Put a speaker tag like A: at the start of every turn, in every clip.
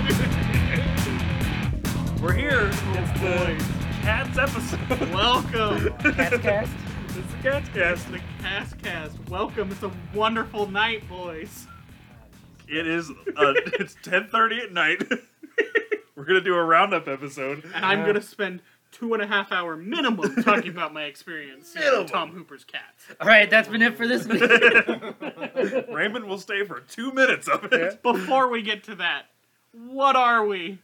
A: Welcome.
B: Cat's cast.
C: It's the Cat's
A: It's
C: Cast.
A: the Cast Cast. Welcome. It's a wonderful night, boys.
C: It is. Uh, it's ten thirty at night. We're gonna do a roundup episode.
A: And I'm gonna spend two and a half hour minimum talking about my experience seeing
C: Minimum.
A: Tom Hooper's cats.
B: All right, that's been it for this week.
C: Raymond will stay for two minutes of it.
A: Before we get to that, what are we?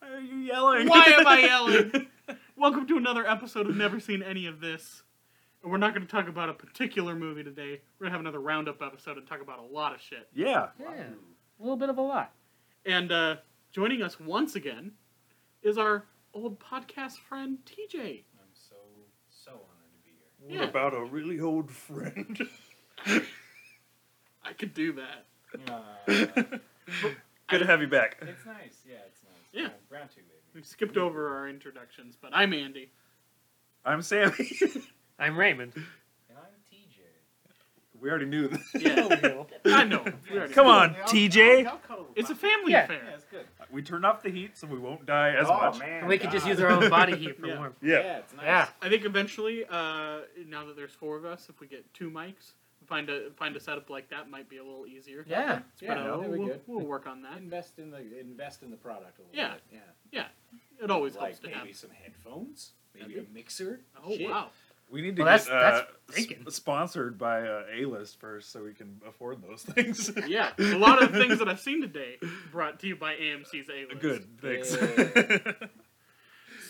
C: Why are you yelling?
A: Why am I yelling? Welcome to another episode of Never Seen Any of This. And we're not gonna talk about a particular movie today. We're gonna have another roundup episode and talk about a lot of shit.
C: Yeah.
B: Yeah, a little bit of a lot.
A: And uh, joining us once again is our old podcast friend TJ.
D: I'm so so honored to be here.
C: What
A: Yeah,
C: about a really old friend?
A: I could do that.
D: Uh,
C: Good to have you back.
D: it's nice. Yeah, it's nice.
A: Yeah.
D: Round- Round two, baby.
A: We skipped over our introductions, but I'm Andy.
C: I'm Sammy.
B: I'm Raymond.
D: And I'm TJ.
C: We already knew this.
A: Yeah, I know. We already-
C: Come on,
D: Yeah, I'll-
C: TJ.
D: I'll- I'll cuddle
A: It's a
D: with
A: family
B: Yeah.
D: my- Yeah,
A: affair.
D: it's good. Oh,
C: We turned off the heat so we won't die as much.
D: man.
B: And we could just
D: God.
B: use our own body heat for
A: Oh, Yeah.
B: warmth.
C: Yeah.
D: Yeah, it's nice.
B: Yeah.
A: I think eventually, uh, now that there's four of us, if we get two mics, find a find a setup like that might be a little easier.
B: Yeah.
D: Yeah,
A: but, uh,
D: that'd be
A: we'll,
D: good.
A: we'll work on that.
D: Invest in the invest in the product a little
A: Yeah.
D: bit. Yeah.
A: It always
D: like
A: helps to
D: maybe
A: have.
D: some headphones, maybe a
A: That'd
D: mixer.
A: Oh
D: Shit.
A: wow!
C: We need to
B: Well,
C: get
B: that's- that's
C: uh,
B: thinking.
C: sp- sponsored by uh, A-List first so we can afford those things.
A: Yeah, a lot of the things that I've seen today brought to you by AMC's A list.
C: Good, thanks.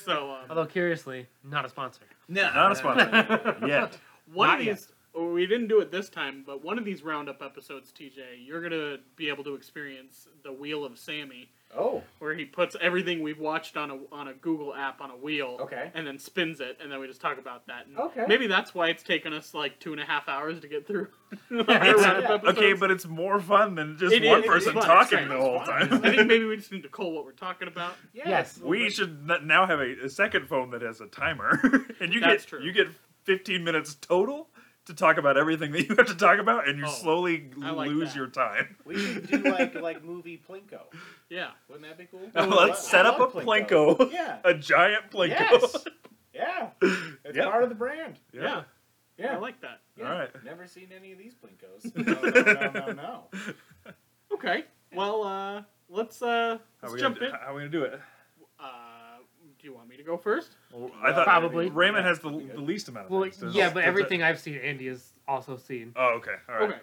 A: So um,
B: Although curiously, not a sponsor.
D: No,
C: Not a sponsor. Yet.
A: one
B: Not
A: of
B: yet.
A: these, or we didn't do it this time, but one of these roundup episodes, TJ, you're gonna be able to experience the Wheel of Sammy.
D: oh,
A: where he puts everything we've watched on a on a Google app on a wheel,
D: Okay.
A: and then spins it, and then we just talk about that. And
D: Okay.
A: Maybe that's why it's taken us like two and a half hours to get through. our
B: It's-
A: roundup
D: yeah.
A: episodes.
C: Okay, but it's more fun than just
A: It
C: one
A: is, it
C: person
A: is fun,
C: talking
A: it's
C: the
D: fun,
C: whole
D: it's fun.
C: time.
A: I think maybe we just need to call what we're talking about.
D: yeah,
B: Yes.
D: it's a little
C: we
D: bit-
C: should n- now have a, a second phone that has a timer, and you
A: That's
C: get
A: true.
C: you get 15 minutes total to talk about everything that you have to talk about, and you
A: Oh,
C: slowly
A: I like
C: lose
A: that.
C: your time.
D: We should do like like movie Plinko.
A: Yeah.
D: Wouldn't that be cool?
C: Let's
D: I love-
C: set
D: I
C: up
D: love
C: a Plinko.
D: Yeah.
C: A giant Plinko.
D: Yes. Yeah. It's
C: Yeah.
D: part of the brand.
A: yeah,
C: yeah.
A: I like that.
D: Yeah.
C: All right.
D: Never seen any of these Blinkos. No, no, no, no, no.
A: Okay, well, uh, let's uh,
C: How
A: let's
C: we
A: jump
C: gonna,
A: in.
C: How we gonna do it?
A: Uh, do you want me to go first?
C: Well, I thought
B: Probably.
C: Raymond has the,
D: Yeah.
C: the least amount of
B: Well,
C: things. to-
B: yeah, but
C: to-
B: everything I've seen, Andy has also seen.
C: Oh, okay. All right.
A: Okay.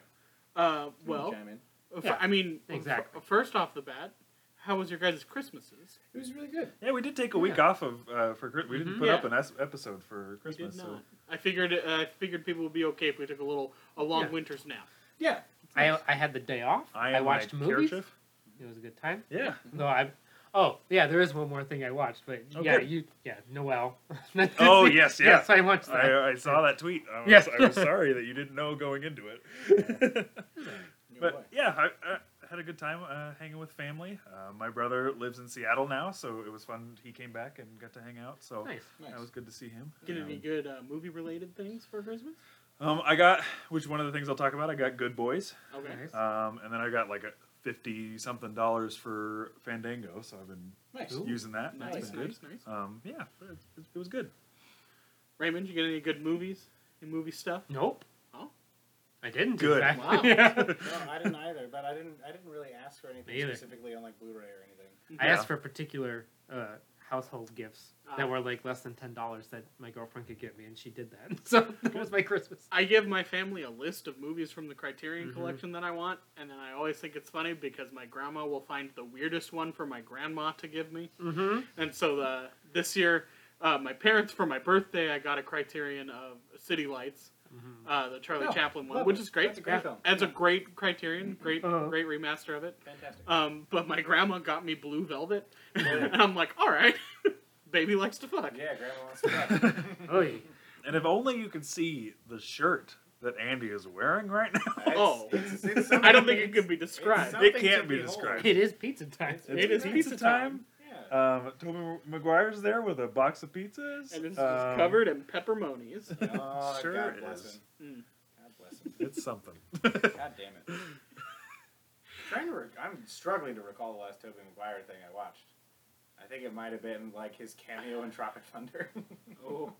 A: Uh, well,
D: Chime in.
A: f-
B: Yeah,
A: I mean, f-
B: exactly.
A: first off the bat, how was your guys' Christmases?
D: it was really good.
C: Yeah, we did take a week off of uh, for Chri- we didn't
B: Mhm.
C: put
A: Yeah.
C: up an es- episode for
A: We did
C: Christmas. So.
A: not. I figured uh, I figured people would be okay if we took a little a long
B: Yeah.
A: winter's nap.
D: Yeah.
B: I, I had the day off. I,
C: am
B: watched
C: my
B: movies.
C: kerchief.
B: It was a good time.
C: Yeah.
A: Mm-hmm.
B: Though I, oh yeah, there is one more thing I watched, but
C: Oh,
B: yeah,
C: good.
B: you yeah Noel.
C: Oh, yes, yeah.
B: yes, I watched that.
C: I, I saw that tweet. I was,
B: Yes.
C: I was sorry that you didn't know going into it.
D: No way.
C: but yeah, I, I had a good time uh, hanging with family. Uh, my brother lives in Seattle now, so it was fun. He came back and got to hang out. So
B: nice.
D: Nice.
C: that was good to see him.
A: Get
C: Um,
A: any good uh, movie related things for Christmas?
C: um, I got which one of the things I'll talk about. I got Good Boys,
A: Okay.
B: Nice.
C: um, and then I got like a fifty something dollars for Fandango. So I've been
D: nice.
B: Ooh.
C: using that. and that's
A: Nice,
C: been good.
A: nice, nice.
C: Um, yeah, it, it, it was good.
A: Raymond, you get any good movies? Any movie stuff?
B: Nope.
A: Oh.
B: I didn't. in
C: Good.
B: fact.
A: Wow.
B: Yeah.
D: No, I didn't either, but I didn't. I didn't really ask for anything
B: Me either.
D: specifically on like Blu-ray or anything.
B: I
C: Yeah.
B: asked for particular uh, household gifts
A: Ah.
B: that were like less than ten dollars that my girlfriend could get me, and she did that. So that was my Christmas.
A: I give my family a list of movies from the Criterion
D: Mm-hmm.
B: Mhm.
A: collection that I want, and then I always think it's funny because my grandma will find the weirdest one for my grandma to give me.
B: Mm-hmm.
A: And so uh, this year, uh, my parents, for my birthday, I got a Criterion of City Lights, uh, the Charlie
D: Oh,
A: Chaplin one,
D: love
A: which
D: it.
A: is great.
D: That's a great film.
A: That's a great Criterion, great,
B: Uh-huh.
A: great remaster of it.
D: Fantastic.
A: Um, but my grandma got me Blue Velvet,
D: Oh, Yeah.
A: and I'm like, all right, baby likes to fuck.
D: yeah, Grandma wants to fuck.
B: Oh yeah.
C: And if only you could see the shirt that Andy is wearing right now.
D: It's-
A: Oh.
D: it's- it's
A: I don't
D: something-
A: think it could be
D: it's
A: described.
D: something
C: It can't
D: to
C: be
D: behold.
C: described.
B: It is pizza time.
D: It's-
A: It is pizza time.
D: Yeah.
C: Um, Toby McGuire's there with a box of pizzas.
A: And it's
C: Um,
A: just covered in pepperonis.
D: Oh,
C: Sure
D: God
C: it
D: bless
C: is.
D: him.
A: Mm.
D: God bless him.
C: It's something.
D: God damn it. trying to. Re- I'm struggling to recall the last Toby Maguire thing I watched. I I think it might have been like his cameo in Tropic Thunder. oh,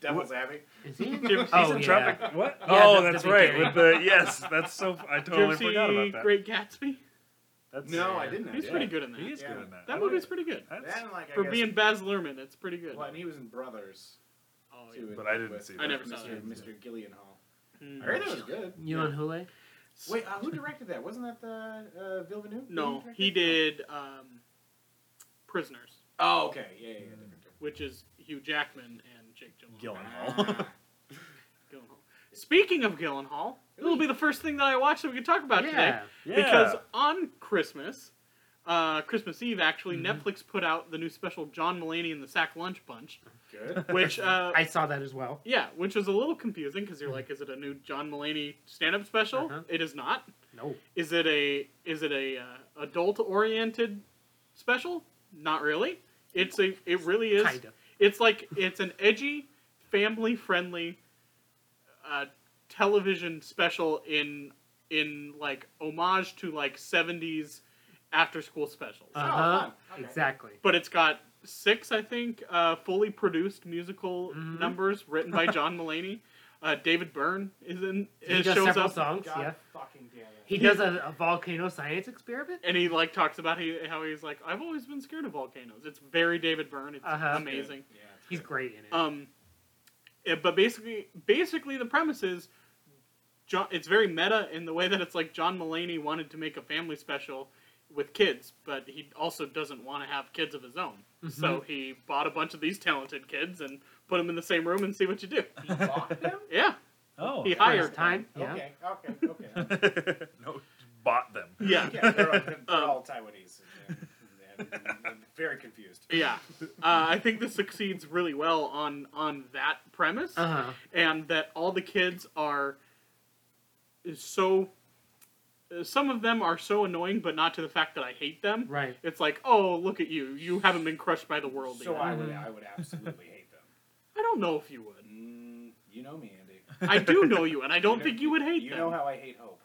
D: Devil's Abbey.
B: Is he?
A: Jim,
C: He's
B: Oh,
C: in
B: yeah.
C: Tropic. What?
B: Yeah,
C: oh,
B: the-
C: that's
B: the
C: right.
B: beginning.
C: With the yes, that's so. I
A: did you ever
C: totally forgot
A: see
C: about that.
A: Great Gatsby?
C: That's,
D: No, I didn't.
A: He's
D: Yeah.
A: pretty good in that.
C: He is
D: Yeah.
C: good in that.
A: That movie's pretty good.
C: That's-
D: Then, like, I
A: For
D: guess,
A: being Baz Luhrmann, it's pretty good.
D: Well, and he was in Brothers.
A: Oh, yeah.
D: too, with-
C: But I didn't
D: with-
C: see
A: I that. never saw
D: Mr.
A: that.
D: Mr. Gyllenhaal.
A: Mm.
D: I heard that was good.
B: You
A: Yeah.
B: on Hule?
D: Wait, uh, who directed that? Wasn't that the uh, Villeneuve?
A: No,
D: directed
A: he
D: it?
A: did um, Prisoners,
D: Oh, okay. Yeah, yeah, yeah. different, different.
A: which is Hugh Jackman and Jake Gyllenhaal.
C: Gyllenhaal.
D: Ah.
A: Gyllenhaal. Speaking of Gyllenhaal, it'll be the first thing that I watch that we can talk about today.
B: Yeah.
C: yeah.
A: Because on Christmas, uh, Christmas Eve actually,
C: Mm-hmm.
B: Mhm.
A: Netflix put out the new special John Mulaney and the Sack Lunch Bunch,
D: Good. Oh,
A: which uh,
B: I saw that as well.
A: yeah, which is a little confusing because you're like, is it a new John Mulaney stand-up special?
B: Uh-huh.
A: It is not.
B: No.
A: Is it a is it a uh, adult-oriented special? Not really. It's a it really is.
B: Kind of.
A: It's like it's an edgy, family-friendly uh, television special in in like homage to like '70s after-school specials.
B: Uh,
D: Oh,
B: Uh-huh.
D: fun. Okay.
B: Exactly.
A: but it's got six, I think, uh, fully produced musical
B: Mhm.
A: numbers written by John Mulaney. Uh, David Byrne is in.
B: He
A: It
B: does
A: shows
B: several
A: up
B: songs.
D: God
B: Yeah.
D: fucking damn it.
B: He does a, a volcano science experiment.
A: and he like talks about he, how he's like, I've always been scared of volcanoes. It's very David Byrne. It's
B: Uh-huh.
D: Good.
A: amazing.
D: Yeah. it's
B: He's
D: good.
B: great in it.
A: Um, yeah, but basically, basically the premise is, John. It's very meta in the way that it's like John Mulaney wanted to make a family special with kids, but he also doesn't want to have kids of his own. So he bought a bunch of these talented kids and put them in the same room and see what you do.
D: He bought them?
A: Yeah,
C: oh.
A: he
B: First
A: hired.
B: time. Yeah.
D: Okay, okay, okay.
C: no, bought them.
A: Yeah, Um,
D: yeah, they're, all- they're all Taiwanese. Yeah. I'm very confused.
A: yeah. Uh, I think this succeeds really well on on that premise.
B: Uh huh.
A: and that all the kids are so some of them are so annoying but not to the fact that i hate them
B: Right.
A: it's like oh look at you you haven't been crushed by the world
D: So
A: yet. I,
D: I would,
B: Mhm.
D: I would absolutely hate them.
A: don't know if you would
D: Mm, you know me, Andy.
A: i do know you and i don't
D: know-
A: think you would hate
D: You
A: them
D: know how I hate Hope.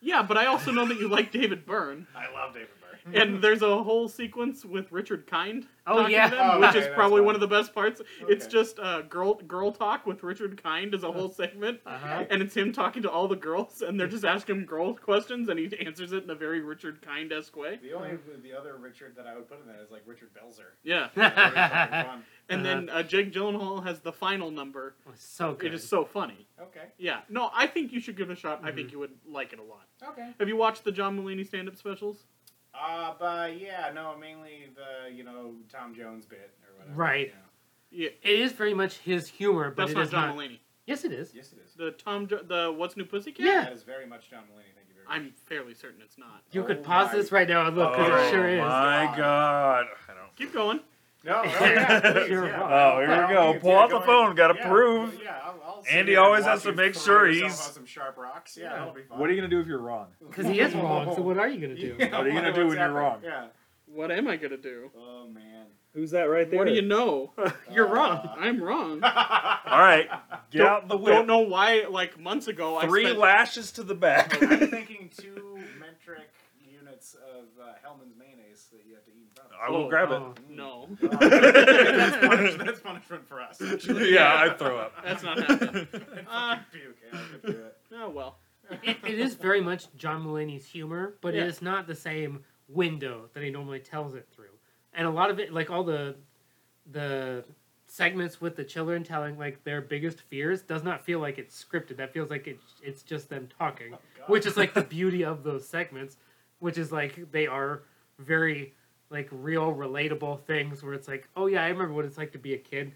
A: yeah but i also know that you like david byrne
D: I love David Byrne.
A: and there's a whole sequence with richard kind
B: Oh,
A: talking to
B: yeah.
A: them,
D: Oh,
A: which
D: okay,
A: is
D: that's
A: probably
D: fun.
A: one of the best parts it's
D: Okay. Uh-huh.
A: just uh, girl girl talk with richard kind as a whole segment
B: Uh huh.
A: and it's him talking to all the girls, and they're just asking him girl questions, and he answers it in a very Richard Kind esque way.
D: The only the other Richard that I would put in that is like Richard Belzer.
A: Yeah.
D: Fun.
A: And then
B: Uh-huh.
A: uh, Jake Gyllenhaal has the final number.
B: so good.
A: It is so funny.
D: okay,
A: Yeah. No, I think you should give it a shot. I
B: Mm-hmm.
A: think you would like it a lot.
D: okay.
A: Have you watched the John Mulaney stand up specials?
D: Uh, but yeah, no, mainly the you know Tom Jones bit or whatever.
B: Right.
D: you know.
A: Yeah.
B: It is very much his humor, but
A: That's
B: it
A: not
B: is
A: John Mulaney.
B: Yes, it is.
D: Yes, it is.
A: The Tom, Jo- the What's New Pussycat?
B: Yeah.
D: That is very much John Mulaney. Thank you very much.
A: I'm fairly certain it's not.
B: You
D: Oh
B: could pause
D: my-
B: this right now and look, because
D: Oh
B: it sure is.
C: my
D: God.
C: god. I don't.
A: Keep going.
D: No, no, yeah, please,
B: You're
D: yeah.
B: wrong.
C: Oh,
D: I
C: here
D: don't
C: we
D: think
C: go.
D: it's-
C: Pull
D: yeah,
C: out the
D: go
C: phone.
D: ahead.
C: Got to
D: Yeah,
C: prove.
D: well, Yeah, I'll, I'll sit
C: Andy
D: here and
C: always
D: watch
C: has to
D: you
C: make
D: throw
C: sure
D: yourself
C: he's-
D: off some sharp rocks. Yeah,
B: Yeah.
D: that'll be fun.
C: What are you gonna do if you're wrong?
B: Because he is wrong, so what are you going to do?
D: Yeah,
C: What are you gonna
D: what-
C: do
D: what's
C: when you're wrong?
D: happening? Yeah.
A: What am I going to do?
D: Oh Uh, man.
C: Who's that right
A: What do you know?
B: You're wrong.
A: I'm wrong.
C: All right, get
A: Don't-
C: out the whip.
A: Don't know why, like, months ago, I
C: Three
A: spent...
C: lashes to the back.
D: I'm thinking two metric units of uh, Hellman's mayonnaise that you have to eat in front of. us. Mm.
C: I will
A: Oh,
C: grab
B: oh.
A: No.
D: that's,
C: it.
D: punishment, that's punishment for us.
C: yeah,
D: Actually.
C: I throw up.
A: That's not happening. Uh,
D: I fucking puke. Yeah, I could do it.
A: Oh well.
B: it, it is very much John Mulaney's humor, but
A: Yeah.
B: it is not the same window that he normally tells it through. And a lot of it, like all the the segments with the children telling like their biggest fears, does not feel like it's scripted. That feels like it, it's just them talking,
D: God.
B: which is like the beauty of those segments, which is like they are very like real relatable things where it's like, oh yeah, I remember what it's like to be a kid,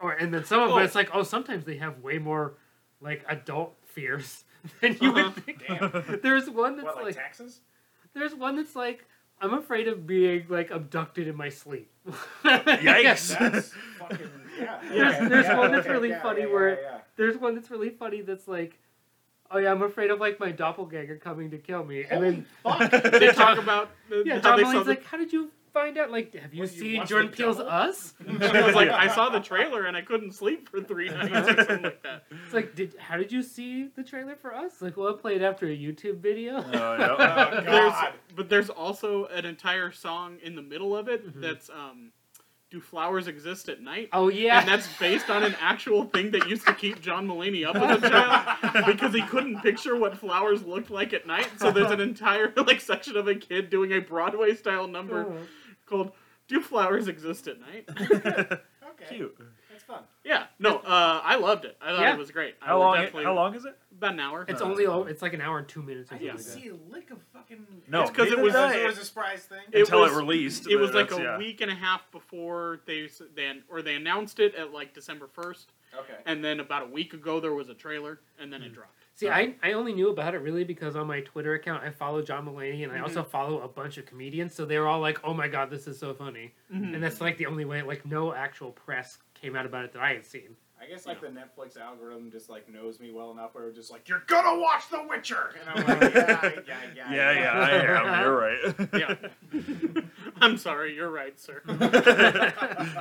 B: or and then some of
A: Oh.
B: it, it's like, oh, sometimes they have way more like adult fears than you
A: Uh-huh.
B: would think.
D: Damn.
B: There's one that's
D: What, like,
B: like,
D: taxes?
B: there's one that's like I'm afraid of being like abducted in my sleep.
C: Yikes.
D: That's fucking. Yeah.
B: There's-
D: okay,
B: there's
D: yeah,
B: one that's
D: okay,
B: really
D: yeah,
B: funny
D: yeah,
B: where-
D: Yeah,
B: There's one that's really funny that's like, oh yeah, I'm afraid of like my doppelganger coming to kill me, and then
D: Fuck.
A: They talk about the,
B: yeah,
A: how
B: John
A: they saw
B: Mulaney's
A: the,
B: like, how did you find out? Like, have you
D: What, you
B: seen
D: watched
B: Jordan
D: The
B: Peele's
D: Devil?
B: Us?
A: she was like, I saw the trailer and I couldn't sleep for three nights or something like that.
B: It's like, did how did you see the trailer for Us? Like, well, I played after a YouTube video.
C: Oh, yep.
D: Oh, God.
A: There's, but there's also an entire song in the middle of it
B: Mhm.
A: that's um Do Flowers Exist at Night?
B: Oh yeah,
A: And that's based on an actual thing that used to keep John Mulaney up as a child because he couldn't picture what flowers looked like at night. So there's an entire like section of a kid doing a Broadway style number
B: Oh.
A: called "Do Flowers Exist at Night?"
D: Okay.
C: Cute.
D: That's fun.
A: yeah, no, uh, I loved it. I thought
B: Yeah.
A: it was great. I
C: How
A: would
C: long?
A: definitely-
C: How long is it?
A: About an hour.
B: It's
C: Uh,
B: only o- it's like an hour and two minutes. Or
D: I
B: something
D: didn't
B: like that.
D: see a lick of fucking.
C: No,
A: It's 'cause it
C: neither
A: was-
C: did I.
D: Because it was a surprise thing.
A: It
C: until
A: was-
C: it released.
A: it was
C: but
A: like a
C: that's- yeah.
A: week and a half before they s- then or they announced it at like December first,
D: okay.
A: and then about a week ago there was a trailer, and then it
D: Hmm.
A: dropped.
B: See, I, I only knew about it really because on my Twitter account I follow John Mulaney and
A: Mm-hmm.
B: I also follow a bunch of comedians, so they were all like, "Oh my god, this is so funny,"
A: Mm-hmm.
B: and that's like the only way. Like, no actual press came out about it that I had seen.
D: I guess like the Netflix algorithm just like knows me well enough where it's just like you're gonna watch The Witcher, and I'm like yeah, yeah, yeah,
C: Yeah, yeah, I am. You're right.
A: Yeah, I'm sorry, you're right, sir.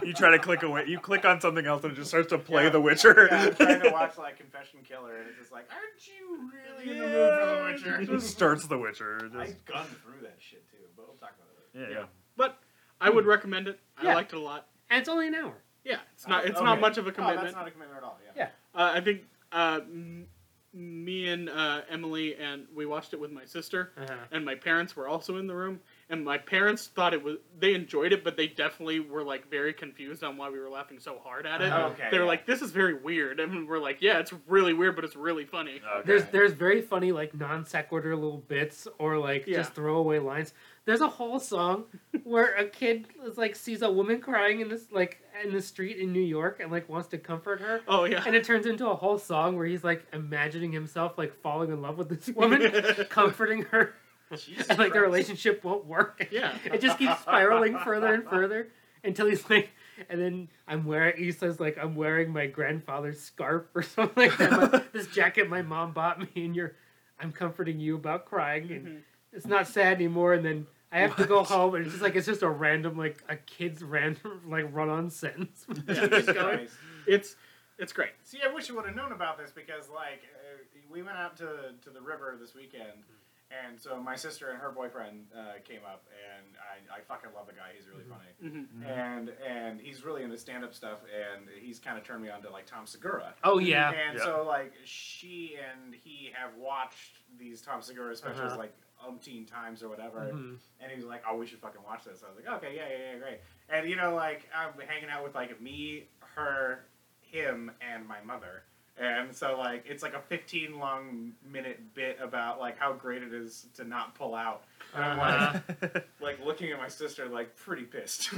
C: you try to click away. You click on something else and it just starts to play
D: Yeah.
C: The Witcher.
D: Yeah, I'm trying to watch like Confession Killer, and it's just like, aren't you really in the mood for The
C: Yeah, it
D: Witcher?
C: just starts The Witcher.
D: I
C: Just,
D: gunned through that shit too, but we'll talk about it later.
C: yeah, yeah.
A: Yeah. But I would recommend it. I
B: Yeah.
A: liked it a lot.
B: And it's only an hour.
A: Yeah, it's not
D: Uh,
A: it's
D: okay.
A: not much of a
D: Oh,
A: commitment.
D: that's not a commitment at all. Yeah.
B: Yeah.
A: uh, I think uh, m- me and uh, Emily and we watched it with my sister
B: Uh-huh.
A: and my parents were also in the room and my parents thought it was they enjoyed it but they definitely were like very confused on why we were laughing so hard at it.
B: Oh,
D: okay,
A: they were
D: yeah.
A: like this is very weird and we're like yeah it's really weird but it's really funny.
C: Okay.
B: There's
D: Right.
B: there's very funny like non sequitur little bits or like
A: Yeah.
B: just throwaway lines. There's a whole song where a kid is like sees a woman crying in this like in the street in New York and like wants to comfort her.
A: Oh yeah.
B: And it turns into a whole song where he's like imagining himself like falling in love with this woman, comforting her,
D: Jesus
B: and like their
D: Christ.
B: relationship won't work.
A: Yeah.
B: It just keeps spiraling further and further until he's like, and then I'm wearing. He says like I'm wearing my grandfather's scarf or something like that. My- this jacket my mom bought me, and you're, I'm comforting you about crying, and it's not sad anymore. And then. I have to go
C: What?
B: home, and it's just like it's just a random, like a kid's random, like run-on sentence.
D: Jesus Christ.
A: It's it's great.
D: See, I wish I would have known about this because, like, uh, we went out to, to the river this weekend,
B: Mm.
D: and so my sister and her boyfriend uh, came up, and I, I fucking love the guy. He's really
B: Mm-hmm.
D: funny,
A: Mhm.
D: and and he's really into stand up stuff, and he's kind of turned me on to like Tom Segura.
B: Oh yeah,
D: And
C: Yeah.
D: so, like, she and he have watched these Tom Segura specials
B: Uh-huh.
D: like umpteen times or whatever.
B: Mhm.
D: And he was like, "Oh, we should fucking watch this." I was like, "Okay, yeah, yeah, yeah, great." And you know, like, I'm hanging out with like me, her, him, and my mother. And so, like, it's like a 15 long minute bit about like how great it is to not pull out. And I'm like,
B: Uh-huh.
D: like looking at my sister, like pretty pissed.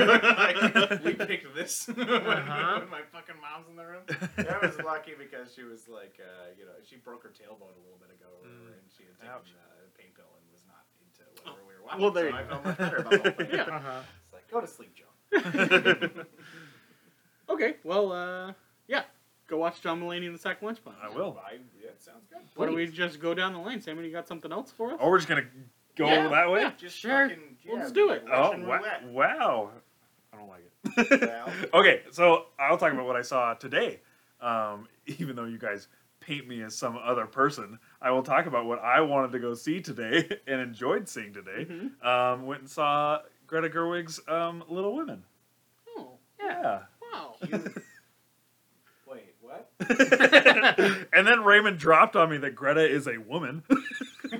A: Yeah.
D: Like, we picked this when,
B: Uh-huh.
D: when my fucking mom's in the room. And I was lucky because she was like, uh, you know, she broke her tailbone a little bit ago, or
A: Mm.
D: whatever, and she had taken
C: Ouch.
D: uh, a pain pill and was not into whatever we were watching.
A: Well, there
D: so
A: you
D: I
A: go.
D: felt much better about the whole thing.
A: Yeah.
B: uh-huh.
D: It's like, go to sleep, Joan.
A: Okay, well uh yeah, go watch John Mulaney in the Sack Lunch Bunch.
C: I will.
D: I, yeah, it sounds good.
A: Why don't we just go down the lane, Sammy? You got something else for us?
C: Or Oh, we're just gonna go
A: Yeah,
C: that way.
A: yeah.
D: Just
B: Sure.
D: fucking, yeah,
A: Well, let's do it.
C: Oh
D: Russian
C: wa-
D: roulette.
C: wow! I don't like it.
D: Well,
C: okay, so I'll talk about what I saw today. Um, even though you guys paint me as some other person, I will talk about what I wanted to go see today and enjoyed seeing today.
A: Mm-hmm.
C: Um, went and saw Greta Gerwig's um, Little Women.
A: Oh,
C: Yeah.
A: wow.
D: wait, what?
C: and then Raymond dropped on me that Greta is a woman. so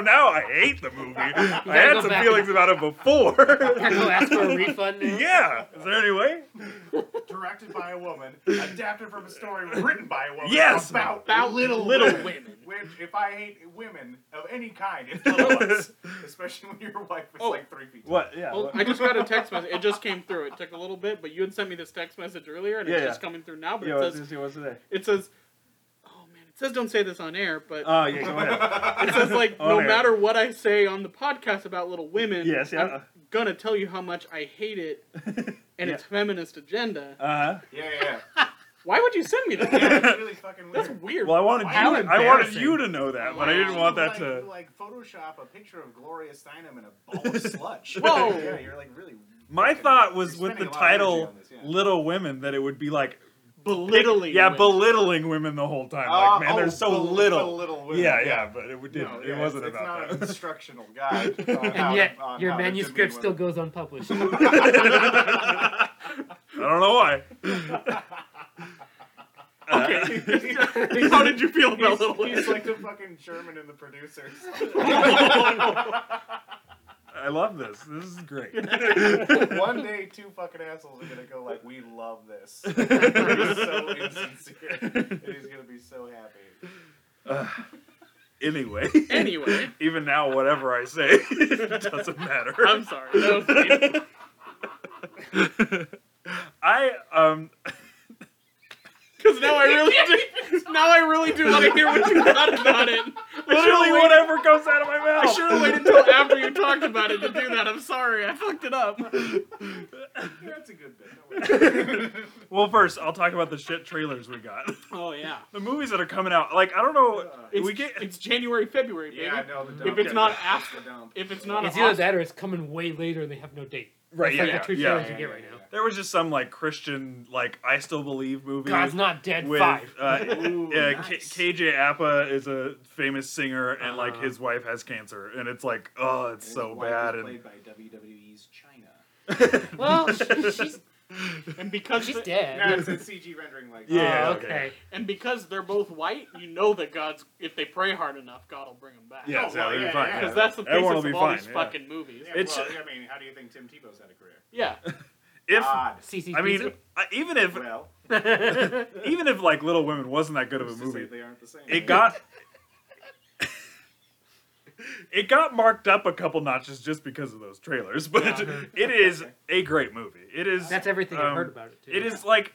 C: now I hate the movie. I
B: gotta
C: had
B: go
C: some
B: back
C: feelings about it
B: Gotta
C: before.
B: go ask for a refund. now?
C: yeah. Is there any way?
D: Directed by a woman, adapted from a story written by a woman.
C: Yes!
D: about,
A: About
D: little
A: little
D: women.
A: women.
D: Which, if I hate women of any kind, it's little ones. Especially when your wife is
A: Oh.
D: like three feet tall.
C: What? Yeah.
A: Well, I just got a text message. It just came through. It took a little bit, but you had sent me this text message earlier, and it's
C: Yeah,
A: just
C: yeah.
A: coming through now. But
C: Yeah,
A: it
C: what's
A: says,
C: this- what's today?
A: it says, oh man, it says don't say this on air, but
C: Oh yeah, go ahead.
A: it says like
C: on
A: no
C: air.
A: matter what I say on the podcast about Little Women,
C: Yes, yeah.
A: I'm gonna tell you how much I hate it and its feminist agenda.
C: Uh
D: Yeah, yeah,
A: Why would you send me
D: yeah. yeah.
A: that?
D: It's really fucking
A: That's
D: weird.
A: weird.
C: Well, I wanted you.
B: How
C: I wanted
B: embarrassing.
C: you to know that, but I didn't want that
D: like,
C: to.
D: like Photoshop a picture of Gloria Steinem in a ball of sludge.
A: Whoa.
D: yeah, you're like really.
C: My
D: fucking-
C: thought was
D: you're
C: with the
D: spending a lot of energy
C: title
D: on this, yeah.
C: "Little Women" that it would be like
A: belittling.
C: yeah,
A: women.
C: belittling women the whole time.
D: Ah,
C: like, man, they're
D: oh,
C: so
D: bel-
C: little.
D: belittle women.
C: Yeah, yeah, but it didn't.
D: No, yeah,
C: it wasn't
D: it's,
C: about
D: it's not an
C: that.
D: instructional guide. on how
B: and
D: to-
B: yet
D: on
B: your
D: how to
B: manuscript
D: demean
B: still
D: women.
B: goes unpublished.
C: I don't know why.
A: Okay. How did you feel about
D: He's,
A: Little
D: he's
A: Women?
D: like the fucking German in the producers.
C: I love this. This is great.
D: One day, two fucking assholes are gonna go like, "We love this." It's so insincere, and he's gonna be so happy.
C: anyway,
A: Anyway,
C: even now, whatever I say doesn't matter.
A: I'm sorry. That was beautiful.
C: I um
A: Because now I really do, now I really do want to hear what you thought about it.
C: literally
A: waited-
C: whatever comes out of my mouth.
A: I should have waited until after you talked about it to do that. I'm sorry, I fucked it up.
D: That's a good bit.
C: Well, first I'll talk about the shit trailers we got.
A: Oh yeah,
C: The movies that are coming out. Like I don't know.
D: Uh,
A: it's,
C: we get
A: it's January, February, baby.
D: yeah, no, the dump.
A: if it's not after,
D: the dump.
A: if it's not
B: it's
A: an
B: either
A: Oscar-
B: that or it's coming way later and they have no date.
C: right.
B: It's
C: Yeah,
B: like
C: yeah,
B: the two
C: yeah.
B: trailers you get right now.
C: There was just some like Christian like I still believe movie.
B: God's not dead.
C: with
B: Five.
C: uh,
D: Ooh,
C: yeah,
D: nice.
C: K- KJ Appa is a famous singer, and like
B: Uh-huh.
C: his wife has cancer, and it's like, oh, it's
D: His
C: so
D: wife is
C: bad. And
D: Played by WWE's China.
B: Well, she, she's
A: oh,
B: oh,
A: and because
B: she's
A: the-
D: No,
B: dead.
D: it's a CG rendering like. uh,
C: Yeah,
B: Oh,
C: okay.
B: okay.
A: and because they're both white, you know that God's if they pray hard enough, God will bring them back.
C: yeah,
D: Oh,
C: so
D: well,
C: it'll be
D: yeah,
C: fine.
D: yeah,
A: because
C: yeah.
A: that's the basis
C: Everyone will
A: of
C: be
A: all
C: fine,
A: these
C: yeah.
A: fucking movies.
D: Yeah,
C: It's-
D: well, I mean, how do you think Tim Tebow's had a career?
A: Yeah,
C: If
D: God.
B: CC
C: I mean, I- even if
D: Well,
C: even if like Little Women wasn't that good of a
D: who's to say
C: movie,
D: they aren't the same.
C: it got it got marked up a couple notches just because of those trailers. But
B: Yeah.
C: it is a great movie. It is.
B: that's everything I've
C: um,
B: heard about it. Too.
C: It is like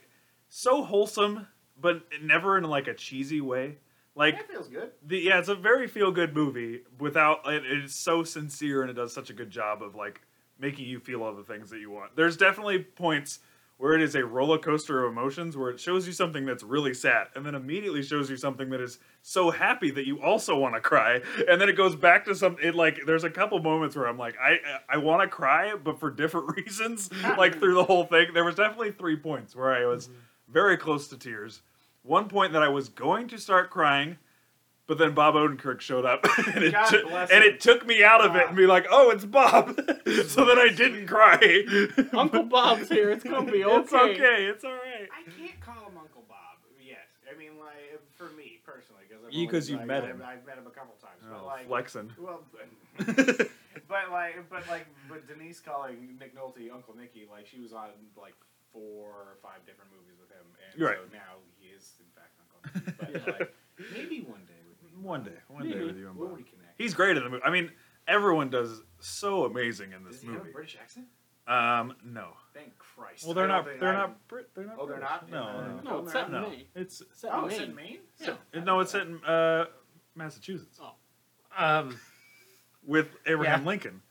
C: so wholesome, but never in like a cheesy way. Like
D: That feels good.
C: the, yeah, it's a very feel good movie. Without it, it is so sincere and it does such a good job of like making you feel all the things that you want. There's definitely points where it is a roller coaster of emotions, where it shows you something that's really sad, and then immediately shows you something that is so happy that you also want to cry, and then it goes back to some. It like there's a couple moments where I'm like, I I want to cry, but for different reasons. like through the whole thing, there was definitely three points where I was very close to tears. One point that I was going to start crying, but then Bob Odenkirk showed up, and it,
D: God
C: took-
D: bless
C: and
D: him.
C: it took me out of it
D: Ah.
C: and be like, "Oh, it's Bob," so then I didn't cry.
A: Uncle Bob's here. It's gonna be okay.
C: It's okay. It's all right.
D: I can't call him Uncle Bob yet. I mean, like for me personally, because
C: You- 'cause you've met him.
D: I've met him a couple times, but
C: Oh,
D: like,
C: flexing.
D: well, but, but like, but like, but Denise calling Nick Nolte Uncle Nicky, like she was on like four or five different movies with him, and
C: Right.
D: so now he is in fact Uncle Nicky. But like, maybe one day with me,
C: One day, one day
A: Maybe.
C: with you and
D: we'll
C: Bob.
D: reconnect.
C: He's great in the movie. I mean, everyone does so amazing in
D: Does
C: this
D: he have a
C: movie.
D: British accent?
C: Um, no.
D: Thank Christ.
C: Well, they're
D: I don't
C: not.
D: think
C: They're
D: I-
C: not. Brit. They're not.
D: Oh, they're
C: British.
D: not?
C: No.
A: No, it's set in
C: No.
A: Maine.
C: It's.
A: Set in
D: Oh, it's
A: Maine.
D: in Maine.
A: Yeah.
C: No, it's set in uh, Massachusetts
A: Oh.
B: Um,
C: with Abraham
B: Yeah.
C: Lincoln.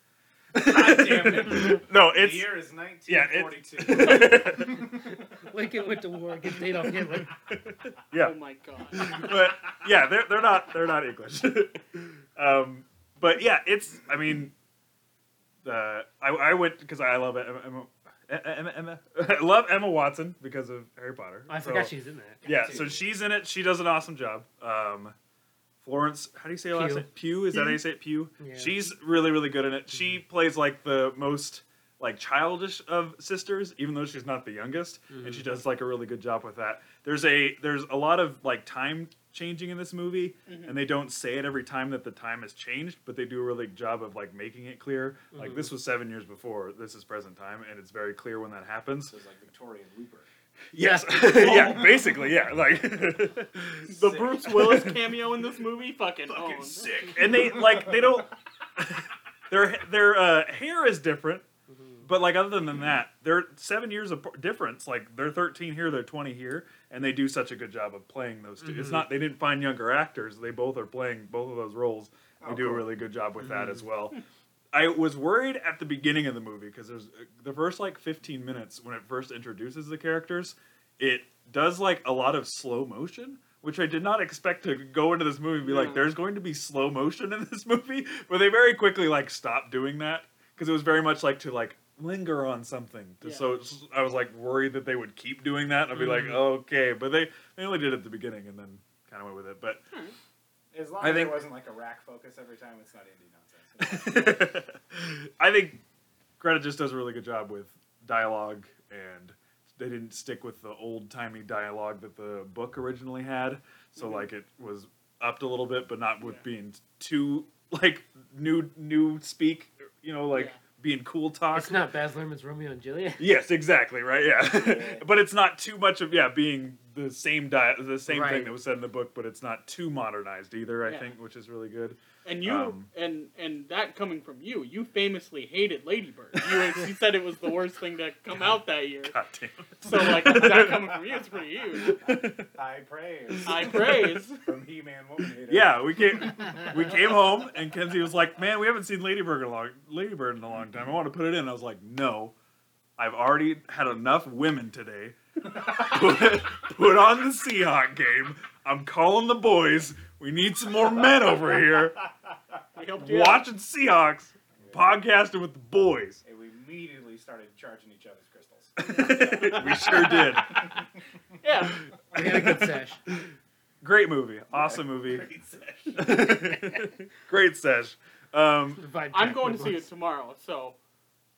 D: God damn it.
C: No,
D: The
C: it's
D: year is
C: yeah,
D: 1942.
B: Lincoln went to war against Adolf Hitler.
C: yeah.
A: Oh my god.
C: but yeah, they're they're not they're not English. um, but yeah, it's I mean, uh, I I went because I love Emma, Emma, Emma, Emma I love Emma Watson because of Harry Potter.
B: I
C: So-
B: forgot she's in that.
C: Yeah, so she's in it. She does an awesome job. Um, Florence, how do you say her last
B: Pugh.
C: name? Pew. Is that how you say it? Pew.
B: Yeah.
C: She's really really good in it. She plays like the most like childish of sisters, even though she's not the youngest, and she does like a really good job with that. There's a there's a lot of like time changing in this movie, and they don't say it every time that the time has changed, but they do a really good job of like making it clear. Like this was seven years before, this is present time, and it's very clear when that happens.
D: So it's like Victorian Looper.
C: Yes, yeah, basically, yeah, like.
A: The
D: Sick.
A: Bruce Willis cameo in this movie, fucking,
D: Fucking
A: owned.
D: sick.
C: and they like they don't their their uh, hair is different
D: Mm-hmm.
C: but like other than that they're seven years of difference like they're 13 here they're 20 here and they do such a good job of playing those 2
D: Mm-hmm.
C: it's not they didn't find younger actors they both are playing both of those roles they
D: Oh,
C: do a
D: cool. Mm-hmm.
C: really good job with that as well I was worried at the beginning of the movie because there's uh, the first like 15 minutes when it first introduces the characters, it does like a lot of slow motion, which I did not expect to go into this movie and be like,
A: No.
C: there's going to be slow motion in this movie, but they very quickly like stopped doing that because it was very much like to like linger on something.
B: Yeah.
C: So it's- I was like worried that they would keep doing that. I'd be
B: Mhm.
C: like, okay, but they they only did it at the beginning and then kind of went with it. But
D: As long
C: I
D: as
C: think-
D: it wasn't like a rack focus every time, it's not indie nonsense.
C: I think Greta just does a really good job with dialogue, and they didn't stick with the old timey dialogue that the book originally had. So
D: Mhm.
C: like it was upped a little bit, but not with
D: Yeah.
C: being too like new new speak. You know, like
B: Yeah.
C: being cool talk.
B: It's not Baz Luhrmann's Romeo and Juliet.
C: Yes, exactly. Right. Yeah.
D: Yeah.
C: but it's not too much of yeah being the same di- the same
B: Right.
C: thing that was said in the book, but it's not too modernized either. I
A: Yeah.
C: think, which is really good.
A: And you
C: Um,
A: and and that coming from you, you famously hated Ladybird. You, you said it was the worst thing to come out that year.
C: God damn. it.
A: So like that coming from you, it's pretty huge.
D: High praise.
A: I praise.
D: From He-Man Woman Hater.
C: Yeah, we came we came home and Kenzie was like, "Man, we haven't seen Ladybird in a long Ladybird in a long time. I want to put it in." I was like, "No, I've already had enough women today. put, put on the Seahawk game. I'm calling the boys. We need some more men over here
A: We helped you out.
C: watching Seahawks, podcasting with the boys.
D: And we immediately started charging each other's crystals.
C: we sure did.
A: Yeah.
B: We had a good sesh.
C: Great movie, awesome movie,
D: Great session.
C: great sesh." Um,
B: The vibe
A: I'm
B: check
A: going
B: was
A: to see it
B: awesome.
A: tomorrow. So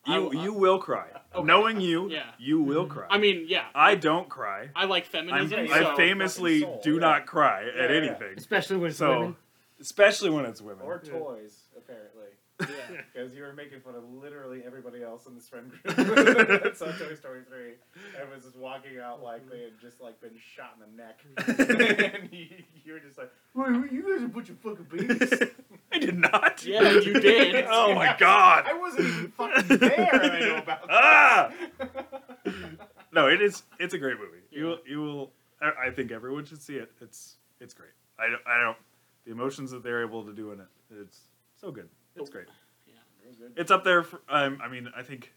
A: I
C: You
A: will-
C: you will cry.
A: Okay.
C: Knowing you,
A: Yeah.
C: you will cry.
A: I mean, yeah.
C: I don't cry.
A: I like
C: I'm,
A: feminism.
C: I
A: so
C: famously
D: fucking soul,
C: do
D: yeah.
C: not cry at
D: Yeah, yeah.
C: anything.
B: especially when it's
C: So,
B: women.
C: especially when it's women.
D: Or toys, apparently.
A: yeah.
D: Because you were making fun of literally everybody else in this friend group. so Toy Story 3, everyone's just walking out like they had just like been shot in the neck. and you, you were just like, "Wait, you guys are a bunch of fucking babies.
C: I did not.
A: Yeah, you did.
C: oh my god.
D: I wasn't even fucking there and I know about
C: Ah!
D: that.
C: No, it is. It's a great movie. You
A: Yeah.
C: will. You will. I, I think everyone should see it. It's. It's great. I don't. I don't. The emotions that they're able to do in it. It's so good. It's great. It's up there. For, um, I mean, I think.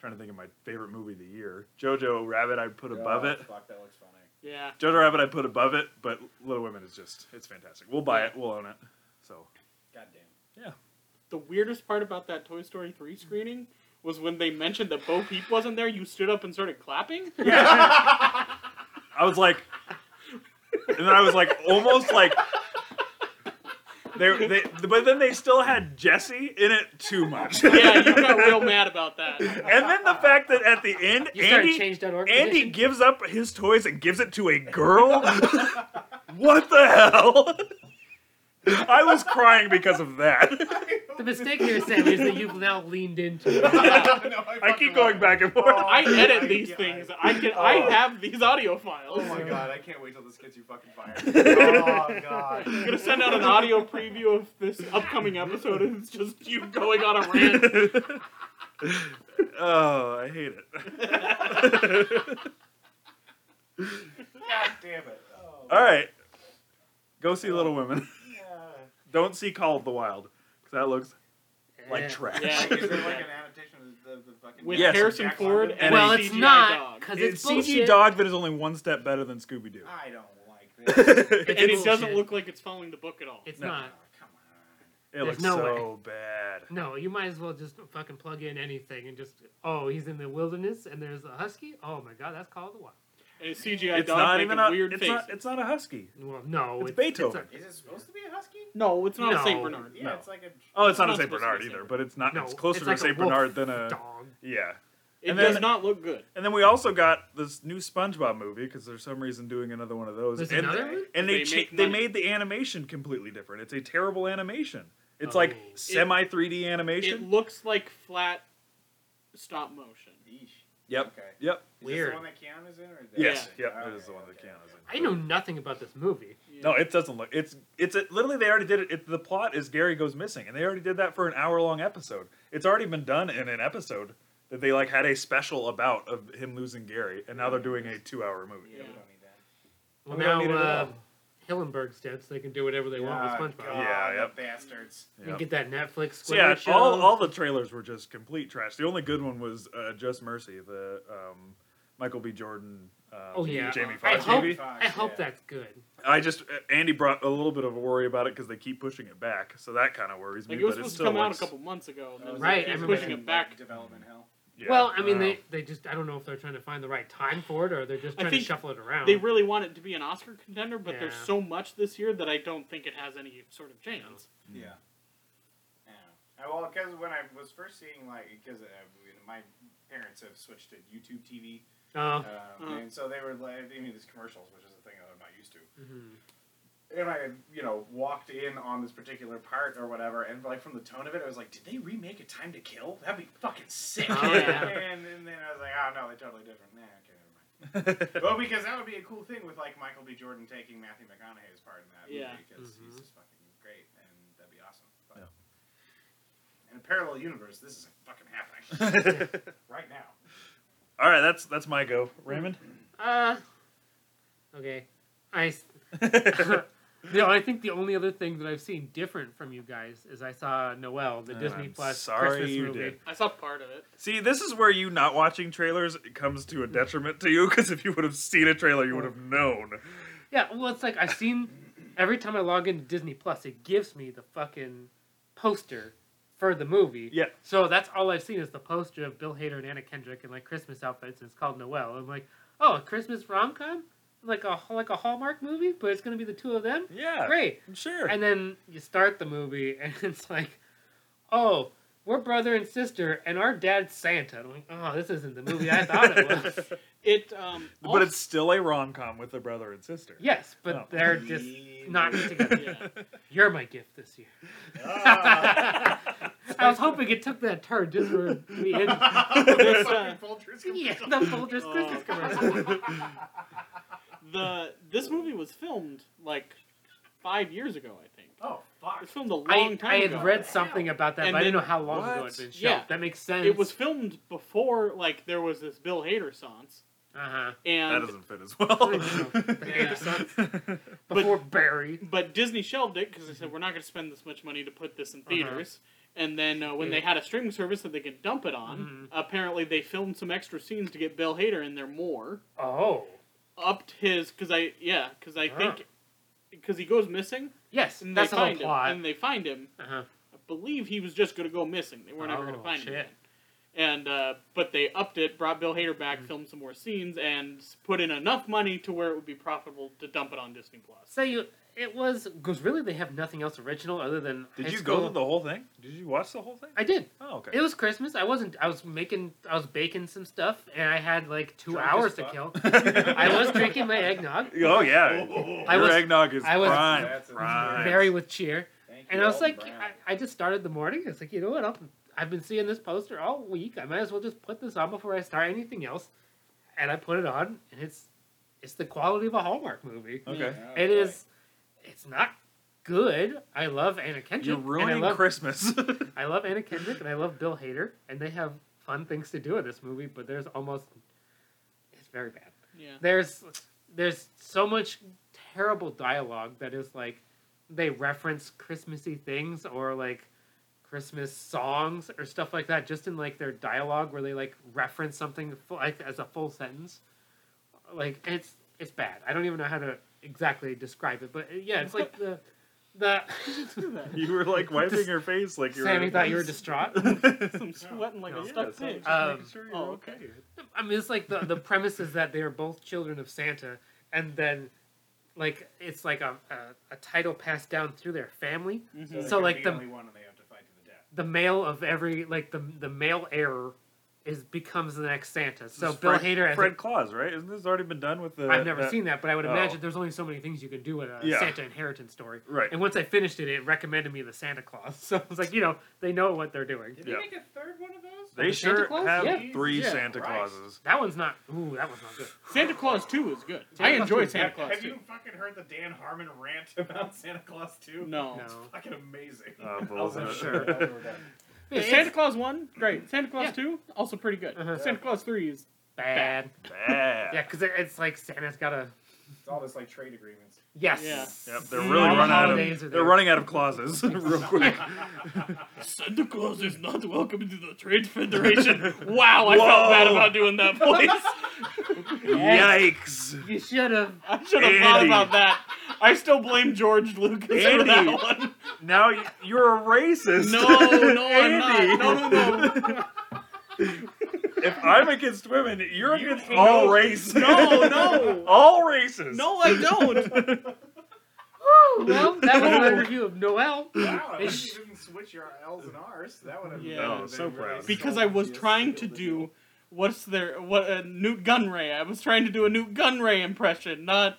C: Trying to think of my favorite movie of the year. Jojo Rabbit. I put above
D: Oh,
C: it.
D: Fuck, that looks funny.
A: Yeah.
C: Jojo Rabbit I put above it, but Little Women is just it's fantastic. We'll buy it, we'll own it. So
D: God
C: yeah,
A: The weirdest part about that Toy Story 3 screening was when they mentioned that Bo Peep wasn't there, you stood up and started clapping.
C: I was like, and then I was like almost like they they but then they still had Jesse in it too much.
A: Yeah, you got real mad about that.
C: And then the fact that at the end
B: You started
C: Andy
B: change.org.
C: Andy
B: petition?
C: gives up his toys and gives it to a girl. what the hell? I was crying because of that.
B: The mistake here, Sam, is that you've now leaned into. it.
D: damn. No,
C: I
D: fucking
C: keep going
D: love it.
C: back and forth.
A: I edit
D: I-
A: these
D: I-
A: things. I can I
D: Oh.
A: have these audio files.
D: Oh my
B: So-
D: god, I can't wait till this gets you fucking fired. oh
A: I'm gonna
D: god.
A: send out an audio preview of this upcoming episode, and it's just you going on a rant.
C: oh, I hate it.
D: God damn it. Oh,
C: All right. Go see Little Women.
D: yeah.
C: Don't see Call of the Wild because that looks like
B: Yeah.
C: trash.
A: Yeah.
D: Like, is there like an adaptation of the, the fucking
A: With
C: Yes.
A: Harrison
D: Jack
A: Ford
D: London?
A: and
B: well,
A: a
B: it's
A: CGI
B: not
A: dog.
B: because it's,
C: It's CG
B: bullshit.
C: dog that is only one step better than Scooby Doo.
D: I don't like this.
A: and
B: It's
A: it
B: bullshit.
A: doesn't look like it's following the book at all.
B: It's
C: No.
D: oh,
B: not.
D: come on.
C: It looks
B: no
C: so bad.
B: No, you might as well just fucking plug in anything and just. Oh, he's in the wilderness and there's a husky. Oh my god, that's called the wild.
A: And a CGI
C: It's
A: dog
C: not
A: making
C: even a.
A: weird
C: It's
A: faces.
C: not, it's not a husky.
B: Well, no,
C: It's
B: it's
C: Beethoven.
B: It's
D: Is it supposed to be a husky?
A: no, it's not a
B: No.
A: Saint Bernard.
D: Yeah,
C: No.
D: it's like a.
C: Oh, it's not
A: not
C: a Saint
A: supposed to be
C: Bernard
A: a Saint
C: either,
A: Bernard.
C: but it's
B: a,
C: not.
B: no,
C: it's closer to
B: like
C: a Saint
B: wolf
C: Bernard than a.
B: dog.
C: Yeah.
A: It
C: And
A: does
C: then-
A: not look good.
C: And then we also got this new SpongeBob movie because there's some reason doing another one of those.
B: There's
C: and
B: another
D: they-
B: one.
C: and they
A: They
C: cha-
A: make
C: they
A: money.
C: made the animation completely different. It's a terrible animation. It's
B: Oh.
C: like
B: It-
C: semi 3D
A: It
C: animation.
A: looks like flat stop motion.
D: Yeesh.
C: yep.
D: Okay. Is
C: Yep.
D: This
B: Weird.
D: the one that Keanu's in, or is that
C: Yes.
D: Yeah.
C: Yep. That is
D: Okay,
C: the one that
D: okay.
C: Keanu's in.
B: I know nothing about this movie.
A: Yeah.
C: No, it doesn't look. It's it's it, literally they already did it, it. The plot is Gary goes missing, and they already did that for an hour long episode. It's already been done in an episode that they like had a special about of him losing Gary, and now they're doing a two hour movie.
D: Yeah, we don't need that.
B: Well,
C: We don't
B: now
C: need it at
B: uh,
C: all.
B: Hillenberg's dead, so they can do whatever they want with
D: Ah, God,
B: SpongeBob.
C: Yeah,
D: the
C: yep.
D: Bastards.
B: You can
C: Yep.
B: get that Netflix.
C: So yeah,
B: Squidward
C: all,
B: show.
C: all the trailers were just complete trash. The only good one was uh, Just Mercy, the um, Michael B. Jordan, um,
B: Oh yeah,
C: Jamie
B: I
C: Foxx
B: hope,
C: maybe.
B: I hope
D: Yeah.
B: that's good.
C: I just uh, Andy brought a little bit of a worry about it because they keep pushing it back, so that kind of worries me.
A: Like it was
C: but it
A: supposed to
C: still
A: come out a
C: works.
A: couple months ago, and then
B: Right,
A: they
B: I
A: keep
B: remember
A: pushing
B: that.
A: it back.
D: Development hell.
C: Yeah,
B: well, I mean,
C: don't know.
B: they, they just, I don't know if they're trying to find the right time for it or they're just
A: I
B: trying to
A: think
B: shuffle it around.
A: They really want it to be an Oscar contender, but there's
B: Yeah.
A: so much this year that I don't think it has any sort of chance.
D: Yeah. Yeah. Uh, Well, because when I was first seeing, like, because uh, we- my parents have switched to YouTube TV,
B: oh,
D: um, and so they were like, I mean, these commercials, which is a thing that I'm not used to.
B: mhm.
D: And I, you know, walked in on this particular part or whatever, and like from the tone of it, I was like, did they remake A Time to Kill? That'd be fucking sick.
B: Oh, yeah.
D: and, and then I was like, oh no, they're totally different. Nah, okay, never mind. Well, because that would be a cool thing with like Michael B. Jordan taking Matthew McConaughey's part in that
A: Yeah.
D: movie because he's
B: Mhm.
D: just fucking great and that'd be awesome. But
C: Yeah.
D: in a parallel universe, this is fucking happening
C: Oh.
D: right now.
C: All right, that's that's my go, Raymond.
B: Uh, okay. I, s-
C: oh
B: no, I think the only other thing that I've seen different from you guys is I saw Noel, the
C: And
B: Disney
C: I'm
B: Plus
C: sorry
B: Christmas
C: you
B: movie.
C: did.
A: I saw part of it.
C: See, this is where you not watching trailers comes to a detriment to you because if you would have seen a trailer, you would have known.
B: Yeah, well, it's like I've seen every time I log into Disney Plus, it gives me the fucking poster for the movie.
C: Yeah.
B: So that's all I've seen is the poster of Bill Hader and Anna Kendrick in like Christmas outfits, and it's called Noel. I'm like, oh, a Christmas rom com, like a like a Hallmark movie, but it's gonna be the two of them.
C: Yeah,
B: Great.
C: sure.
B: And then you start the movie, and it's like, oh, we're brother and sister, and our dad's Santa. And I'm like, oh, this isn't the movie I thought it was.
A: It, um,
C: but
A: also-
C: it's still a rom com with a brother and sister.
B: yes, but
C: Oh.
B: they're just not together.
A: yeah.
B: You're my gift this year.
D: Ah,
B: I was hoping it took that turn just for the end.
D: the fucking Folgers commercial.
B: Yeah, the Folgers
A: Oh.
B: Christmas commercial.
A: the this movie was filmed like five years ago, I think.
D: Oh fuck!
A: It's filmed a long
B: I,
A: time
B: I had
A: ago.
B: read something about that,
A: And
B: but I didn't
A: then-
B: know how long ago
C: What?
B: it had been shown.
A: Yeah.
B: That makes sense.
A: It was filmed before like there was this Bill Hader songs,
B: uh
C: That
A: and
C: doesn't fit as well.
B: huh.
A: Yeah.
B: Before Barry.
A: but Disney shelved it because they said we're not going to spend this much money to put this in
B: Uh-huh.
A: theaters. And then uh, when
B: Yeah.
A: they had a streaming service that they could dump it on,
B: Mhm.
A: apparently they filmed some extra scenes to get Bill Hader in there more.
B: Oh.
A: Upped his because I yeah because I
B: Ah.
A: think because he goes missing
B: Yes,
A: and
B: that's
A: they
B: the whole
A: find him
B: plot.
A: and they find him.
B: Uh-huh.
A: I believe he was just going to go missing. They were never going
B: Oh,
A: to find
B: shit.
A: him. Again. And uh, but they upped it, brought Bill Hader back, filmed some more scenes, and s- put in enough money to where it would be profitable to dump it on Disney Plus.
B: So you, it was because really they have nothing else original other than.
C: Did
B: high
C: you
B: school.
C: go through the whole thing? Did you watch the whole thing?
B: I did.
C: Oh, okay.
B: It was Christmas. I wasn't. I was making. I was baking some stuff, and I had like two
D: Drunk as
B: hours to
D: fuck.
B: kill. I was drinking my eggnog.
C: Oh yeah,
D: Oh.
C: your
B: I was-
C: eggnog is
B: I was
C: prime,
D: That's a-
C: prime.
B: Barry with cheer,
D: Thank
B: and
D: you,
B: I was
D: Alton
B: like,
D: Brown.
B: I, I just started the morning. It's like you know what? I'll, I've been seeing this poster all week. I might as well just put this on before I start anything else. And I put it on, and it's it's the quality of a Hallmark movie.
C: okay.
D: Oh,
B: It
D: boy.
B: is. It's not good. I love Anna Kendrick.
C: You're
B: and I
C: ruining
B: love-
C: Christmas.
B: I love Anna Kendrick and I love Bill Hader, and they have fun things to do in this movie. But there's almost it's very bad.
A: Yeah.
B: There's there's so much terrible dialogue that is like they reference Christmassy things or like Christmas songs or stuff like that, just in like their dialogue where they like reference something full- like as a full sentence. Like it's it's bad. I don't even know how to exactly describe it, but yeah, it's like the the
C: you were like wiping your face, like you were.
B: Sammy thought you were distraught.
A: I'm sweating like
C: No,
A: a
C: yeah,
A: stuck
C: so I'm
A: pig.
C: just
B: Um,
C: making sure you're
A: oh,
C: okay.
B: I mean, it's like the the premise is that they are both children of Santa, and then like it's like a a, a title passed down through their family.
C: Mm-hmm.
D: So,
B: So, like,
D: like
B: the-
D: the only one, and they have to fight to the death.
B: The male of every like the the male heir is becomes the next Santa. So
C: This is
B: Bill
C: Fred,
B: Hader, as
C: Fred
B: a,
C: Claus, right? Isn't this already been done with the?
B: I've never
C: that-
B: seen that, but I would
C: oh.
B: imagine there's only so many things you can do with a
C: Yeah.
B: Santa inheritance story.
C: Right.
B: And once I finished it, it recommended me the Santa Claus. So it's like you know they know what they're doing.
D: Did
C: Yeah.
D: they make a third one of those?
C: They
B: the Santa
C: sure
B: Claus?
C: have
B: Yeah.
C: three
A: Yeah,
C: Santa
D: right.
C: Clauses.
B: That one's not. Ooh, that one's not good.
A: Santa Claus 2 is good.
B: Santa
A: I
B: Claus
A: enjoy
B: 2 is
A: Santa
B: good.
A: Claus
D: have
A: 2.
D: you fucking heard the Dan Harmon rant about Santa Claus 2?
A: No.
B: No.
D: Fucking amazing.
C: Oh, balls
D: I
C: in
D: was
C: it.
D: sure. I was done.
A: Yeah,
B: It's
A: Santa Claus 1, great. Santa Claus
B: Yeah.
A: 2, also pretty good.
B: Uh-huh.
A: Santa Claus 3 is.
B: bad.
C: Bad.
B: Yeah, because it's like Santa's got a
D: It's all this like trade agreements.
B: yes.
A: Yeah.
C: Yep, they're
B: All
C: really
B: the
C: running out
B: holidays are
C: of they're
B: there.
C: running out of clauses real quick.
A: Santa Claus is not welcome into the Trade Federation. wow, I
C: Whoa.
A: felt bad about doing that voice.
C: Yikes!
B: You should have.
A: I should have thought
C: Andy.
A: about that. I still blame George Lucas for
C: Andy.
A: that one.
C: Now y- you're a racist.
A: No, no, I'm
C: Andy.
A: not. No, no, no.
C: If I'm against women, you're
D: You
C: against
D: hate
C: all
D: those-
C: races.
A: No, no.
C: all races.
A: No, I don't.
B: well, that was my review of Noel.
D: Wow, I
B: They
D: wish
B: sh-
D: you didn't switch your L's and R's. That would have
A: Yeah.
D: that
A: Oh,
D: would have
C: so
D: been
C: proud.
D: really
A: because
D: solid.
A: I was trying to do what's their what a Newt Gunray. I was trying to do a Newt Gunray impression, not.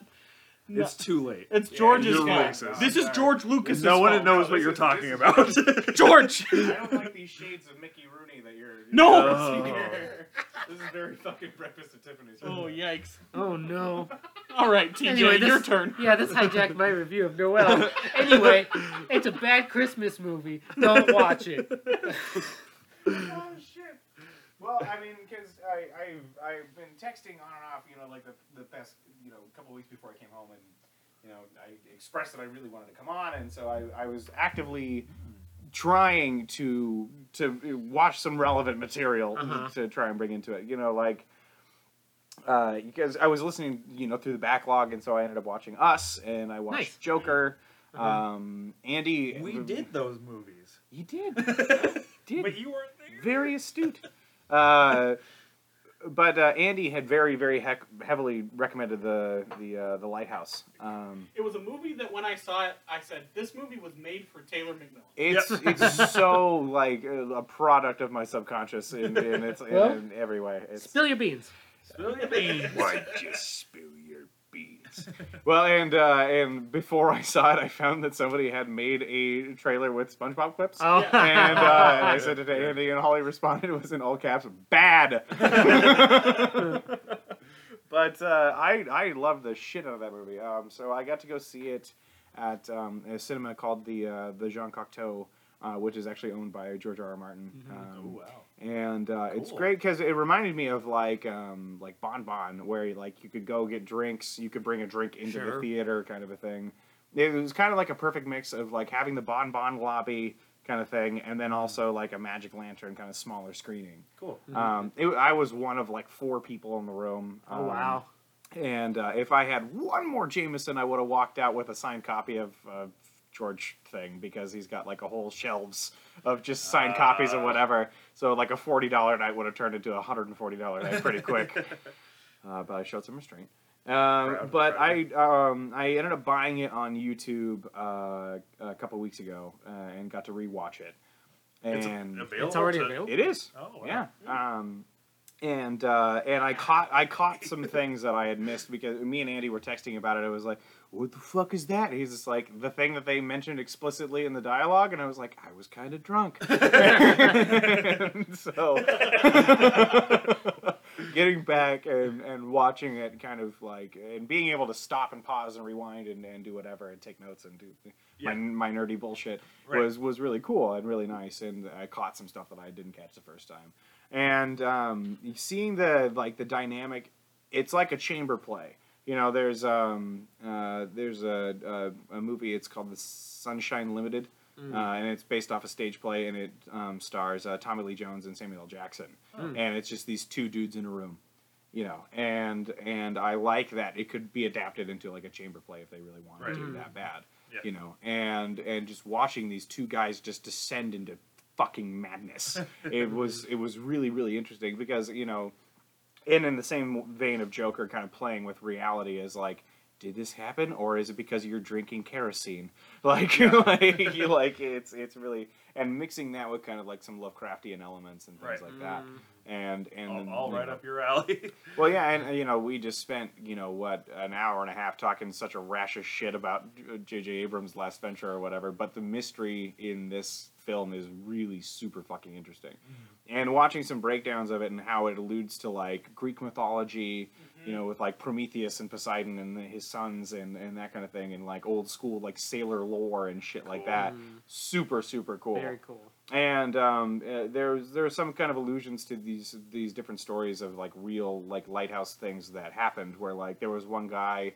A: no-
C: It's
A: it's
C: too late.
A: George's
C: you're
A: fault.
C: racist.
A: This is
D: Sorry.
A: George Lucas's
C: No one
A: fault.
C: knows
D: No,
C: what
D: this
C: you're
D: is-
C: talking
D: this is-
C: about.
A: George.
D: I don't like these shades of Mickey Rooney that you're. you're
A: No!
D: referencing
C: Oh.
D: here. This is very fucking breakfast at Tiffany's.
A: oh yikes!
B: Oh no.
A: All right, TJ,
B: Anyway, this-
A: your turn.
B: Yeah, this hijacked my review of Noel. Anyway, it's a bad Christmas movie. Don't watch it.
D: oh shit. Well, I mean, because I I've, I've been texting on and off, you know, like the the past you know couple weeks before I came home, and you know I expressed that I really wanted to come on, and so I I was actively trying to to watch some relevant material
B: Uh-huh.
D: to try and bring into it, you know, like. Uh, because I was listening, you know, through the backlog, and so I ended up watching Us, and I watched
B: Nice.
D: Joker.
B: Uh-huh.
D: Um, Andy,
C: we did those movies.
D: You did, did
C: But you weren't there.
D: very astute. Uh, but uh, Andy had very, very hec- heavily recommended the the uh, the lighthouse. Um,
A: It was a movie that when I saw it, I said this movie was made for Taylor McMillan.
D: it's
C: Yep.
D: it's so like a a product of my subconscious in, in its in,
B: Well,
D: in every way. It's,
B: Spill your beans.
D: Why just spill your beans? Well, and uh, and before I saw it, I found that somebody had made a trailer with SpongeBob clips.
B: Oh.
A: Yeah.
D: And, uh, and I said it to Andy, and Holly responded was in all caps, "Bad." but uh, I I loved the shit out of that movie. Um, so I got to go see it at um, a cinema called the uh, the Jean Cocteau, uh, which is actually owned by George R. R. Martin. Um,
C: oh,
D: and uh, it's
C: Cool.
D: great because it reminded me of like um, like Bon Bon, where like you could go get drinks, you could bring a drink into the
C: Sure.
D: theater, kind of a thing. It was kind of like a perfect mix of like having the Bon Bon lobby kind of thing, and then also like a Magic Lantern kind of smaller screening.
C: Cool.
B: Mm-hmm.
D: Um, it, I was one of like four people in the room.
B: Oh
D: um,
B: wow.
D: And uh, if I had one more Jameson, I would have walked out with a signed copy of uh, George thing because he's got like a whole shelves of just signed copies of
C: Ah.
D: whatever. So like a forty dollar night would have turned into a hundred and forty dollar night pretty quick. uh, but I showed some restraint. Um,
C: Proud,
D: but
C: proud.
D: I um, I ended up buying it on YouTube uh, a couple weeks ago uh, and got to rewatch it.
C: It's
D: And
C: available
B: It's already
C: to-
B: available.
D: it is.
C: Oh, wow.
D: Yeah. Um, and uh, and I caught I caught some things that I had missed because me and Andy were texting about it. I was like, "What the fuck is that?" And he's just like the thing that they mentioned explicitly in the dialogue, and I was like, "I was kind of drunk." And so getting back and, and watching it, kind of like and being able to stop and pause and rewind and, and do whatever and take notes and do
C: Yeah.
D: my, my nerdy bullshit
C: Right.
D: was was really cool and really nice and I caught some stuff that I didn't catch the first time. And um, seeing the like the dynamic, it's like a chamber play. You know, there's um uh, there's a, a a movie. It's called The Sunshine Limited,
B: Mm.
D: uh, and it's based off a stage play, and it um, stars uh, Tommy Lee Jones and Samuel L. Jackson,
B: Mm.
D: and it's just these two dudes in a room. You know, and and I like that it could be adapted into like a chamber play if they really wanted
C: Right.
D: to
B: Mm.
D: that bad
C: Yeah.
D: you know and and just watching these two guys just descend into fucking madness it was it was really really interesting because you know and in the same vein of joker kind of playing with reality is like did this happen or is it because you're drinking kerosene like like, you like it's it's really and mixing that with kind of like some lovecraftian elements and
C: Right.
D: things like that
B: Mm.
D: and and
C: All,
D: then,
C: all
D: you
C: right
D: know,
C: up your alley.
D: well, yeah, and uh, you know, we just spent you know what an hour and a half talking such a rash of shit about J- J.J. Abrams' last venture or whatever. But the mystery in this film is really super fucking interesting, and watching some breakdowns of it and how it alludes to like Greek mythology, you know, with like Prometheus and Poseidon and his sons and and that kind of thing, and like old school like sailor lore and shit like
C: Cool.
D: that.
B: Mm.
D: Super super cool
B: Very cool.
D: and um, uh, there's there are some kind of allusions to these these different stories of like real like lighthouse things that happened where like there was one guy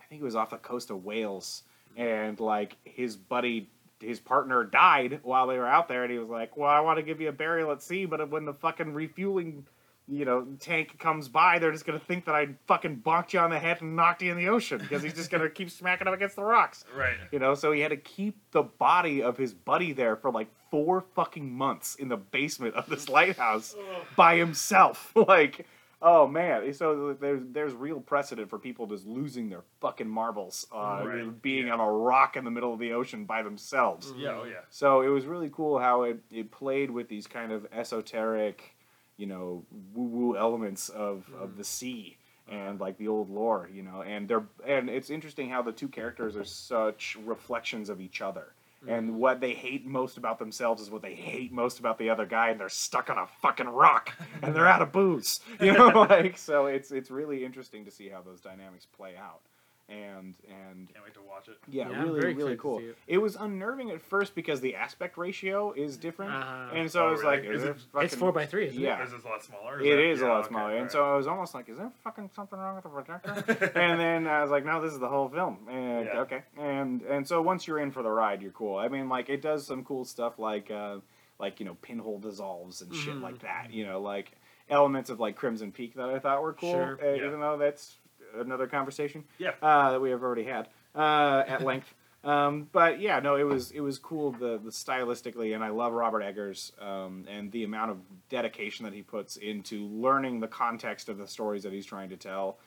D: i think it was off the coast of wales and like his buddy his partner died while they were out there and he was like well i want to give you a burial at sea but when the fucking refueling you know, tank comes by, they're just gonna think that I fucking bonked you on the head and knocked you in the ocean because he's just gonna keep smacking up against the rocks.
C: Right.
D: You know, so he had to keep the body of his buddy there for like four fucking months in the basement of this lighthouse by himself. Like, oh man. So there's there's real precedent for people just losing their fucking marbles, uh,
C: Right,
D: being
C: yeah.
D: on a rock in the middle of the ocean by themselves.
C: Yeah. Oh yeah.
D: So it was really cool how it, it played with these kind of esoteric, you know, woo woo elements of, of the sea and like the old lore, you know. And they're and it's interesting how the two characters are such reflections of each other. And what they hate most about themselves is what they hate most about the other guy, and they're stuck on a fucking rock, and they're out of booze, you know. Like so, it's it's really interesting to see how those dynamics play out, and and
C: Can't wait to watch it.
D: yeah,
B: Yeah, I'm
D: really,
B: very
D: really
B: excited to
D: cool.
B: see
D: It.
B: it.
D: was unnerving at first because the aspect ratio is different,
B: Ah.
D: and so
C: Oh,
D: I was
C: really?
D: like,
C: Is
D: "Is
C: it-
D: there
C: It's
D: fucking?"
B: It's four by three, isn't
D: Yeah.
C: Is it a lot smaller?
D: It is
C: yeah,
D: a lot
C: Oh, okay,
D: smaller, and
C: alright.
D: so I was almost like, "Is there fucking something wrong with the projector?" and then I was like, "No, this is the whole film." And,
C: Yeah.
D: Okay, and and so once you're in for the ride, you're cool. I mean, like it does some cool stuff, like uh, like you know, pinhole dissolves and shit
B: Mhm.
D: like that. You know, like elements of like Crimson Peak that I thought were cool,
B: Sure.
D: uh,
C: Yeah.
D: even though that's another conversation
C: yeah.
D: uh, that we have already had uh, at length. Um, but yeah, no, it was it was cool the, the stylistically, and I love Robert Eggers um, and the amount of dedication that he puts into learning the context of the stories that he's trying to tell.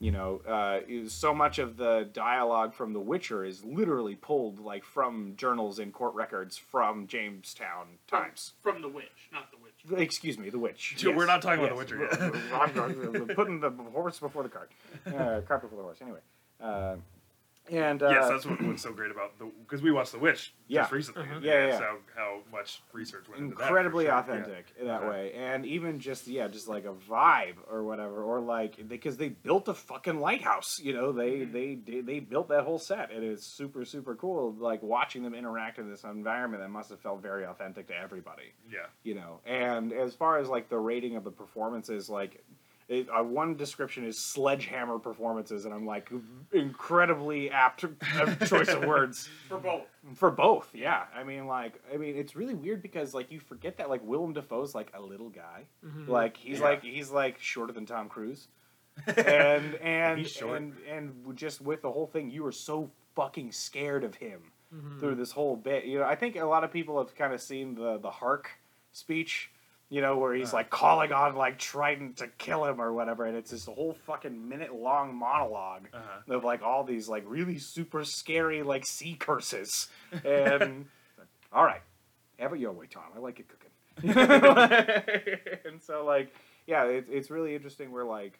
D: You know, uh, is- so much of the dialogue from The Witcher is literally pulled like from journals and court records from Jamestown Times.
A: From the witch, not the witch.
D: Excuse me, The Witch.
C: Dude, we're not talking about The Witcher yet.
D: Witcher yet. putting the horse before the cart. Uh, cart before the horse. Anyway, uh, and uh,
C: yes, that's what was so great about the because we watched The Witch
D: Yeah.
C: just recently.
B: Uh-huh.
C: and
D: Yeah, yeah,
C: that's
D: yeah.
C: How, how much research went into that. for
D: incredibly
C: sure. Yeah.
D: authentic in that
C: Uh-huh.
D: way and even just yeah just like a vibe or whatever or like because they built a fucking lighthouse you know they
C: Mm-hmm.
D: they did they built that whole set and it's super super cool like watching them interact in this environment that must have felt very authentic to everybody
C: Yeah.
D: you know and as far as like the rating of the performances like it, uh, one description is sledgehammer performances and i'm like incredibly apt choice of words
A: For both.
D: for both, yeah. I mean, like, I mean, it's really weird because like you forget that like Willem Dafoe's like a little guy,
B: Mhm.
D: like he's
C: Yeah.
D: like he's like shorter than Tom Cruise, and and
C: He's short.
D: and and just with the whole thing, you were so fucking scared of him
B: Mhm.
D: through this whole bit. You know, I think a lot of people have kind of seen the the Hark speech, you know, where he's
C: Uh.
D: like calling on like Trident to kill him or whatever, and it's this whole fucking minute long monologue
C: Uh-huh.
D: of like all these like really super scary like sea curses and all right have it your way tom i like it cooking and so like yeah it, it's really interesting where like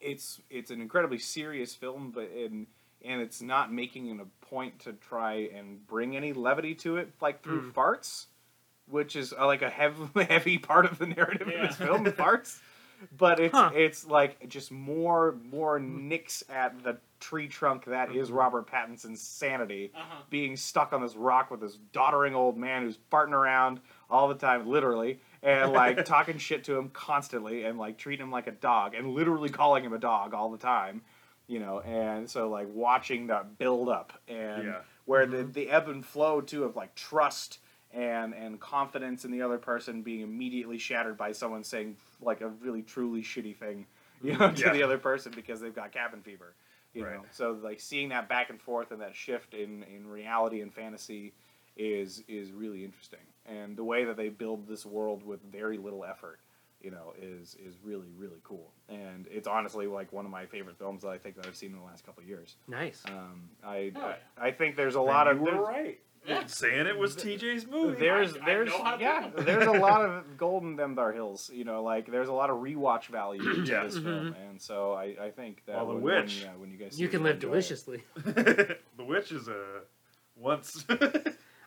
D: it's it's an incredibly serious film but in and it's not making it a point to try and bring any levity to it like through farts which is uh, like a heavy, heavy part of the narrative in this
A: Yeah.
D: film farts but it's
B: Huh.
D: it's like just more more nicks at the tree trunk that is Robert Pattinson's sanity
A: Uh huh.
D: being stuck on this rock with this doddering old man who's farting around all the time literally and like talking shit to him constantly and like treating him like a dog and literally calling him a dog all the time you know and so like watching that build up and
C: Yeah. Mm-hmm.
D: where the, the ebb and flow too of like trust and and confidence in the other person being immediately shattered by someone saying like a really truly shitty thing you know to
C: Yeah.
D: the other person because they've got cabin fever you
C: Right.
D: know so like seeing that back and forth and that shift in in reality and fantasy is is really interesting and the way that they build this world with very little effort you know is is really really cool and it's honestly like one of my favorite films that i think that i've seen in the last couple of years
B: Nice.
D: um, I,
A: Oh, yeah.
D: I I think there's a lot of
C: you were
D: there's,
C: right.
A: Yeah.
C: Saying it was TJ's movie.
D: there's
A: I- I
D: there's
A: know how to
D: yeah
A: pick 'em.
D: there's a lot of golden Themdar Hills you know like there's a lot of rewatch value to
C: Yeah.
B: Mm-hmm.
D: this film and so I, I think that
C: Well, The
D: when,
C: Witch.
D: when, yeah, when you guys see
B: You
D: it,
B: can
D: you'll
B: live
D: enjoy it.
B: deliciously.
C: the Witch is a once. yeah,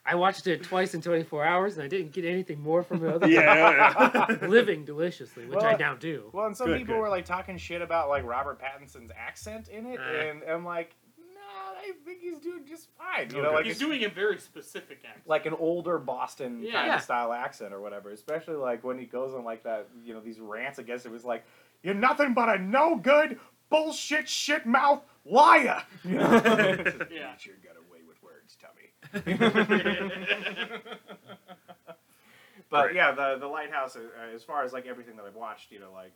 B: I watched it twice in 24 hours, and I didn't get anything more from it other
C: yeah, yeah.
B: than living deliciously, which I
D: Well,
B: now do.
D: Well, and some
C: Good,
D: people
C: good.
D: were like talking shit about like Robert Pattinson's accent in it,
A: Uh-huh.
B: Uh.
D: and I'm like, no, I think he's doing just fine. You
C: Oh,
D: know,
C: good.
D: like
A: He's
D: it's-
A: doing a very specific accent.
D: like an older Boston
A: Yeah.
D: kind
B: Yeah.
D: of style accent or whatever. Especially like when he goes on like that, you know, these rants against it was like, "You're nothing but a no good bullshit shit mouth liar." You know?
A: Yeah.
D: sure got away with words, Tommy. But
C: Right.
D: yeah, the the lighthouse, uh, as far as like everything that I've watched, you know, like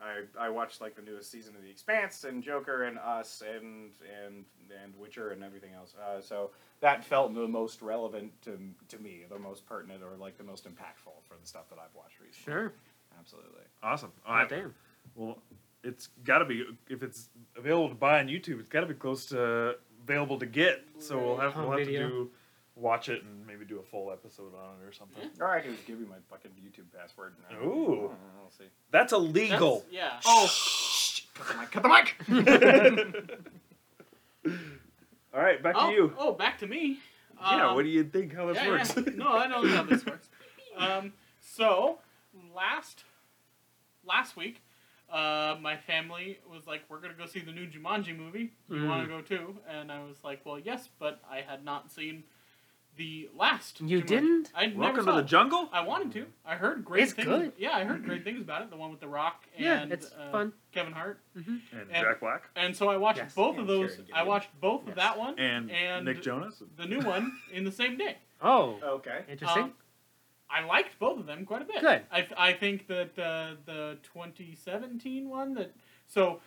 D: I I watched like the newest season of The Expanse and Joker and Us and and and Witcher and everything else. Uh, so that felt the most relevant to to me, the most pertinent or like the most impactful for the stuff that I've watched recently.
B: Sure.
D: Absolutely.
C: Awesome. All
B: Oh,
C: right.
B: damn.
C: Well, it's got to be if it's available to buy on YouTube. It's got to be close to available to get. So we'll have
B: Home
C: we'll have to
B: video.
C: do watch it and maybe do a full episode on it or something.
D: Or I can just give you my fucking YouTube password. And I'll-
C: Ooh.
D: I'll see.
C: That's
A: That's-
C: illegal.
A: Yeah.
D: Oh, cut the mic! Cut the mic!
C: All right, back
A: oh,
C: to you.
A: Oh, back to me.
C: yeah,
A: Um,
C: what do you think how this
A: yeah,
C: works?
A: yeah. No, I don't know how this works. Um, so last last week, uh, my family was like, "We're gonna go see the new Jumanji movie. You
B: Mm.
A: want to go too?" And I was like, "Well, yes, but I had not seen the last."
B: You
A: Jumanji.
B: didn't?
A: I never
C: Welcome to
A: saw
C: the
A: it. Uh,
C: jungle.
A: I wanted to. I heard great
B: It's
A: things.
B: good.
A: Yeah, I heard great things about it. The one with The Rock and
B: Yeah, it's
A: uh,
B: fun.
A: Kevin Hart.
C: And
A: And-
C: Jack Black
A: And so I watched
B: Yes.
A: both
D: And
A: of those.
D: Sharon
A: I
D: Gideon.
A: watched both
B: Yes.
A: of that one
C: and, Nick Jonas.
A: the new one in the same day.
B: Oh,
D: Okay.
B: interesting.
A: Um, I liked both of them quite a bit.
B: Good.
A: I, I think that uh, the 2017 one that so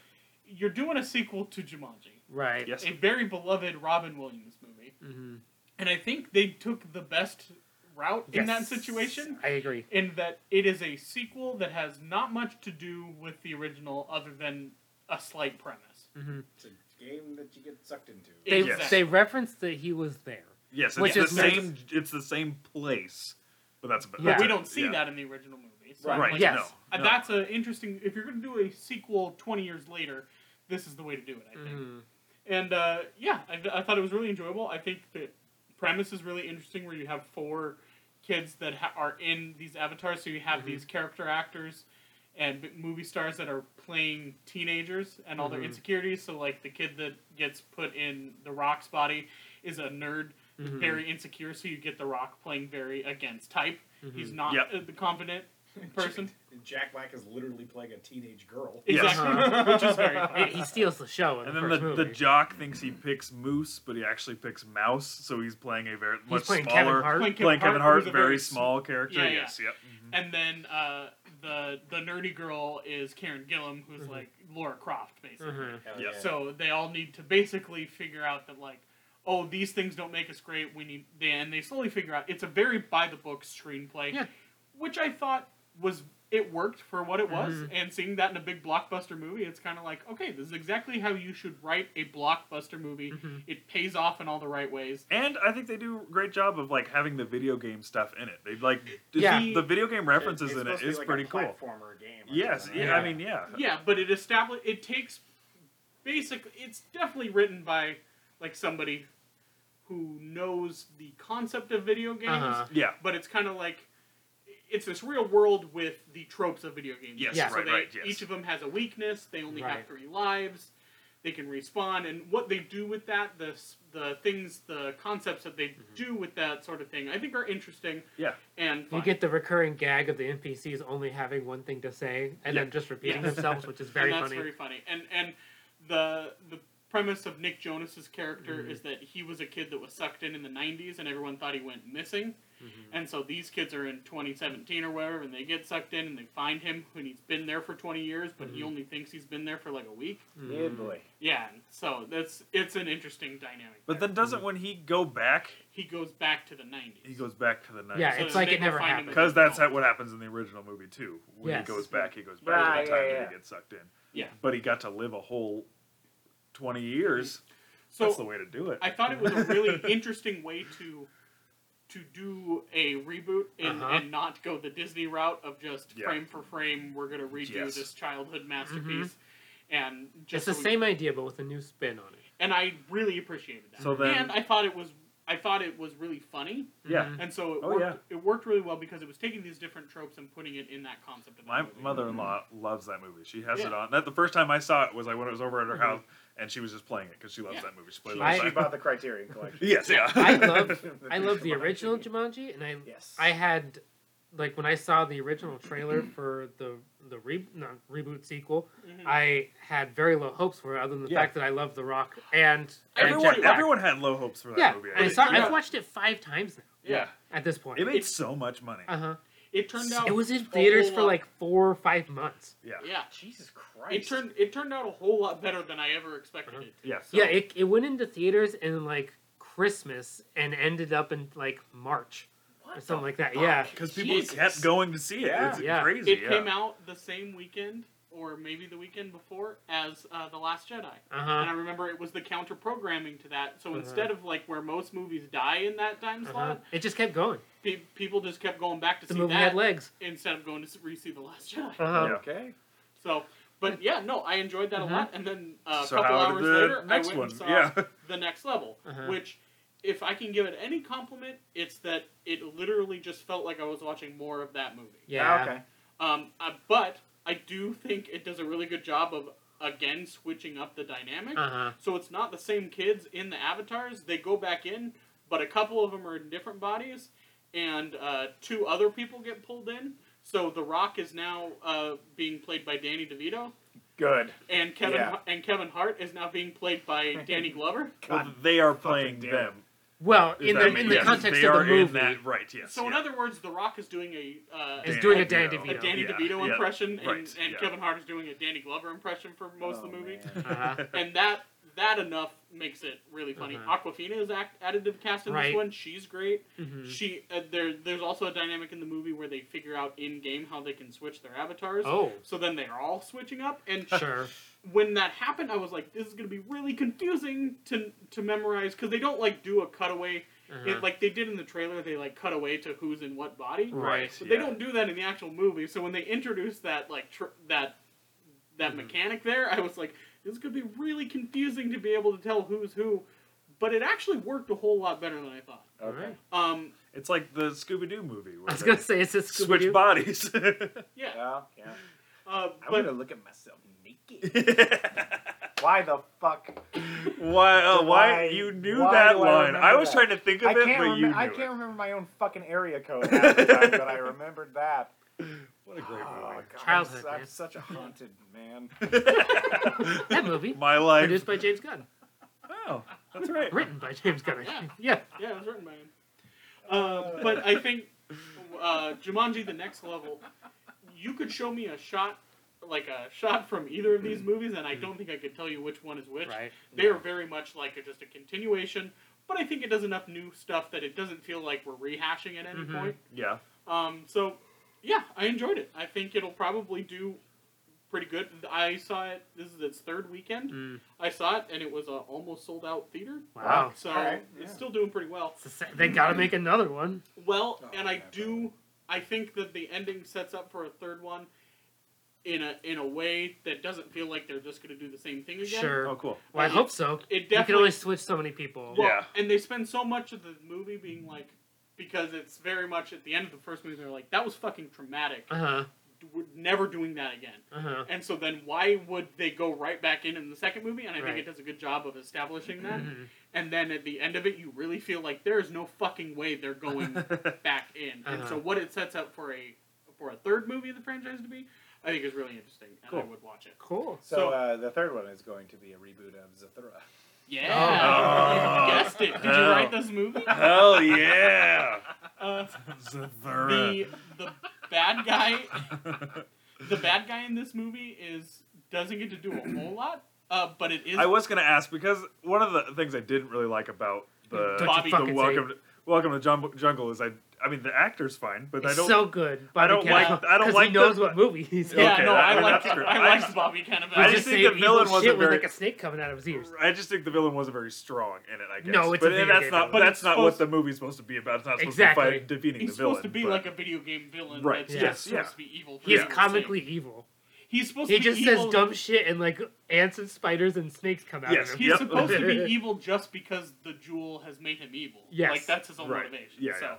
A: you're doing a sequel to Jumanji,
B: right.
C: Yes.
A: a very beloved Robin Williams movie,
B: Mhm.
A: and I think they took the best route in that
B: Yes.
A: situation.
B: I agree.
A: In that it is a sequel that has not much to do with the original, other than a slight premise.
B: hmm
D: It's a game that you get sucked into.
B: They
A: Exactly.
B: they referenced that he was there.
C: Yes, it's
B: Which
C: the
B: is nice.
C: same. It's the same place, but that's about.
B: Yeah.
C: that's
A: But we
C: it.
A: don't see
C: Yeah.
A: that in the original movie. So
D: Right.
A: I'm
C: Right.
A: like,
B: Yes.
A: Uh,
C: No. no.
A: That's an interesting. If you're going to do a sequel 20 years later, this is the way to do it, I think.
B: Mhm.
A: And uh, yeah, I, I thought it was really enjoyable. I think the premise is really interesting where you have four kids that ha- are in these avatars, so you have
B: Mhm.
A: these character actors and b- movie stars that are playing teenagers and all their
B: Mhm.
A: insecurities. So, like, the kid that gets put in The Rock's body is a nerd. that's
B: Mhm.
A: Very insecure, so you get The Rock playing very against type. He's
B: Mhm.
A: not
C: Yep.
A: uh, the confident person.
D: Jack Black is literally playing a teenage girl.
C: Yes.
A: Exactly,
B: Uh-huh.
A: which is very funny.
B: He- he steals the show in
C: And
B: the
C: then
B: first
C: the,
B: movie.
C: the jock thinks he picks moose, but he actually picks mouse. So he's playing a very much
B: playing Kevin
C: smaller,
B: Hart.
A: Playing
C: playing Kevin Hart,
A: who's a
C: very, small character.
A: Yeah, yeah.
C: yes, yep. mhm.
A: And then uh, the the nerdy girl is Karen Gillum, who's
B: Mhm.
A: like Laura Croft, basically.
B: Mhm.
D: Hell
C: Yeah.
A: So they all need to basically figure out that like, oh, these things don't make us great. We need, and they slowly figure out. It's a very by the book screenplay,
B: Yeah.
A: which I thought was it worked for what it was.
B: Mhm.
A: And seeing that in a big blockbuster movie, it's kind of like, okay, this is exactly how you should write a blockbuster movie.
B: Mhm.
A: It pays off in all the right ways.
C: And I think they do a great job of like having the video game stuff in it. They like the-
B: Yeah.
C: the video game references
D: It's
C: in
D: supposed
C: it
D: to be
C: is
D: like
C: pretty
D: a
C: cool.
D: Platformer game. or
C: Yes,
D: something,
C: yeah,
D: right?
C: I mean, yeah,
A: Yeah, but it establish it takes basically it's definitely written by like somebody who knows the concept of video games,
B: Uh-huh.
C: yeah.
A: but it's kind of like it's this real world with the tropes of video games.
C: Yes,
B: Yeah.
A: so
C: right,
A: they,
C: right, yes.
A: Each of them has a weakness. They only have
B: Right.
A: three lives. They can respawn, and what they do with that, the s- the things, the concepts that they do with that sort of thing, I think are interesting.
C: Yeah.
A: and
B: Mm-hmm. You
A: fun.
B: get the recurring gag of the NPCs only having one thing to say and
C: Yeah.
B: then just repeating
A: Yes.
B: themselves, which is very
A: and that's
B: funny.
A: very funny. And and the the premise of Nick Jonas's character
C: Mm-hmm.
B: Mhm.
A: is that he was a kid that was sucked in in the '90s, and everyone thought he went missing.
B: Mhm.
A: And so these kids are in 2017 or wherever, and they get sucked in, and they find him, and he's been there for 20 years, but he
C: Mm-hmm.
B: Mhm.
A: only thinks he's been there for like a week.
B: Mhm.
D: Mm-hmm. Yeah, boy.
A: Yeah, and so that's it's an interesting dynamic.
C: But
A: there.
C: then doesn't when he go back,
A: he goes back to the 90s.
C: he goes back to the night.
B: Yeah,
A: So
B: it's
A: then
B: like
A: they
B: it
A: go
B: never
A: find him
B: happened.
A: and-
C: Because that's how- what happens in the original movie too. When
B: Yes.
C: he goes back, he goes back
D: Right,
C: to the time
D: yeah,
C: that
D: yeah.
C: he gets sucked in.
A: Yeah.
C: But he got to live a whole twenty years.
A: So
C: that's the way to do it.
A: I thought it was a really interesting way to to do a reboot and,
B: Uh-huh.
A: and not go the Disney route of just
C: Yeah.
A: frame for frame. We're gonna redo
C: Yes.
A: this childhood masterpiece, and
B: Mm-hmm. It's
A: just
B: the
A: so we-
B: same idea, but with a new spin on it.
A: And I really appreciated that.
C: So then-
A: and I thought it was I thought it was really funny,
B: Mm-hmm.
C: yeah.
A: and so it
C: Oh,
A: worked. It worked really well because it was taking these different tropes and putting it in that concept. Of the
C: My
A: movie.
C: mother-in-law loves that movie. She has it
A: Yeah.
C: on. That the first time I saw it was like when it was over at her
B: Mhm.
C: house, and she was just playing it because she loves
A: Yeah.
C: that movie. She plays
D: She,
C: it all the
D: she
C: time.
D: bought the Criterion collection.
C: yes, yeah.
B: I love I love the
D: Jumanji.
B: original Jumanji, and I
D: Yes.
B: I had like when I saw the original trailer for the the re, not reboot sequel,
A: Mhm.
B: I had very low hopes for it, other than the
C: Yeah.
B: fact that I love The Rock and, and Jack
C: everyone,
B: Black.
C: everyone had low hopes for that
B: yeah,
C: movie. I
B: I
C: think.
B: saw,
A: Yeah.
B: I've watched it five times now
A: yeah.
B: at this point.
C: It made so much money.
B: Uh huh.
A: It turned out
C: Oh,
B: It was in
A: a
B: theaters
A: whole
B: for
A: lot-
B: like four or five months.
C: Yeah.
A: yeah.
D: Jesus Christ.
A: It turned it turned out a whole lot better than I ever
B: Mm-hmm.
A: expected it to.
C: Yes.
B: Yeah, it, it went into theaters in like Christmas and ended up in like March
D: What
B: or
D: the
B: something like that.
D: fuck?
B: Yeah.
C: Because people
A: Jesus.
C: kept going to see it.
D: Yeah.
C: It's
B: Yeah.
C: crazy.
A: It
C: yeah.
A: came out the same weekend or maybe the weekend before as uh, the Last Jedi.
C: Uh-huh.
B: Uh
A: And I
B: huh.
A: remember it was the counter programming to that. So
B: Uh-huh.
A: instead of like where most movies die in that time
B: Uh-huh.
A: slot,
B: It just kept going.
A: pe- people just kept going back to
B: The
A: see
B: movie
A: that
B: had legs.
A: instead of going to s- re-see the Last Jedi.
B: Uh huh.
C: Yeah.
D: Okay.
A: So, but yeah, no, I enjoyed that
B: Mhm.
A: a lot. And then uh, a
C: Uh-huh. So
A: couple
C: how did
A: hours
C: the
A: later,
C: next
A: I went
C: one-
A: and saw
C: yeah.
A: the next level,
B: Uh-huh.
A: which, if I can give it any compliment, it's that it literally just felt like I was watching more of that movie.
C: Ah,
B: Yeah.
D: Ah, okay.
A: Um, uh, but I do think it does a really good job of again switching up the dynamic.
C: Uh-huh.
B: Uh huh.
A: So it's not the same kids in the avatars. They go back in, but a couple of them are in different bodies, and uh, two other people get pulled in. So The Rock is now uh, being played by Danny DeVito,
D: Good.
A: and Kevin
D: Yeah.
A: and Kevin Hart is now being played by Danny Glover.
C: Well,
D: God
C: they are
D: fucking
C: playing
D: damn.
C: them.
B: Well,
C: If
B: in
C: that
B: the
C: makes
B: in the
C: sense.
B: context
C: They
B: of
C: are
B: the
C: in
B: movie.
C: that- right, yes.
A: So in
C: yeah.
A: other words, The Rock is doing a uh,
B: Is doing a
C: Dan
B: Danny
A: a
B: DeVito.
A: Danny
C: Yeah,
A: DeVito
C: yeah,
A: impression, and,
C: right,
A: and
C: yeah.
A: Kevin Hart is doing a Danny Glover impression for most
D: Oh,
A: of the movie.
D: man.
B: Uh-huh.
A: and that that enough makes it really funny.
B: Uh-huh.
A: Aquafina is act- added to the cast in
B: Right.
A: this one. She's great.
B: Mhm.
A: She uh, there. There's also a dynamic in the movie where they figure out in game how they can switch their avatars.
B: Oh,
A: So then they're all switching up, and
B: sure.
A: when that happened, I was like, "This is gonna be really confusing to to memorize because they don't like do a cutaway.
B: Uh-huh.
A: It, like they did in the trailer, they like cut away to who's in what body.
B: Right.
C: yeah.
A: But they don't do that in the actual movie. So when they introduced that like tr- that that
B: Mhm.
A: mechanic there, I was like, this could be really confusing to be able to tell who's who. But it actually worked a whole lot better than I thought.
B: All
D: Okay.
B: right.
A: Um,
C: It's like the Scooby Doo movie. Where
B: I was
C: they
B: gonna say it's a
C: switch
B: Scooby-Doo.
C: bodies.
A: yeah.
D: Well, yeah.
A: Uh,
D: I'm
A: but
D: gonna look at myself naked. Why the fuck?
C: why? Uh, why?
D: Why-
C: You knew
D: why
C: that
D: do I
C: line.
D: remember
C: I, was
D: that?
C: trying to think of
D: I
C: it,
D: can't.
C: but
D: remem-
C: you knew
D: I
C: it.
D: can't remember my own fucking area code, half the time, but I remembered that.
C: What a great
D: Oh,
C: movie.
D: God,
B: Childhood,
D: I'm,
B: man.
D: am such a haunted man.
B: That movie,
C: My life.
B: produced by James Gunn,
C: oh, that's right.
B: written by James Gunn.
A: Yeah.
B: actually. Yeah.
A: yeah, it was written by him. Uh, but I think uh, Jumanji: The Next Level. You could show me a shot, like a shot from either of these movies, and I don't think I could tell you which one is which.
B: Right.
A: They are very much like a, just a continuation, but I think it does enough new stuff that it doesn't feel like we're rehashing at any
B: Mhm.
A: point.
C: Yeah.
A: Um, so, yeah, I enjoyed it. I think it'll probably do pretty good. I saw it. This is its third weekend.
B: Mm.
A: I saw it, and it was a almost sold out theater.
B: Wow.
A: So
D: All right,
A: it's
D: yeah.
A: still doing pretty well.
B: It's the sa- They gotta make another one.
A: Well,
D: Oh,
A: and I
D: yeah,
A: do. I think that the ending sets up for a third one in a in a way that doesn't feel like they're just going to do the same thing again.
B: Sure.
C: Oh, cool.
B: Well, I
A: It-
B: hope so. You
A: It definitely
B: can only switch so many people.
A: Well,
C: Yeah.
A: and they spend so much of the movie being like, because it's very much at the end of the first movie, they're like, that was fucking traumatic.
B: Uh huh.
A: We're never doing that again.
B: Uh huh.
A: And so then why would they go right back in in the second movie? And I
B: Right.
A: think it does a good job of establishing that.
B: Mhm.
A: And then at the end of it, you really feel like there is no fucking way they're going back in. And
B: Uh-huh.
A: so what it sets up for a for a third movie of the franchise to be, I think is really interesting, and I
C: Cool.
A: would watch it.
B: Cool.
D: So,
A: So-
D: uh, the third one is going to be a reboot of Zathura.
A: Yeah,
C: Oh.
A: you guessed it. Did you
C: Oh.
A: write this movie?
C: Hell yeah.
A: Uh,
C: Zathura.
A: the the bad guy the bad guy in this movie is doesn't get to do a whole lot uh, but it is
C: I was gonna ask because one of the things I didn't really like about the,
B: Don't
A: you
C: the
B: fucking say
C: welcome to, welcome to Jung- jungle is I I mean the actor's fine but I
B: It's
C: don't
B: so good. Bobby
C: don't
B: Cannavale,
C: like- I don't
B: 'cause
C: like
B: He
C: the-
B: knows what movie he's in.
A: yeah
C: okay,
A: no
C: that-
A: I
C: I mean,
A: liked
C: that's true.
A: I
C: I
A: liked
C: just-
A: Bobby
B: We
A: Cannavale
C: I just think
B: say
C: the villain
B: evil
C: wasn't
B: shit with
C: very-
B: like a snake coming out of his ears.
C: I just think the villain wasn't very strong in it I guess
B: No, it's a
C: but and
B: video
C: that's
B: game
C: not
B: villain.
C: that's
A: But
C: not
A: it's
C: what
A: supposed-
C: the movie's supposed to be about it's not supposed
B: Exactly.
C: to be fight, defeating
A: he's
C: the villain
A: supposed to be
C: but-
A: like a video game villain
C: Right,
A: that's
B: yes,
A: just
C: yeah.
A: supposed to be evil for
B: He's
A: evil's
B: comically
A: sake.
B: evil.
A: he's supposed
B: He
A: to
B: just
A: be
B: says
A: evil.
B: dumb shit and like ants and spiders and snakes come out
C: Yes,
B: of him.
A: he's
C: Yep.
A: supposed to be evil just because the jewel has made him evil
B: Yes.
A: like that's his own
C: Right.
A: motivation
C: Yeah,
A: so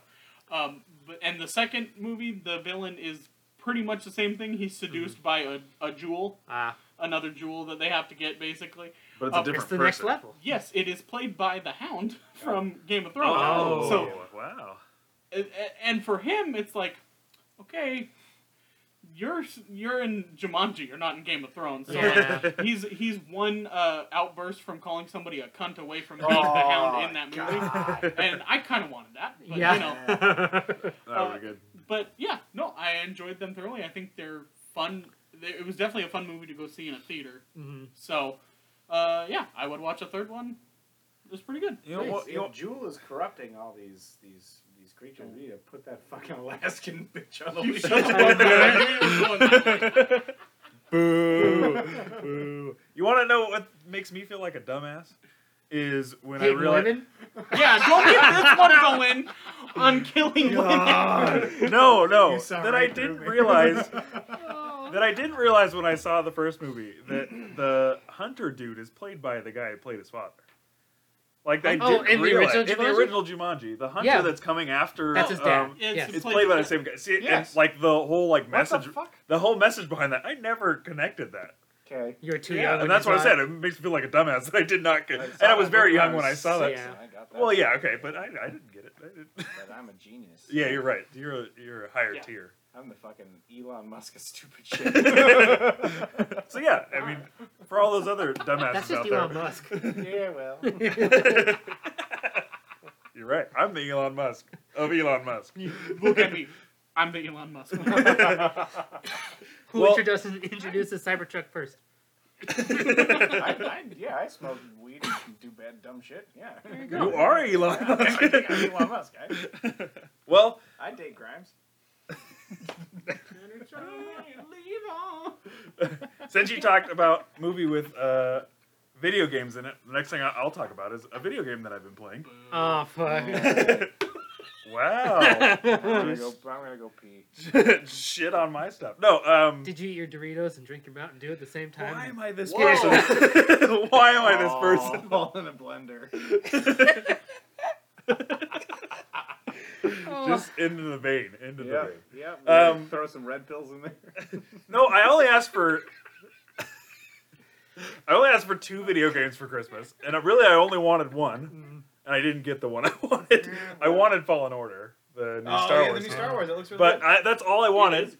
A: um, but, and the second movie the villain is pretty much the same thing he's
C: Mm-hmm.
A: seduced by a, a jewel
B: Ah,
A: another jewel that they have to get basically
C: but it's a
A: Oh,
C: different
B: it's the
C: person.
B: next level.
A: Yes, it is played by the Hound from Game of Thrones.
C: oh
A: So,
C: wow
A: a- a- and for him, it's like, okay, you're s- you're in Jumanji, you're not in Game of Thrones. So
B: Yeah.
A: like, he's he's one uh, outburst from calling somebody a cunt away from being the
D: Oh,
A: Hound in that movie,
D: God.
A: and I kind of wanted that. But,
B: yeah.
A: You know,
C: that would
A: uh,
C: be good
A: But yeah, no, I enjoyed them thoroughly. I think they're fun. They- It was definitely a fun movie to go see in a theater.
B: hmm
A: So, uh, yeah, I would watch a third one. It was pretty good.
C: You know what?
D: If
C: You know,
D: Jewel is corrupting all these these these creatures, we need to put that fucking Alaskan bitch on the
A: You
D: leash.
A: shut the fuck up, man.
C: boo, boo. You want to know what makes me feel like a dumbass? Is when I
B: Hey,
C: realize.
B: Norman?
A: Yeah, don't make this one go in on killing women.
C: God. No, no.
D: You saw
C: That I
D: right
C: didn't
D: through me.
C: realize. That I didn't realize when I saw the first movie that the hunter dude is played by the guy who played his father. Like I
B: Oh,
C: didn't
B: in the
C: realize
B: original
C: in the
B: Jumanji?
C: original Jumanji, the hunter
B: Yeah.
C: that's coming after
B: That's his dad.
C: um,
A: It's
B: Yes.
C: it's played by the same guy. See,
D: Yes.
C: and like the whole like
D: What the
C: message,
D: fuck?
C: the whole message behind that, I never connected that.
D: Okay.
B: You're too young.
C: Yeah,
B: when
C: and that's
B: you
C: what I
B: saw
C: said. It makes me feel like a dumbass that I did not get.
D: I
C: And
D: saw
C: I was
D: that
C: very
D: when I
C: young when I
D: was
C: saw that.
B: six.
D: So I got that.
C: Well, yeah, okay, but I, I didn't get it. I didn't.
D: But I'm a genius.
C: yeah, you're right. You're a, you're a higher
A: Yeah.
C: tier.
D: I'm the fucking Elon Musk of stupid shit.
C: So yeah, I mean, for all those other dumbasses
B: That's
C: out
B: just
C: there,
B: Elon Musk.
D: yeah, well.
C: You're right. I'm the Elon Musk of Elon Musk.
A: Look at me. I'm the Elon Musk.
B: Who
C: Well-
B: introduces, introduces Cybertruck first?
D: I, I, yeah, I smoke weed and do bad, dumb shit. Yeah.
C: You are Elon
D: I think I'm
C: Musk.
D: Elon Musk. I,
C: well,
D: I date Grimes.
C: since you talked about movie with uh, video games in it, the next thing I- I'll talk about is a video game that I've been playing.
B: Oh, fuck.
C: Wow.
D: I'm gonna go, I'm gonna go pee.
C: Shit on my stuff. No. Um,
B: Did you eat your Doritos and drink your Mountain Dew at the same time?
C: why am I this
B: Whoa.
C: person? why am I this
D: Aw,
C: person?
D: All in a blender.
B: Oh.
C: Just into the vein. Into the
D: Yeah,
C: vein.
D: yeah.
C: Um,
D: throw some red pills in there.
C: No, I only asked for. I only asked for two video games for Christmas, and I, really I only wanted one, and I didn't get the one I wanted. I wanted Fallen Order, Oh, the new Star Wars. game.
D: Wars. It looks really
C: But I, that's all I wanted.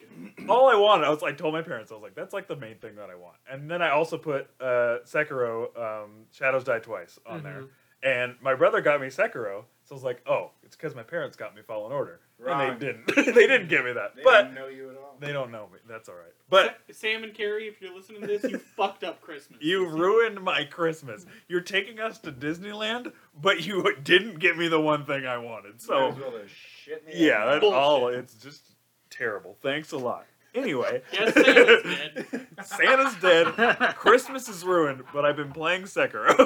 C: All I wanted. I was. I told my parents. I was like, "That's like the main thing that I want." And then I also put uh, Sekiro: um, Shadows Die Twice on
B: Mhm.
C: there. And my brother got me Sekiro, so I was like, "Oh, it's because my parents got me Fallen Order."
D: Wrong.
C: And they didn't. they didn't give me that.
D: They
C: but
D: don't know you at all.
C: they don't know me. That's all right. But
A: Sam and Carrie, if you're listening to this, you fucked up Christmas.
C: You ruined my Christmas. You're taking us to Disneyland, but you didn't give me the one thing I wanted.
D: Might
C: So,
D: as well just shit in the
C: yeah,
D: ass.
C: that's
A: Bullshit.
C: all. It's just terrible. Thanks a lot. Anyway,
A: Yes, Santa's dead.
C: Santa's dead. Christmas is ruined, but I've been playing Sekiro.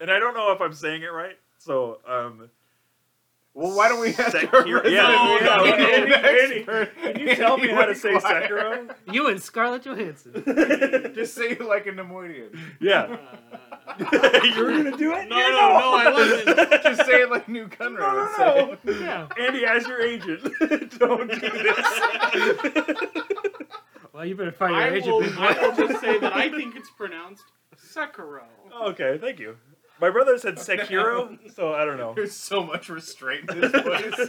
C: and I don't know if I'm saying it right. So, um,
D: Well, why don't we ask
C: Sekiro-
D: our resident
C: yeah,
A: no,
D: expert?
A: no,
C: no, Andy, can you tell me how to say
D: Andy
C: Sekiro?
B: You and Scarlett Johansson.
D: Wire. Just say it like a Nemoidian.
C: Yeah.
A: Uh,
C: you were going to do it?
A: no,
C: You
A: no,
C: know.
A: no, I wasn't.
D: Just say it like New Conrad.
C: No,
D: would
C: no, no.
D: say it.
B: yeah.
C: Andy, as your agent, don't do this.
B: Well, you better find your
A: I
B: agent.
A: will,
B: big boy.
A: I will just say that I think it's pronounced Sekiro.
C: Oh, okay, thank you. My brother said Sekiro, so I don't know.
D: There's so much restraint in this place.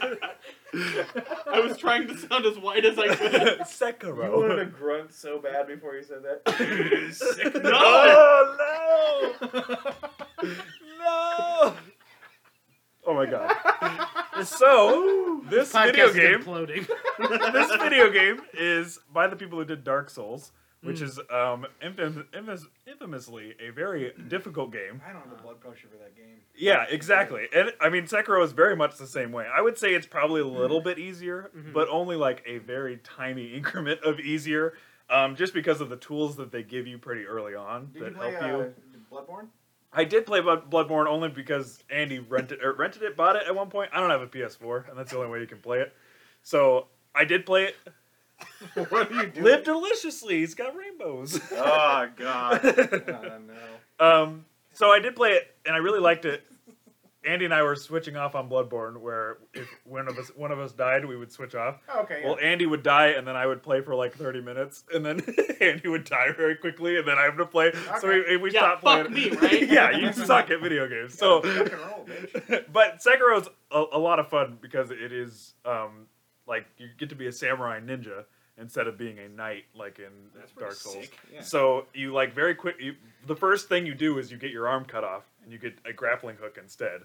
A: I was trying to sound as white as I could.
D: you wanted to
C: Sekiro.
D: grunt so bad before you said that.
A: No.
C: Oh, no! No! Oh my god. So, this
B: Podcast
C: video
B: is
C: game
B: imploding.
C: this video game is by the people who did Dark Souls,
B: Mm.
C: which is um, infam- infamous, infamously a very difficult game.
D: I don't have the blood pressure for that game.
C: Yeah, exactly. And I mean, Sekiro is very much the same way. I would say it's probably a little bit easier,
D: Mm-hmm.
B: Mhm.
C: but only like a very tiny increment of easier, um, just because of the tools that they give you pretty early on
D: Did
C: that
D: you play
C: help you.
D: uh, Bloodborne?
C: I did play Blood- Bloodborne only because Andy rented or rented it, bought it at one point. I don't have a PS4, and that's the only way you can play it. So I did play it.
D: what are you doing?
C: Live deliciously. It's got rainbows.
D: Oh
C: Ah,
D: God! oh, no.
C: Um, so I did play it, and I really liked it. Andy and I were switching off on Bloodborne, where if one of us one of us died, we would switch off.
D: Oh, Okay.
C: Well, Andy would die, and then I would play for like thirty minutes, and then Andy would die very quickly, and then I have to play. So we,
D: Okay.
C: we
A: Yeah,
C: stopped
A: fuck
C: playing.
A: me, right?
C: yeah, you suck at video games. So,
D: Rock and roll, bitch.
C: but Sekiro's a, a lot of fun because it is um, like you get to be a samurai ninja, instead of being a knight like in
D: That's pretty
C: Dark Souls.
D: sick. Yeah.
C: So you like very quick. You, the first thing you do is you get your arm cut off and you get a grappling hook instead.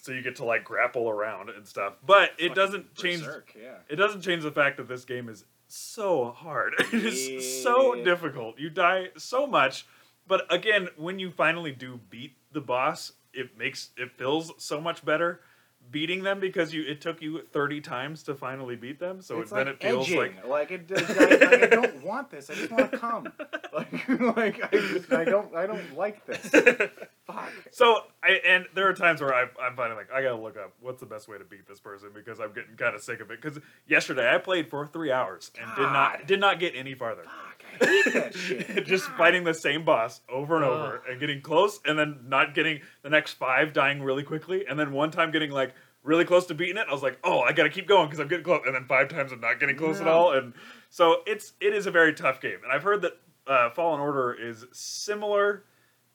C: So you get to like grapple around and stuff. But it
D: Fucking
C: doesn't change.
D: berserk, Yeah.
C: It doesn't change the fact that this game is so hard. it is
D: Yeah.
C: so difficult. You die so much. But again, when you finally do beat the boss, it makes it feels so much better beating them because you it took you 30 times to finally beat them. So
D: it's
C: it, then
D: like
C: it feels
D: edging.
C: like
D: like it. does- Like, like, I don't want this. I just want to come. Like, like I, just, I don't. I don't like this. Fuck.
C: So I and there are times where I, I'm finding like I gotta look up what's the best way to beat this person because I'm getting kind of sick of it. Because yesterday I played for three hours and did
D: God.
C: not did not get any farther.
D: Fuck. I hate that shit.
C: Just fighting the same boss over and
B: Ugh.
C: over and getting close and then not getting the next five dying really quickly and then one time getting like really close to beating it. I was like, oh, I gotta keep going because I'm getting close. And then five times I'm not getting close at
D: No.
C: all. And so it's it is a very tough game. And I've heard that uh, Fallen Order is similar.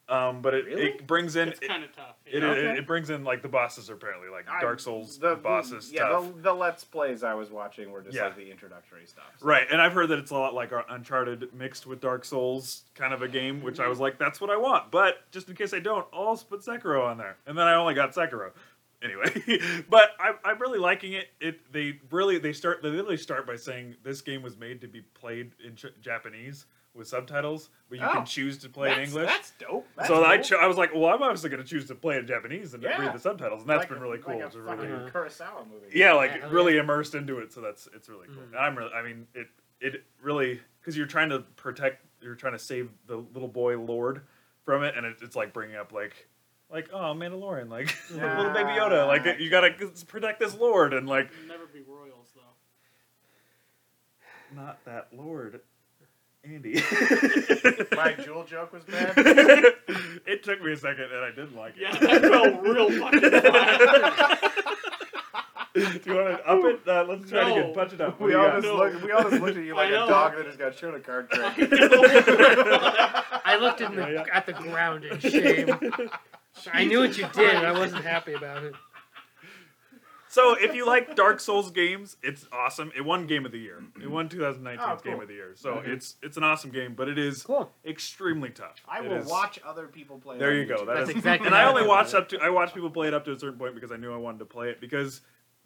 C: Um, but it,
D: Really?
C: it brings in
A: It's kind of tough.
C: it,
A: yeah.
C: it-
D: Okay.
C: it brings in like the bosses are apparently like
D: I-
C: Dark Souls
D: the-
C: bosses
D: Yeah,
C: stuff.
D: The, the let's plays I was watching were just
C: Yeah.
D: like the introductory stuff. So
C: Right, and I've heard that it's a lot like our Uncharted mixed with Dark Souls kind of a game, which I
D: Mm-hmm.
C: was like, that's what I want. But just in case I don't, I'll just put Sekiro on there, and then I only got Sekiro. Anyway, but I, I'm really liking it. It they really they start they literally start by saying this game was made to be played in Ch- Japanese with subtitles, but you
D: Oh,
C: can choose to play in
D: that's-
C: English.
D: That's dope. That's
C: so I,
D: cool.
C: cho- I was like, well, I'm obviously going to choose to play in Japanese and
D: Yeah.
C: read the subtitles, and that's
D: Like
C: been
D: a-
C: really cool.
D: Like a
C: It's a really
D: fucking
B: Yeah.
D: Kurosawa movie.
C: yeah like
B: Yeah, oh,
C: really
B: yeah.
C: immersed into it so that's it's really cool
B: Mhm.
C: and i'm really i mean it it really because you're trying to protect you're trying to save the little boy lord from it and it, it's like bringing up like like oh mandalorian like little baby yoda like
D: Yeah.
C: you gotta protect this lord and like
A: It'll never be royals though.
C: not that lord andy
D: My jewel joke was bad.
C: it took me a second and i didn't like it
A: Yeah, that felt real fucking flat.
C: do you want to up it uh, let's try to
A: No.
C: get punch it up What
D: We
C: do you
D: all
C: got?
D: just
A: No.
D: look. We all just looked at you
A: I
D: like a
A: know.
D: dog that just got shown a card trick.
B: I looked in the,
C: Yeah,
B: at the ground in shame. I knew what you did, and I wasn't happy about it.
C: So if you like Dark Souls games, it's awesome. It won Game of the Year. It won 2019's
D: Oh, cool.
C: Game of the Year. So
B: Okay.
C: it's it's an awesome game, but it is
B: Cool.
C: extremely tough.
D: I
C: It
D: will
C: is-
D: watch other people play.
C: There
D: on
C: you go.
D: YouTube.
C: That
B: That's
C: is-
B: exactly
C: And I
B: how
C: only
B: I
C: watched
B: did
C: up to I watched people play it up to a certain point because I knew I wanted to play it because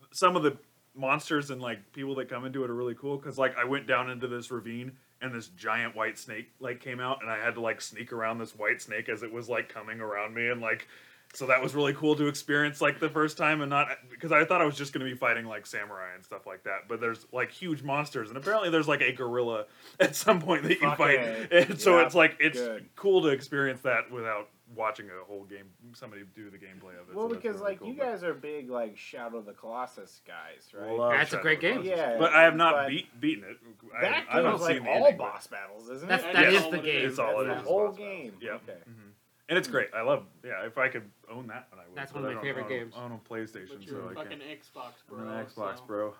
C: some of the monsters and like people that come into it are really cool because like I went down into this ravine and this giant white snake like came out and I had to like sneak around this white snake as it was like coming around me and like so that was really cool to experience like the first time and not because I thought I was just going to be fighting like samurai and stuff like that but there's like huge monsters and apparently there's like a gorilla at some point that you
D: Fuck
C: fight
D: it.
C: and so
D: Yeah,
C: it's like it's
D: good.
C: cool to experience that without watching a whole game somebody do the gameplay of it
D: Well,
C: so that's
D: because
C: really
D: like
C: cool,
D: you
C: but-
D: guys are big like Shadow of the Colossus guys, right?
C: Love
B: That's a
C: Shadow
B: great
C: of the
B: game.
C: Colossus.
D: Yeah,
C: but I have
D: but
C: not beat beaten it. I,
D: that
C: I
D: game
C: haven't
D: was like
C: seen the
D: all
C: ending, but-
D: boss battles, isn't
B: That's,
D: it?
B: that
C: Yes,
B: is the
A: it's
B: game.
C: It's all it
A: That's the
C: is.
D: whole
C: boss battles.
D: game.
C: Yeah.
D: Okay. Hmm.
C: Mhm. And it's great. I love. Yeah, if I could own that one, I would.
B: That's
C: but
B: one of my
C: I don't
B: favorite
C: own a-
B: games.
C: I own a
A: But
C: PlayStation,
A: you're
C: so I
A: fucking
C: can't.
A: Xbox, bro.
C: I'm an Xbox,
A: so,
C: bro.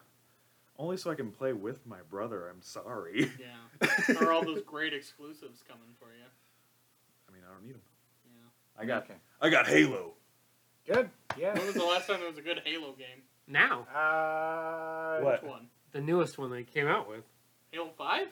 C: Only so I can play with my brother. I'm sorry.
A: Yeah. Are all those great exclusives coming for you?
C: I mean, I don't need them.
A: Yeah.
C: I got.
D: Okay.
C: I got Halo.
D: Good. Yeah.
A: When was the last time there was a good Halo game?
B: Now,
D: Uh,
C: What?
A: Which one?
B: the newest one they came out with.
A: Halo Five?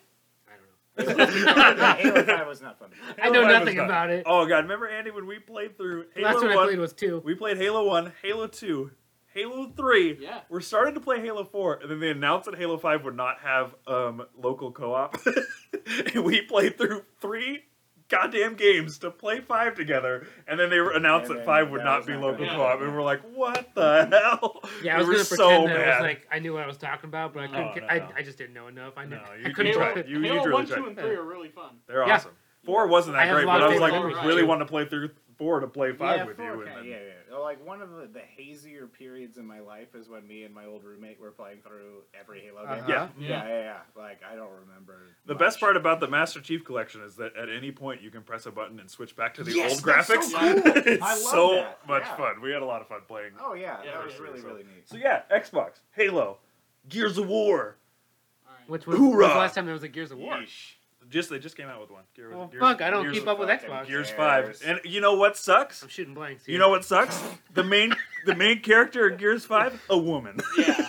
B: I
D: Halo
B: don't know.
D: 5 oh was not fun.
B: I know
C: Halo 5
B: nothing
C: was not-
B: about it.
C: Oh god, remember Andy when we played through Halo
B: Last one I
C: One?
B: played was two.
C: We played Halo 1, Halo 2, Halo 3.
A: Yeah.
C: We're starting to play Halo 4, and then they announced that Halo 5 would not have um, local co op. and we played through three goddamn games to play 5 together, and then they were- announced
D: And
C: that
D: then
C: 5 would
D: that
C: not
D: was
C: be
D: not
C: local
A: gonna
C: co op.
D: happen.
C: And we're like, what the hell?
B: Yeah, I
C: We
B: was
C: were
B: gonna
C: so
B: pretend that I
C: mad.
B: was like I knew what I was talking about, but I couldn't.
C: No, no, no.
B: I, I just didn't know enough. I, knew,
C: No,
B: I
C: you
B: couldn't
A: Halo,
C: tried.
B: try it.
C: You- you
A: Halo
C: really
A: One,
C: tried.
A: two, and three are really fun.
C: They're
B: Yeah.
C: awesome. 4 wasn't
B: I
C: that
B: have
C: great,
B: a lot
C: but I
B: of
C: was like,
B: favorite
C: really
B: memories.
C: wanted to play through 4 to play 5
D: yeah,
C: with
D: four,
C: you.
D: okay,
C: And then,
D: yeah, yeah. Like one of the, the hazier periods in my life is when me and my old roommate were playing through every Halo game.
B: Uh-huh.
C: yeah.
D: Yeah, yeah, yeah. Like I don't remember.
C: The
D: much.
C: best part about the Master Chief Collection is that at any point you can press a button and switch back to the
D: Yes,
C: old
D: that's so
C: graphics.
A: cool.
C: it's
D: I love
C: so
D: that.
C: much
D: Yeah.
C: fun. We had a lot of fun playing.
D: Oh yeah,
A: Yeah,
D: that
A: for
D: was
A: sure,
D: really
C: so-
D: really neat.
C: So yeah, Xbox, Halo, Gears of War.
A: All right.
B: Which was, was the
C: Hoorah!
B: last time there was a Gears of War.
D: Yeesh.
C: Just they just came out with one. Gear-
B: Well,
C: Gears-
B: Oh, fuck, I don't
C: Gears
B: keep
C: of-
B: up with
D: fucking
B: Xbox.
C: Gears
D: Gears.
C: Five, and you know what sucks?
B: I'm shooting blanks. Here.
C: You know what sucks? The main the main character of Gears Five, a woman.
A: Yeah.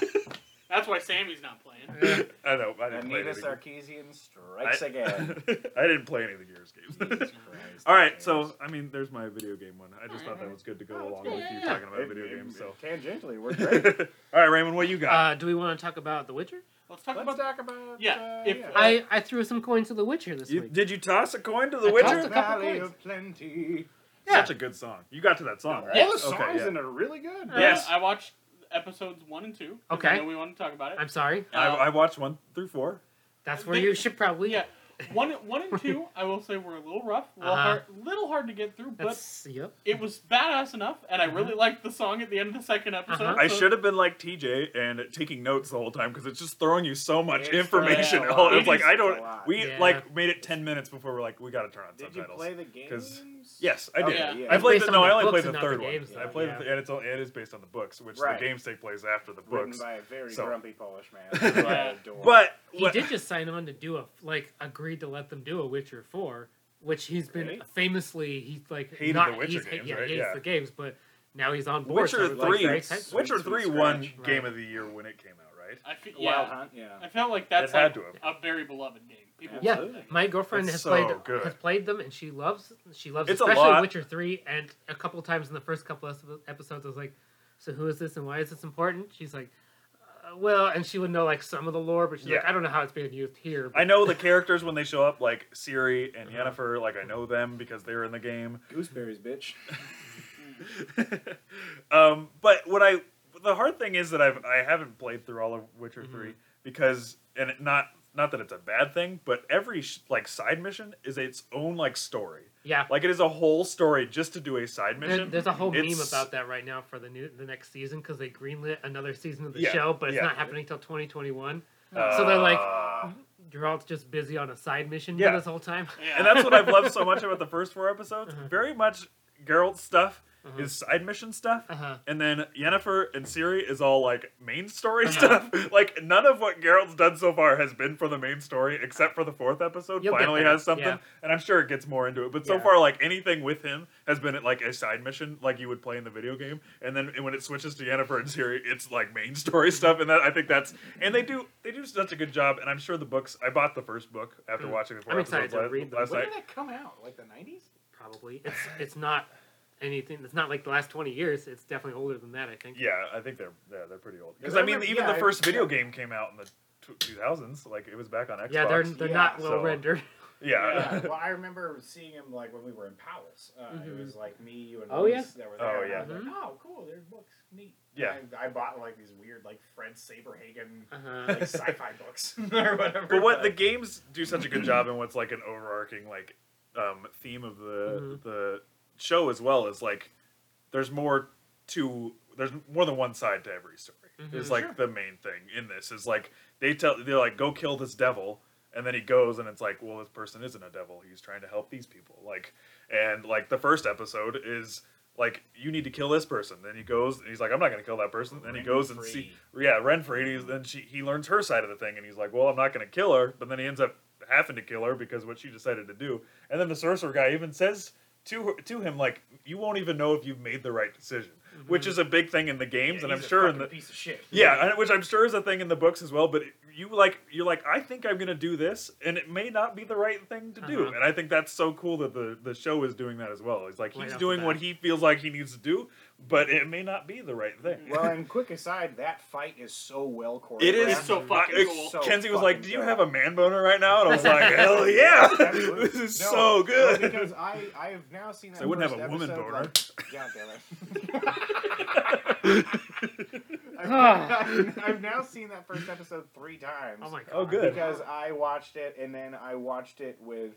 A: That's why Sammy's not playing.
C: I know. I didn't play
D: Anita
C: anything.
D: Sarkeesian strikes
C: I-
D: again.
C: I didn't play any of the Gears games.
D: Jesus Christ.
C: All right, so I mean, there's my video game one. I just thought that
D: Alright.
C: was good to go
D: Oh, that's
C: along
D: good.
C: with you
B: Yeah.
C: talking about
D: It-
C: video
D: it-
C: games. So,
D: tangentially, we're
C: all
D: great.
C: right, Raymond, what you got?
B: Uh, do we want to talk about The Witcher?
A: Let's talk
D: Let's
A: about
D: talk about
A: Yeah,
D: Uh,
A: if-
D: yeah.
B: I, I threw some coins to The Witcher this
C: You-
B: week.
C: did you toss a coin to The
B: I
C: Witcher?
B: tossed a couple
D: Valley
B: coins.
D: of Plenty.
C: Such a good song. You got to that song, right?
D: All the songs
C: Okay, yeah.
D: in it are really good.
A: Uh,
C: Yes.
A: I watched episodes one and two. 'cause
B: Okay.
A: I know we want to talk about it.
B: I'm sorry.
C: I, I watched one through four.
B: That's where
A: They-
B: you should probably.
A: yeah. One, one and two, I will say, were a little rough, a little,
B: Uh-huh.
A: hard, little hard to get through, but
B: That's, yep.
A: it was badass enough, and I really liked the song at the end of the second episode.
B: Uh-huh.
C: I
A: so-
C: should have been like TJ and taking notes the whole time because it's just throwing you so much
D: It's
C: information.
A: throwing a
C: all-
A: lot.
C: It's like
D: It
C: I
D: is a
C: don't.
D: lot.
C: We
B: Yeah.
C: like made it ten minutes before we're like we got to turn on
D: Did you
C: subtitles.
D: play the
C: 'Cause-
D: games?
C: Yes, I did.
A: Yeah.
D: Yeah.
C: I
D: It's
C: played
B: based
C: the,
B: on
C: no,
B: the
C: I only
B: books
C: played
B: and
C: the
B: not the
C: third
B: games,
C: one. I
B: though,
C: played
B: yeah.
C: the, and it's all- it is based on the books, which
D: Right.
C: the games take place after the
D: Written
C: books.
D: by a very
C: So-
D: grumpy Polish man. who I
A: Yeah.
D: adore.
C: But
B: He
C: what-
B: did just sign on to do a like agreed to let them do a Witcher four, which he's been
D: Really?
B: famously he's like
C: Hated
B: not
C: the Witcher
B: he's, ha-
C: games,
B: yeah,
C: right?
B: hates
C: Yeah.
B: the games, but now he's on board. so
C: Witcher
B: everybody's
C: three,
B: very excited.
D: Sweet,
C: Witcher
D: sweet
C: three won
D: scratch.
B: Right.
C: Game of the Year when it came out, right?
A: I fe- yeah.
D: Wild Hunt, yeah.
A: I felt like
C: It
A: that's
C: had
A: like
C: to have.
A: a very beloved game. People
B: Yeah,
D: Absolutely.
B: my girlfriend
C: It's
B: has
C: so
B: played
C: good.
B: has played them, and she loves she loves
C: It's a
B: especially
C: lot.
B: Witcher three. And a couple times in the first couple of episodes, I was like, "So who is this, and why is this important?" She's like, uh, "Well," and she would know like some of the lore, but she's like,
C: Yeah.
B: "I don't know how it's being used here." But
C: I know the characters when they show up, like Siri and
B: Uh-huh.
C: Yennefer. Like I know them because they're in the game.
D: Gooseberries, bitch.
C: um, but what I the hard thing is that I've I haven't played through all of Witcher
B: Mhm.
C: three because and it not not that it's a bad thing, but every sh- like side mission is its own like story.
B: yeah,
C: Like it is a whole story just to do a side
B: There-
C: mission.
B: there's a whole meme
C: It's-
B: about that right now for the new the next season because they greenlit another season of the
C: Yeah,
B: show, but it's
C: yeah.
B: not happening till 2021. so they're like,
C: Uh,
B: Geralt's just busy on a side mission
C: Yeah.
B: for this whole time.
A: Yeah.
C: and that's what I've loved so much about the first four episodes.
B: Uh-huh.
C: Very much Geralt's stuff
B: Uh-huh.
C: is side mission stuff.
B: Uh-huh.
C: And then Yennefer and Ciri is all like main story
B: Uh-huh.
C: stuff. like none of what Geralt's done so far has been for the main story, except for the fourth episode.
B: You'll get
C: finally
B: there,
C: has something,
B: yeah.
C: and I'm sure it gets more into it. But so
D: Yeah.
C: far, like anything with him has been like a side mission, like you would play in the video game. And then when it switches to Yennefer and Ciri, it's like main story stuff. And that I think that's and they do they do such a good job. And I'm sure the books. I bought the first book after
B: Mm.
C: watching the 4
B: I'm
C: episodes
B: excited to
C: last,
B: read them.
C: last
D: When
C: night.
D: did that come out? Like the 90s?
B: Probably it's it's not anything. It's not like the last 20 years. It's definitely older than that. I think.
C: Yeah, I think they're yeah, they're pretty old. Because
D: Yeah,
C: I mean,
D: they're-
C: even
D: yeah,
C: the
D: I-
C: first video
D: yeah.
C: game came out in the two thousands. Like it was back on Xbox.
B: Yeah, they're they're
D: Yeah,
B: not well
C: so-
B: rendered.
C: Yeah.
D: Well, I remember seeing him like when we were in Powell's. Uh,
B: Mhm.
D: It was like me, you, and
B: Oh,
D: Luis
B: yeah?
D: that were
C: Oh,
D: there.
C: yeah.
D: And I was
B: Mhm.
D: like, oh, cool. There's books. Neat.
C: Yeah.
D: I, I bought like these weird like Fred Saberhagen
B: Uh-huh.
D: like sci-fi books or whatever.
C: but what the games do such a good job and what's like an overarching like um, theme of the
B: Mhm.
C: the show as well is like there's more to there's more than one side to every story.
B: Mhm.
C: Is like
D: Sure.
C: the main thing in this is like they tell they're like go kill this devil and then he goes and it's like well this person isn't a devil he's trying to help these people like and like the first episode is like you need to kill this person then he goes and he's like i'm not going to kill that person then he goes and see yeah, Renfrey. and He's, then she he learns her side of the thing, and he's like, "Well, I'm not going to kill her," but then he ends up having to kill her because what she decided to do. And then the sorcerer guy even says to her, to him, like, "You won't even know if you've made the right decision," which is a big thing in the games,
D: Mm-hmm. Yeah,
C: and I'm
D: he's a
C: sure in
D: fucking
C: the
D: piece of shit.
C: yeah, and- which I'm sure is a thing in the books as well. But you like you're like, I think I'm going to do this, and it may not be the right thing to do.
B: Uh-huh.
C: And I think that's so cool that the the show is doing that as well. He's like,
B: Right
C: he's
B: off the
C: doing what
B: bat.
C: he feels like he needs to do, but it may not be the right thing.
D: Well, and quick aside, that fight is so well choreographed.
C: It is
A: so
C: I-
A: fucking
C: I-
A: cool.
D: So
C: Kenzie was like,
D: fucking
C: "Do you
D: good.
C: have a man boner right now?" And I was like, "Hell yeah,
D: Absolutely.
C: this is
D: No,
C: so good."
D: no, because I I've now seen that.
C: I wouldn't
D: first
C: have a woman
D: episode,
C: boner.
D: Like, God damn it.
B: Ah.
D: I've, I've now seen that first episode three times.
B: Oh my god.
C: Oh, good.
D: Because I watched it, and then I watched it with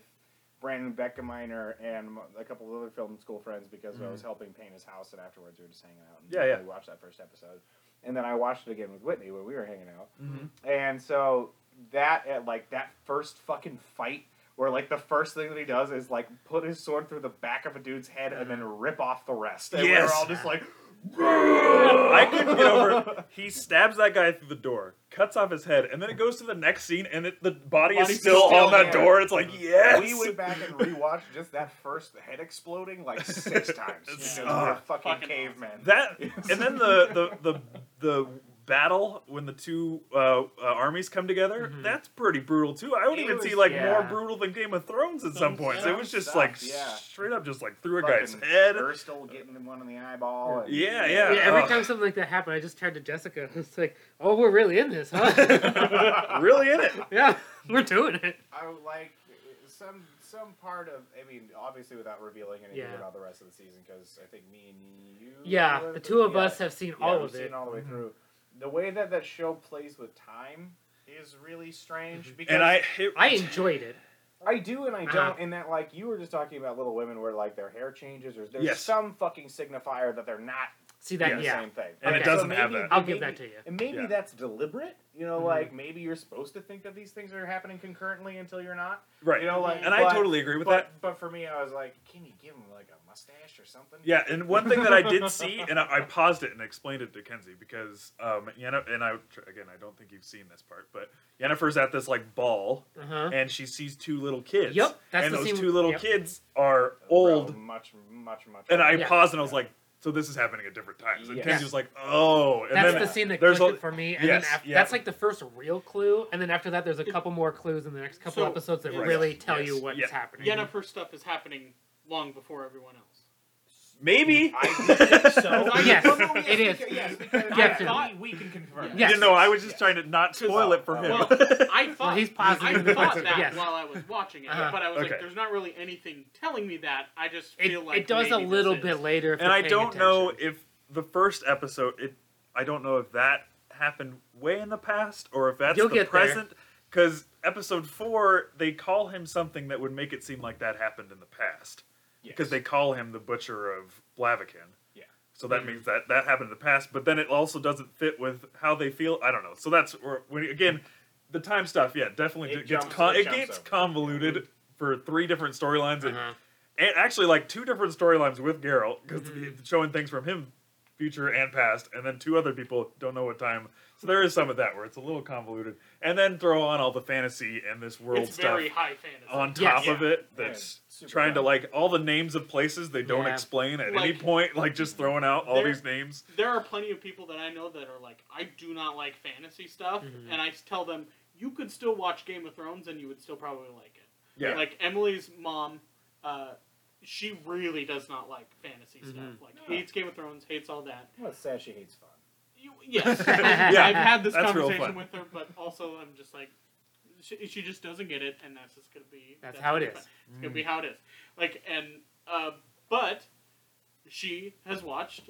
D: Brandon Beckerminer and m- a couple of other film school friends because I was helping paint his house, and afterwards we were just hanging out. And
C: Mm-hmm. Yeah, yeah.
D: We watched that first episode, and then I watched it again with Whitney when we were hanging out.
C: Mm-hmm.
D: And so that uh, like that first fucking fight where like the first thing that he does is like put his sword through the back of a dude's head and then rip off the rest. And we
C: Mm-hmm. Yes.
D: were all just like
C: I couldn't get over. He stabs that guy through the door, cuts off his head, and then it goes to the next scene, and it, the body is
A: Body's
C: still,
A: still
C: on that
D: there.
C: door. It's like, yes,
D: we went back and rewatched just that first head exploding like six times.
C: It's-
D: because
C: ah,
D: we're fucking,
A: fucking
D: cavemen.
C: that. And then the the the the battle when the two uh, uh, armies come together,
D: Mm-hmm.
B: Mhm.
C: that's pretty brutal too. I would
D: It
C: even
D: was-
C: see like
B: yeah.
C: more brutal than Game of Thrones at some
A: Some
C: points. It
D: stuff,
C: was just
D: stuff,
C: like
D: yeah.
C: straight up, just like through a
D: Fucking
C: guy's head.
D: Burstall getting one in the eyeball. and-
B: Yeah,
C: Yeah, yeah. Oh.
B: every
C: ugh.
B: time something like that happened, I just turned to Jessica. It's like, oh, we're really in this, huh?
C: really in it.
B: yeah, we're doing it.
D: I would like some some part of. I mean, obviously without revealing anything
B: Yeah.
D: about the rest of the season, because I think me and you.
B: Yeah, the two of
D: yeah,
B: us have seen
D: yeah,
B: all
D: we've
B: of
D: seen
B: it. Mm-hmm.
D: all the way
C: Mhm.
D: through. The way that that show plays with time is really strange because
C: And I, it,
B: I enjoyed it.
D: I do and I don't,
B: Mm-hmm. Uh-huh.
D: and that like you were just talking about Little Women, where like their hair changes, or there's
C: Yes.
D: some fucking signifier that they're not
B: See that?
C: Yes.
D: the
B: yeah,
D: same thing.
C: And
B: it
D: So
C: doesn't have
D: maybe-
C: that.
B: I'll give
D: maybe-
B: that to you.
D: And maybe
C: Yeah.
D: that's deliberate. You know,
B: Mhm.
D: like maybe you're supposed to think that these things are happening concurrently until you're not.
C: right.
D: You know, like
C: and I
D: but-
C: totally agree with
D: but,
C: that.
D: But for me, I was like, can you give him like a mustache or something?
C: Yeah, and one thing that I did see, and I, I paused it and explained it to Kenzie because, um, Yenna, and I again, I don't think you've seen this part, but Yennefer's at this like ball,
B: Uh huh.
C: and she sees two little kids.
B: Yep, that's
C: and
B: the
C: those
B: scene-
C: two little
B: yep.
C: kids are
D: Real
C: old.
D: much, much, much.
C: And I
B: Yeah.
C: paused and I was like, so this is happening at different times. And
D: Yeah.
C: Kenzie was like, oh. And
B: That's
C: then
B: the scene that
C: there's
B: clicked
C: a-
B: it for me. And
C: yes,
B: then after,
C: yeah.
B: that's like the first real clue. And then after that, there's a couple more clues in the next couple
A: So-
B: episodes that
A: Right.
B: really tell
C: Yes.
B: you what's
C: Yeah.
B: happening.
A: Yennefer stuff is happening long before everyone else.
C: Maybe.
D: I think so.
B: Yes,
D: Well, no,
B: it is.
D: beca- Yes, because
B: Definitely.
D: I, we, we can confirm.
A: Yes.
C: You know, I was just
D: Yes.
C: trying to not spoil it for him.
A: Well, I thought
B: Well, he's
A: I
B: positive
A: thought
B: that's-
A: that
B: yes.
A: while I was watching it,
B: Uh-huh.
A: but I was
C: Okay.
A: like, "There's not really anything telling me that." I just
B: It,
A: feel like
B: it does a
A: maybe this
B: little
A: is.
B: bit later. If
C: and
B: you're
C: I
B: paying
C: don't know
B: attention.
C: if the first episode, it, I don't know if that happened way in the past or if that's
B: You'll
C: the
B: get there.
C: present. Because episode four, they call him something that would make it seem like that happened in the past. Because they call him the butcher of Blaviken.
D: Yeah. Mm-hmm.
C: So that means that that happened in the past, but then it also doesn't fit with how they feel. I don't know. So that's where, when again, the time stuff. Yeah, definitely
D: It
C: gets
D: jumps-
C: con-
D: it
C: it,
D: jumps
C: gets
D: over. Mm-hmm.
C: convoluted for three different storylines and,
B: Uh-huh.
C: and actually like two different storylines with Geralt because
D: Mm-hmm.
C: showing things from him, future and past, and then two other people don't know what time. So there is some of that where it's a little convoluted, and then throw on all the fantasy and this world
A: It's
C: stuff
A: very high fantasy.
C: on
B: Yes.
C: top of
D: Yeah.
C: it
D: Yeah,
C: that's
D: super
C: trying to
D: fun.
C: like all the names of places they don't
B: Yeah.
C: explain at any
A: Like-
C: point like just throwing out all
A: There-
C: these names
A: there are plenty of people that I know that are like, I do not like fantasy stuff,
B: Mhm.
A: and I tell them you could still watch Game of Thrones and you would still probably like it.
C: yeah
A: Like Emily's mom, uh, she really does not like fantasy stuff.
B: Mhm.
A: Like
D: No.
A: hates Game of Thrones, hates all that.
D: Well, it's sad she hates fun.
A: You, yes, I've had this
C: That's real
A: conversation
C: fun.
A: with her, but also I'm just like, she, she just doesn't get it, and that's just gonna be
B: That's how it
A: gonna be
B: is. Mm.
A: It's gonna be how it is. Like and uh, but she has watched,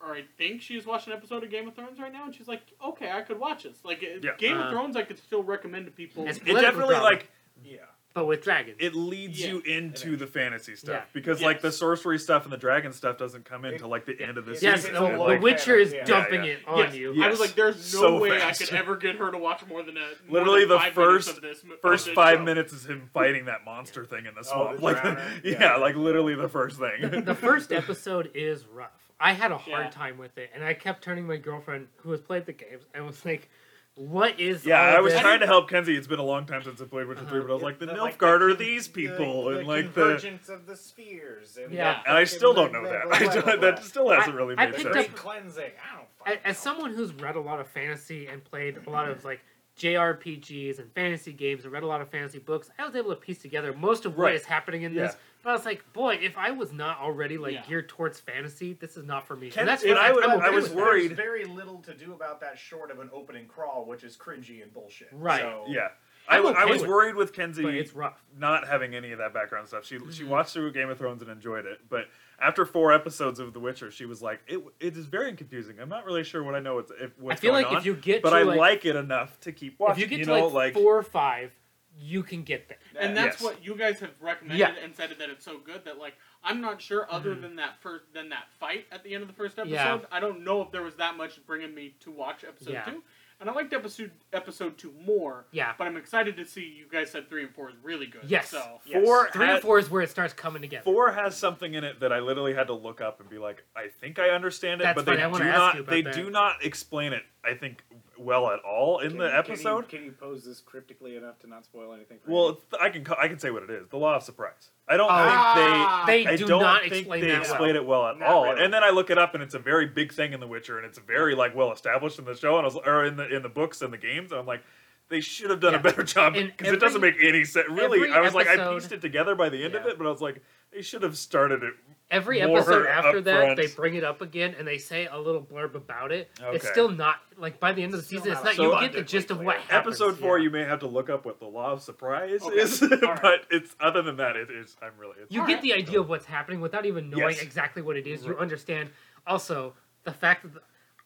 A: or I think she's watched an episode of Game of Thrones right now, and she's like, okay, I could watch this. Like it-
C: Yeah.
A: Game
B: Uh,
A: of Thrones, I could still recommend to people.
B: It's
C: it
B: political
C: definitely
B: drama,
C: like
D: Yeah.
B: but with dragons.
C: it leads
A: Yeah.
C: you into the fantasy stuff
B: Yeah.
C: because like
A: Yes.
C: the sorcery stuff and the dragon stuff doesn't come
D: It-
C: into like the end of the
D: it-
B: yes,
C: season
B: The,
C: and,
B: The
C: like,
B: Witcher is
D: Yeah,
B: dumping
C: yeah.
B: it on
A: Yes.
B: you.
C: Yeah.
A: I was like, "There's no
C: So
A: way
C: fast.
A: I could ever get her to watch more than a more
C: Literally
A: than
C: the
A: five minutes
C: first-
A: of this mo- of
C: first
A: this
C: five
A: show.
C: minutes is him fighting that monster thing
B: Oh,
C: in the swamp
D: the
C: like
D: drowner.
C: yeah.
D: Yeah.
C: like literally the first thing
B: the first episode is rough. I had a hard
A: Yeah.
B: time with it, and I kept turning to my girlfriend, who has played the games, and was like, "What is?"
C: yeah
B: all
C: i was
B: this?
C: trying to help kenzie it's been a long time since i played witcher 3 but i
D: Uh,
C: was like the nilfgaard are these people
D: the,
C: and like the
D: convergence of the spheres. And
B: Yeah.
C: And I still don't know that. I don't, that still hasn't
B: I-
C: really
B: I
C: made
B: picked
C: sense.
D: Great
B: up-
D: cleansing. I don't.
B: A-
D: fucking
B: As
D: know.
B: someone who's read a lot of fantasy and played a lot of like JRPGs and fantasy games and read a lot of fantasy books, I was able to piece together most of what is
C: Right.
B: happening in this.
C: Yeah.
B: But I was like, boy, if I was not already like
A: Yeah.
B: geared towards fantasy, this is not for me.
C: Ken-
B: and that's
C: and
B: what
C: I would-
B: I'm okay
C: I was
B: with that.
C: worried-
D: There's very little to do about that short of an opening crawl, which is cringy and bullshit.
B: Right.
D: So,
C: yeah. I,
B: I'm
C: I
B: okay
C: was
B: with
C: worried with
B: but
C: Kenzie
B: it's rough.
C: not having any of that background stuff. She she
B: Mhm.
C: watched through Game of Thrones and enjoyed it, but after four episodes of The Witcher, she was like, "It it is very confusing. I'm not really sure what I know. What's if,
B: I
C: what's
B: feel
C: going
B: like
C: on,
B: if you get
C: but
B: to
C: I
B: like,
C: like it enough to keep watching.
B: if you get to
C: know,
B: like, four or five, you can get there.
A: and that's
C: Yes.
A: what you guys have recommended
B: Yeah.
A: and said that it's so good that like I'm not sure other
B: Mhm.
A: than that first than that fight at the end of the first episode.
B: Yeah.
A: I don't know if there was that much bringing me to watch episode
B: Yeah.
A: two, and I liked episode episode two more.
B: Yeah.
A: But I'm excited to see you guys said three and four is really good.
B: Yes.
A: So
D: Yes.
C: four
B: Three
C: had-
B: and four is where it starts coming together.
C: Four has something in it that I literally had to look up and be like, I think I understand it,
B: That's
C: but
B: fine,
C: they
B: I wanna
C: do
B: ask
C: not
B: you about
C: they
B: that.
C: do not explain it. I think well at all in
D: Can you-
C: the
D: can you-
C: episode.
D: Can you, pose this cryptically enough to not spoil anything? For
C: Well,
D: me?
C: it's- I can co- I can say what it is. The law of surprise. I
B: Oh.
C: don't
D: Ah!
C: think
B: They
C: they. I
B: do
C: don't
B: not
C: think
B: explain
C: they
B: that
C: explain
D: well.
C: it well at
D: Not
C: all.
D: really.
C: And then I look it up, and it's a very big thing in The Witcher, and it's very like well established in the show, and I was, or in the in the books and the games. And I'm like, they should have done
B: Yeah.
C: a better job
B: In
C: because it doesn't
B: every-
C: make any sense. Really,
B: every
C: I was like, I
B: episode-
C: pieced it together by the end of
D: Yeah.
C: it, but I was like, they should have started it.
B: Every
C: More
B: episode after that,
C: upfront.
B: they bring it up again and they say a little blurb about it. It's
C: Okay.
B: still not like by the end of the
D: Still
B: season, it's not.
D: not
C: so
B: you get the
D: abundantly
B: gist of
D: clear.
B: what happens.
C: Episode four,
B: yeah.
C: you may have to look up what the law of surprise
D: Okay.
C: is,
D: All right.
C: but it's other than that, it is. I'm really. It's
B: You
D: All
B: get
D: right.
B: the idea of what's happening without even knowing
C: Yes.
B: exactly what it is. You
C: Right.
B: understand. Also, the fact that the,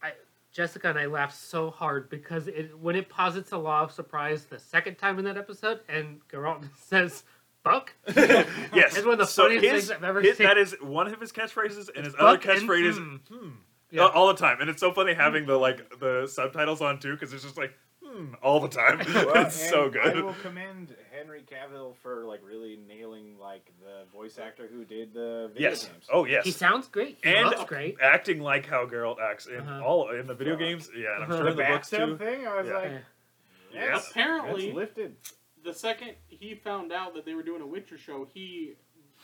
B: I, Jessica and I laughed so hard because it, when it posits the law of surprise the second time in that episode, and Geralt says "buck,"
C: yes,
B: It's one of the
C: So
B: funniest
C: his-
B: things I've ever
C: his-
B: seen.
C: That is one of his catchphrases, and his other
B: Buck and
C: catchphrase is
B: mm.
C: "hmm"
B: Yeah.
C: Uh, all the time. And it's so funny having the like the subtitles on too, because it's just like "hmm" all the time.
D: Well,
C: it's so
D: and I will
C: good.
D: commend Henry Cavill for like really nailing like the voice actor who did the video
C: Yes.
D: games.
C: Oh yes.
B: he sounds great. He
C: and
B: looks great.
C: acting like how Geralt acts in
B: Uh-huh.
C: all in the video
D: Fuck.
C: games. Yeah, and I'm
B: Uh-huh.
C: sure
D: the
C: in the books
D: bathtub
C: too.
D: thing. I was
C: Yeah.
D: like,
B: Yeah.
D: yes, it's
A: Apparently,
D: lifted.
A: the second he found out that they were doing a Witcher show, he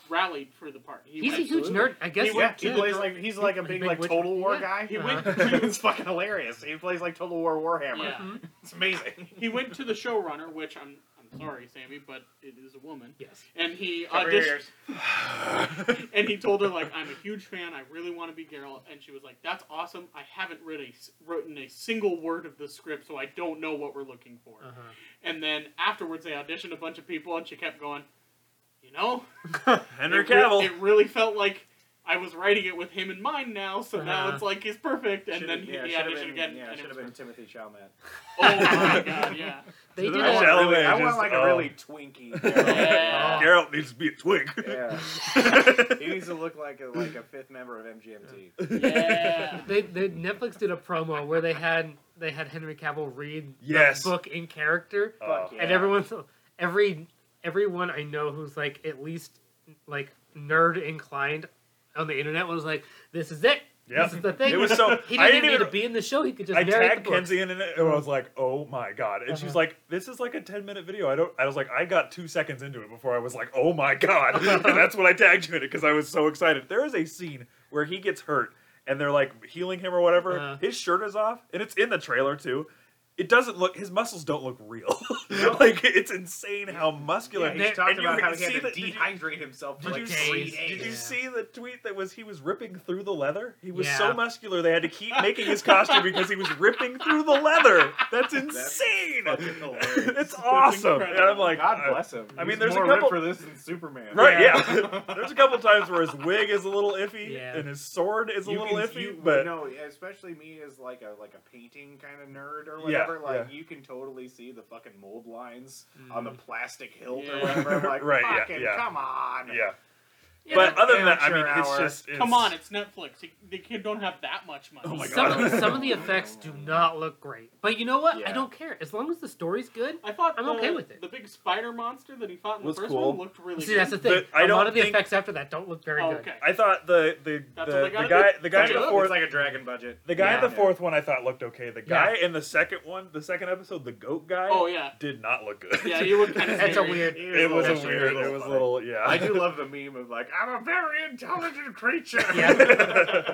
A: rallied for the part. He
B: He's a
A: went-
B: huge nerd. I guess
A: He
D: Yeah,
A: went
D: he
A: to-
D: plays like he's like a
B: Like
D: big
B: big
D: like
B: witch-
D: Total War
B: yeah.
D: guy.
A: He
B: Uh-huh.
A: went
D: it's
A: to,
D: fucking hilarious. He plays like Total War Warhammer.
A: yeah.
D: It's amazing.
A: he went to the showrunner, which I'm I'm sorry, Sammy, but it is a woman,
B: Yes.
A: and he
D: Cover your
A: auditioned
D: ears.
A: and he told her like I'm a huge fan, I really want to be Geralt, and she was like, "That's awesome. I haven't read a s- written a single word of the script, so I don't know what we're looking for."
D: Uh.
B: Uh-huh.
A: And then afterwards, they auditioned a bunch of people, and she kept going. You know,
C: Henry
A: it, re-
C: Cavill.
A: it really felt like I was writing it with him in mind now, so now
B: Uh-huh.
A: it's like he's perfect. And
D: Should've-
A: then he,
D: yeah,
A: he
D: should've
A: auditioned
D: been-
A: again.
D: Yeah,
A: and it
D: should have
A: was-
D: been Timothy Chalamet.
A: Oh my god, yeah.
B: They did.
C: I
D: I
C: Yeah.
D: want,
B: A,
C: want-
D: really, I
C: Chalamet
D: want
C: just-
D: like
C: oh.
D: a really twinky.
A: Yeah.
C: Geralt needs to be a twig.
D: Yeah. He needs to look like a, like a fifth member of MGMT.
A: Yeah.
B: they, they Netflix did a promo where they had they had Henry Cavill read
C: Yes.
B: the book in character.
D: Fuck
C: Oh.
D: yeah.
B: and everyone's every everyone I know who's like at least like nerd inclined on the internet was like, "This is it.
C: Yeah.
B: This is the thing."
C: It was so-
B: he didn't,
C: I didn't
B: even need
C: even-
B: to be in the show. He could just
C: I
B: narrate the
C: tagged
B: book.
C: Kenzie in it, and I was like, "Oh my god!" And she's
B: Uh-huh.
C: like, "This is like a ten minute video." I don't. I was like, I got two seconds into it before I was like, "Oh my god!" and that's when I tagged you in it because I was so excited. There is a scene where he gets hurt, and they're like healing him or whatever.
B: Uh-huh.
C: His shirt is off, and it's in the trailer too. It doesn't look. His muscles don't look real.
D: No.
C: like it's insane how muscular.
D: Yeah, he's
C: and
D: talked
C: you
D: about
C: can
D: how he
C: see
D: had to
C: that- did you-
D: dehydrate himself for
C: did
D: like
C: you,
D: three
C: see,
B: days.
C: did you
B: Yeah.
D: days.
C: see the tweet that was he was ripping through the leather? He was so
B: Yeah.
C: muscular they had to keep making his costume because he was ripping through the leather. That's insane.
D: fucking hilarious.
C: That's awesome. And
A: incredible.
C: I'm like,
D: God
C: I-
D: bless him.
C: I mean,
D: He's
C: there's a
D: more
C: couple-
D: ripped for this than Superman.
C: Right?
B: Yeah.
C: Yeah. There's a couple times where his wig is a little iffy
B: Yeah.
C: and his sword is a
D: You
C: little
D: can-
C: iffy,
D: you-
C: but
D: no, especially me as like a like a painting kind of nerd or whatever. like you can totally see the fucking mold lines on the plastic hilt or
A: Yeah.
D: whatever. I'm like,
C: Right, yeah,
D: fucking
C: yeah.
D: come on.
C: yeah.
B: Yeah,
C: But other than that, I
D: Amateur
C: mean, it's
D: hour.
C: just it's,
A: Come on, it's Netflix. The- The kid don't have that much money.
C: Oh my
B: some,
C: God.
B: some of the effects do not look great, but you know what?
D: Yeah.
B: I don't care as long as the story's good.
A: I thought
B: I'm
A: the,
B: okay with it.
A: the big spider monster that he fought in the
C: Was
A: first
C: cool.
A: one looked really
B: See,
A: good.
B: that's the thing.
C: But I
B: A
C: don't
B: lot of the
C: think-
B: effects after that don't look very
A: Oh,
B: good.
A: okay.
C: I thought the the
A: That's what
C: the,
A: they
C: the
A: gotta
C: guy
A: do.
C: the guy
A: That's
C: in
A: what
C: the
A: it
C: fourth
D: it's like a dragon budget.
C: the guy in
B: Yeah.
C: the fourth one I thought looked okay. The
B: Yeah.
C: guy in the second one, the second episode, the goat guy.
A: Oh yeah,
C: did not look good.
A: yeah. You look kind of.
B: That's a weird.
C: it was a
D: Actually,
C: weird. It was a
D: funny.
C: little. Yeah.
D: I do love the meme of like, I'm a very intelligent creature.
B: Yeah.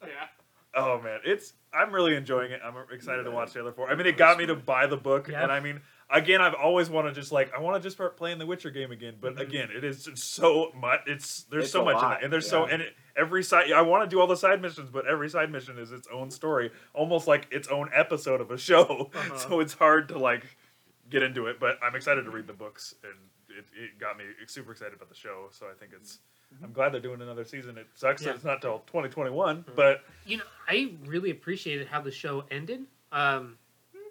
A: Yeah.
C: oh man, it's. I'm really enjoying it. I'm excited to watch the other four. I mean, it got me to buy the book,
B: Yeah.
C: and I mean, again, I've always wanted to just like I want to just start playing the Witcher game again. But
B: Mhm.
C: again, it is just so much. It's there's
D: Mm-hmm. It's
C: so
D: a
C: much in
D: lot,
C: it, and there's so
D: yeah.
C: and it, every side. I want to do all the side missions, but every side mission is its own story, almost like its own episode of a show.
B: Uh-huh.
C: So it's hard to like get into it. But I'm excited to read the books, and it, it got me super excited about the show. So I think it's.
D: Mm-hmm.
C: I'm glad they're doing another season. It sucks
B: Yeah.
C: that it's not till 2021,
D: Mm-hmm.
C: but
B: You know, I really appreciated how the show ended. Um,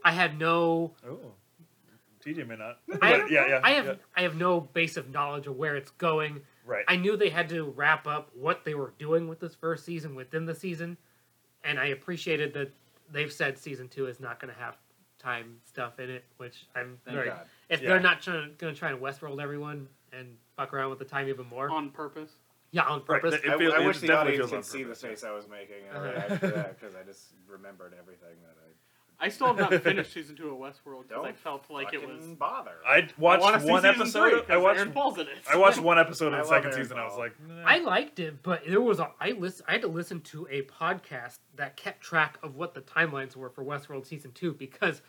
B: I had no
C: oh, TJ may not.
B: I
C: But yeah, yeah,
B: I have
C: yeah,
B: I have no base of knowledge of where it's going.
C: right.
B: I knew they had to wrap up what they were doing with this first season within the season, and I appreciated that they've said season two is not going to have time stuff in it, which I'm
D: Thank
B: very.
D: God.
B: If
C: Yeah.
B: they're not trying, going to try and Westworld everyone and fuck around with the time even more,
A: On purpose.
B: yeah, on
C: Right,
B: purpose.
C: It
D: I,
C: feel-
D: I
C: it
D: wish the
C: definitely
D: audience
C: feels on
D: could see the
C: purpose, yeah.
D: face I was making
B: Uh-huh.
D: because I just remembered everything that I.
A: I still have not finished season two of Westworld because I
D: Don't
A: felt like it was.
D: Fucking bother.
C: I
A: I wanna
C: watched
A: see
C: one
A: season three,
C: episode.
A: 'cause
C: I watched.
A: Aaron Paul's in it.
C: I watched one episode
D: I
C: of the
D: love
C: second
D: Aaron
C: season. I was
D: Paul.
C: like, "Hmm." nah.
B: I liked it, but there was a I listen I had to listen to a podcast that kept track of what the timelines were for Westworld season two because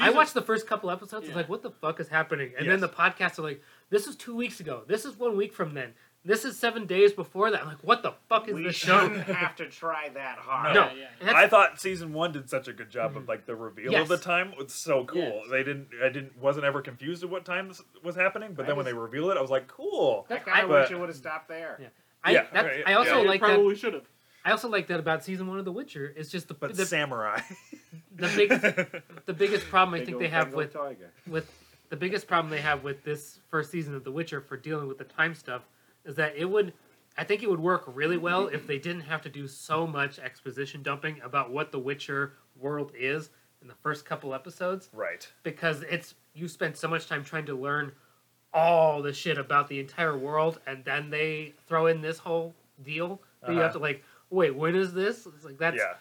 B: I
A: Season-
B: watched the first couple episodes. I was
A: Yeah.
B: like, what the fuck is happening? And then
C: Yes.
B: the podcasts are like, this is two weeks ago. This is one week from then. This is seven days before that. I'm like, what the fuck is
D: we
B: this
D: shouldn't
B: show?
D: have to try that hard.
B: No,
A: Yeah, yeah.
B: and that's-
C: I thought season one did such a good job of like the reveal
B: Yes.
C: of the time. It's so cool.
A: Yes.
C: They didn't. I didn't. Wasn't ever confused at what time this was happening. But
D: I
C: then when they
D: just-
C: revealed it, I was like, cool.
D: I
B: That-
D: kind of
C: I-
D: wish it would have stopped there.
B: Yeah. I,
C: Yeah,
B: that's,
C: right,
B: I
C: yeah.
B: also
A: Yeah,
B: like
A: it
B: that.
A: probably should have.
B: I also like that about season one of The Witcher. It's just the
C: But
B: the,
C: samurai.
B: the big the biggest problem I
D: Big
B: think
D: old
B: they have
D: Bengal
B: with
D: tiger.
B: with the biggest problem they have with this first season of The Witcher for dealing with the time stuff is that it would I think it would work really well if they didn't have to do so much exposition dumping about what the Witcher world is in the first couple episodes
C: right.
B: because it's you spend so much time trying to learn all the shit about the entire world and then they throw in this whole deal that you
C: Uh-huh.
B: have to like wait when is this it's like that's
C: yeah.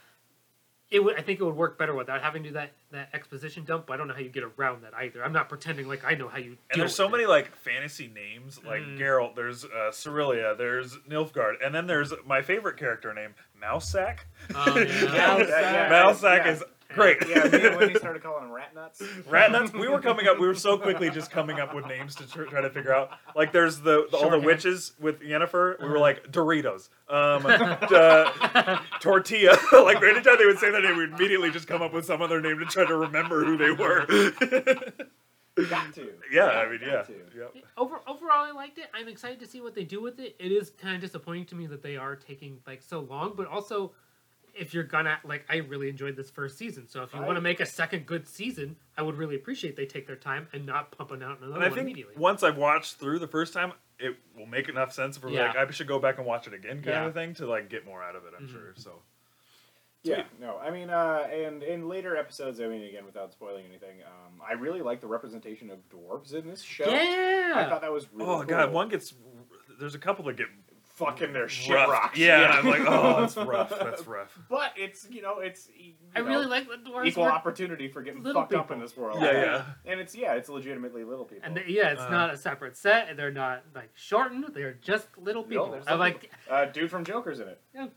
B: it would, I think it would work better without having to do that, that exposition dump, but I don't know how you get around that either. I'm not pretending like I know how you deal
C: And there's
B: with
C: so
B: it.
C: many like fantasy names, like
B: Mm.
C: Geralt. There's uh, Cerealia. There's Nilfgaard, and then there's my favorite character name, Mousak.
B: Oh, yeah.
D: Yeah, yeah,
C: Mousak
D: yeah.
C: is great.
D: yeah, me and Wendy started calling them rat nuts.
C: Rat nuts. We were coming up. We were so quickly just coming up with names to tr- try to figure out. Like there's the, the all the
B: Shorthand.
C: witches with Yennefer.
B: Uh-huh.
C: We were like Doritos, um, uh, tortilla. like anytime they would say their name, we'd immediately just come up with some other name to try to remember who they were.
D: Got to.
C: yeah, I mean, yeah,
D: got to.
C: yep.
B: Over, overall, I liked it. I'm excited to see what they do with it. It is kind of disappointing to me that they are taking like so long, but also, if you're gonna like, I really enjoyed this first season. So if you want to
D: Right.
B: make a second good season, I would really appreciate they take their time and not pumping out another
C: And I
B: one
C: think
B: immediately.
C: once I've watched through the first time, it will make enough sense for
B: Yeah.
C: like I should go back and watch it again, kind
B: Yeah.
C: of thing, to like get more out of it. I'm
B: Mhm.
C: sure. So
D: Yeah, no, I mean, uh, and in later episodes, I mean, again, without spoiling anything, um, I really like the representation of dwarves in this show.
B: yeah,
D: I thought that was really
C: oh god,
D: cool.
C: one gets. There's a couple that get
D: fucking their shit
C: rough.
D: rocked.
C: Yeah, and I'm like, oh, that's rough. That's rough.
D: but it's you know it's e, you
B: I
D: know,
B: really like the dwarves.
D: equal
B: were-
D: opportunity for getting
B: little
D: fucked up
B: people.
D: in this world.
C: Yeah, yeah.
D: And it's yeah, it's legitimately little people.
B: And they, yeah, it's
C: Uh,
B: not a separate set, and they're not like shortened. They're just little
D: No,
B: people.
D: they're just
B: I
D: little
B: like
D: uh, dude from Joker's in it.
C: Oh,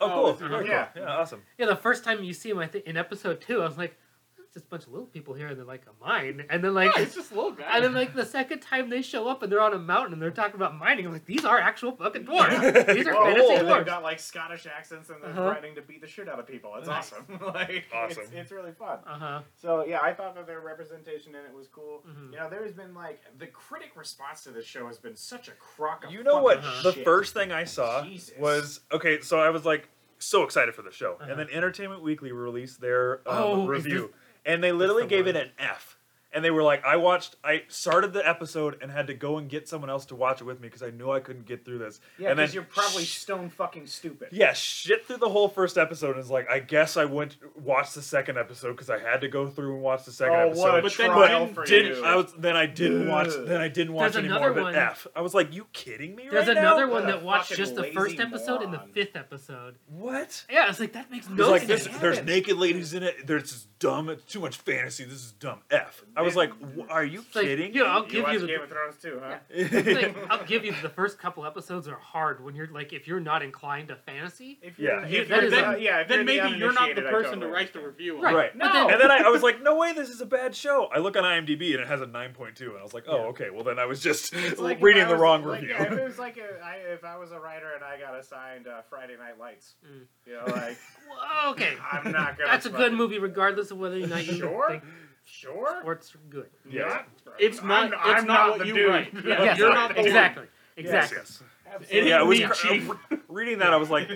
A: Oh,
C: cool.
A: it's-
C: Very
D: yeah.
C: cool. Yeah, awesome.
B: yeah. The first time you see him, I think in episode two, I was like, "It's just a bunch of little people here," and they're like a mine, and then like.
A: Yeah, it's just a little guy.
B: and then, like the second time they show up and they're on a mountain and they're talking about mining, I'm like, these are actual fucking dwarves. These are
C: Whoa,
B: fantasy
D: and they've
B: dwarves.
D: got like Scottish accents and they're
B: Uh-huh.
D: threatening to beat the shit out of people. It's
B: Nice.
D: awesome. like
C: Awesome.
D: It's, it's really fun.
B: Uh huh.
D: So yeah, I thought that their representation in it was cool.
B: Mhm.
D: You know, there has been like the critic response to this show has been such a crock of
C: You know what?
D: fucking
C: The
D: shit.
C: first thing I saw
D: Jesus.
C: was okay. So I was like so excited for the show,
B: Uh-huh.
C: and then Entertainment Weekly released their um,
B: Oh, is
C: review, and they literally
B: the
C: gave
B: one.
C: it an F. And they were like, I watched, I started the episode and had to go and get someone else to watch it with me because I knew I couldn't get through this.
D: yeah,
C: and then
D: because you're probably stone fucking stupid.
C: Yeah, shit through the whole first episode and is like, I guess I went watch the second episode because I had to go through and watch the second
D: Oh,
C: episode.
D: what a
A: But then
D: trial
A: didn't-
D: for
C: didn't
D: you.
C: I was then I didn't watch
D: Ugh.
C: then I didn't watch
B: There's
C: any
B: another
C: more of an
B: one.
C: F. I was like, you kidding me?
B: There's
C: right
B: another
C: now?
B: one
D: What a
B: that watched
D: fucking
B: just the
D: lazy
B: first episode and the
D: moron.
B: fifth episode.
C: What?
B: Yeah, I was like, that makes
C: It was
B: no
C: like
B: sense.
C: this, there's
D: happened.
C: naked ladies in it. There's just dumb. It's too much fantasy. This is dumb. F. I was like, "Wh- are you
B: It's like,
C: kidding?
B: yeah, I'll
D: You
B: give
D: watch
B: you the
D: Game of Thrones too, huh?
B: It's like, I'll give you the first couple episodes are hard when you're like if you're not inclined to fantasy.
D: If
C: Yeah.
D: you're,
C: You-
D: if
B: that
D: you're
B: is
D: the-
B: a-
D: yeah, if
A: then
D: you're
A: maybe you're not the
D: uninitiated, I
A: person to
D: totally
A: write the
D: understand.
A: review. on
B: Right.
A: it.
C: Right.
B: But
D: No.
C: And then I, I was like, no way, this is a bad show. I look on IMDb and it has a 9.2, and I was like, oh,
B: Yeah.
C: okay. Well, then I was just
D: It's like if
C: reading
D: I
C: the
D: was-
C: wrong
D: like,
C: review.
D: yeah, if it was like a, I, if I was a writer and I got assigned uh, Friday Night Lights,
B: Mm.
D: you know, like
B: Well, okay,
D: I'm not gonna.
B: that's a good
D: fucking-
B: movie regardless of whether or not you
D: Sure?
B: think
D: Sure.
B: sports are good.
C: Yeah.
A: It's
D: I'm-
A: not.
D: I'm,
A: it's
D: I'm
A: not,
D: the
A: what you
D: dude.
A: write.
D: Yeah,
B: Yes,
A: you're not the
B: exactly,
C: Yes,
B: exactly.
C: yes.
D: Absolutely.
C: Yeah, it was
A: Me, Chief.
C: uh, re- reading that. I was like,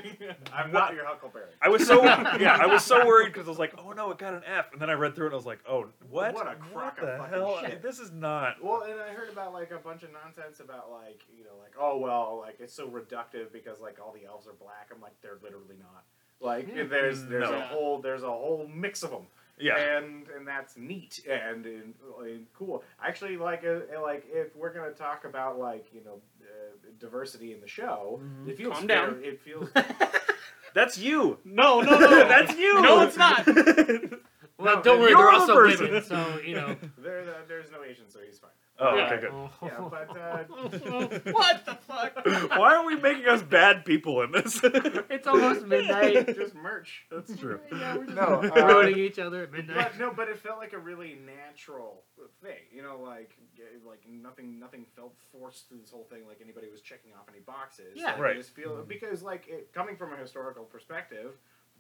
D: I'm not your Huckleberry.
C: I was so yeah, I was so worried because I was like, oh no, it got an F, and then I read through it and I was like, oh, what?
D: What a crock of
C: the
D: fucking
C: hell?
D: shit.
C: This is not.
D: Well, and I heard about like a bunch of nonsense about like you know like oh well like it's so reductive because like all the elves are black. I'm like they're literally not. Like
A: Hmm.
B: Yeah.
D: there's there's
C: No.
D: a whole there's a whole mix of them.
C: Yeah,
D: and and that's neat and, and, and cool. Actually, like uh, like if we're gonna talk about like you know uh, diversity in the show, it feels
A: Mm-hmm. Calm
D: fair-
A: down.
D: It feels
C: that's you.
A: No, no, no.
C: That's you.
A: No, it's not.
B: Well,
D: No,
B: don't worry,
C: you're
B: they're
C: the
B: also
C: person.
B: women, so you know.
D: There, there- there's no Asian, so he's fine.
C: Oh,
A: Yeah.
C: okay, good.
D: Yeah, but uh,
A: what the fuck?
C: Why are we making us bad people in this?
B: it's almost midnight.
D: just merch.
C: That's true.
B: Yeah, we're just
D: No, uh,
B: ruining each other at midnight.
D: But, no, but it felt like a really natural thing. You know, like yeah, like nothing nothing felt forced through this whole thing. Like anybody was checking off any boxes.
B: Yeah.
D: Like,
C: Right.
D: I just feel because like it, coming from a historical perspective.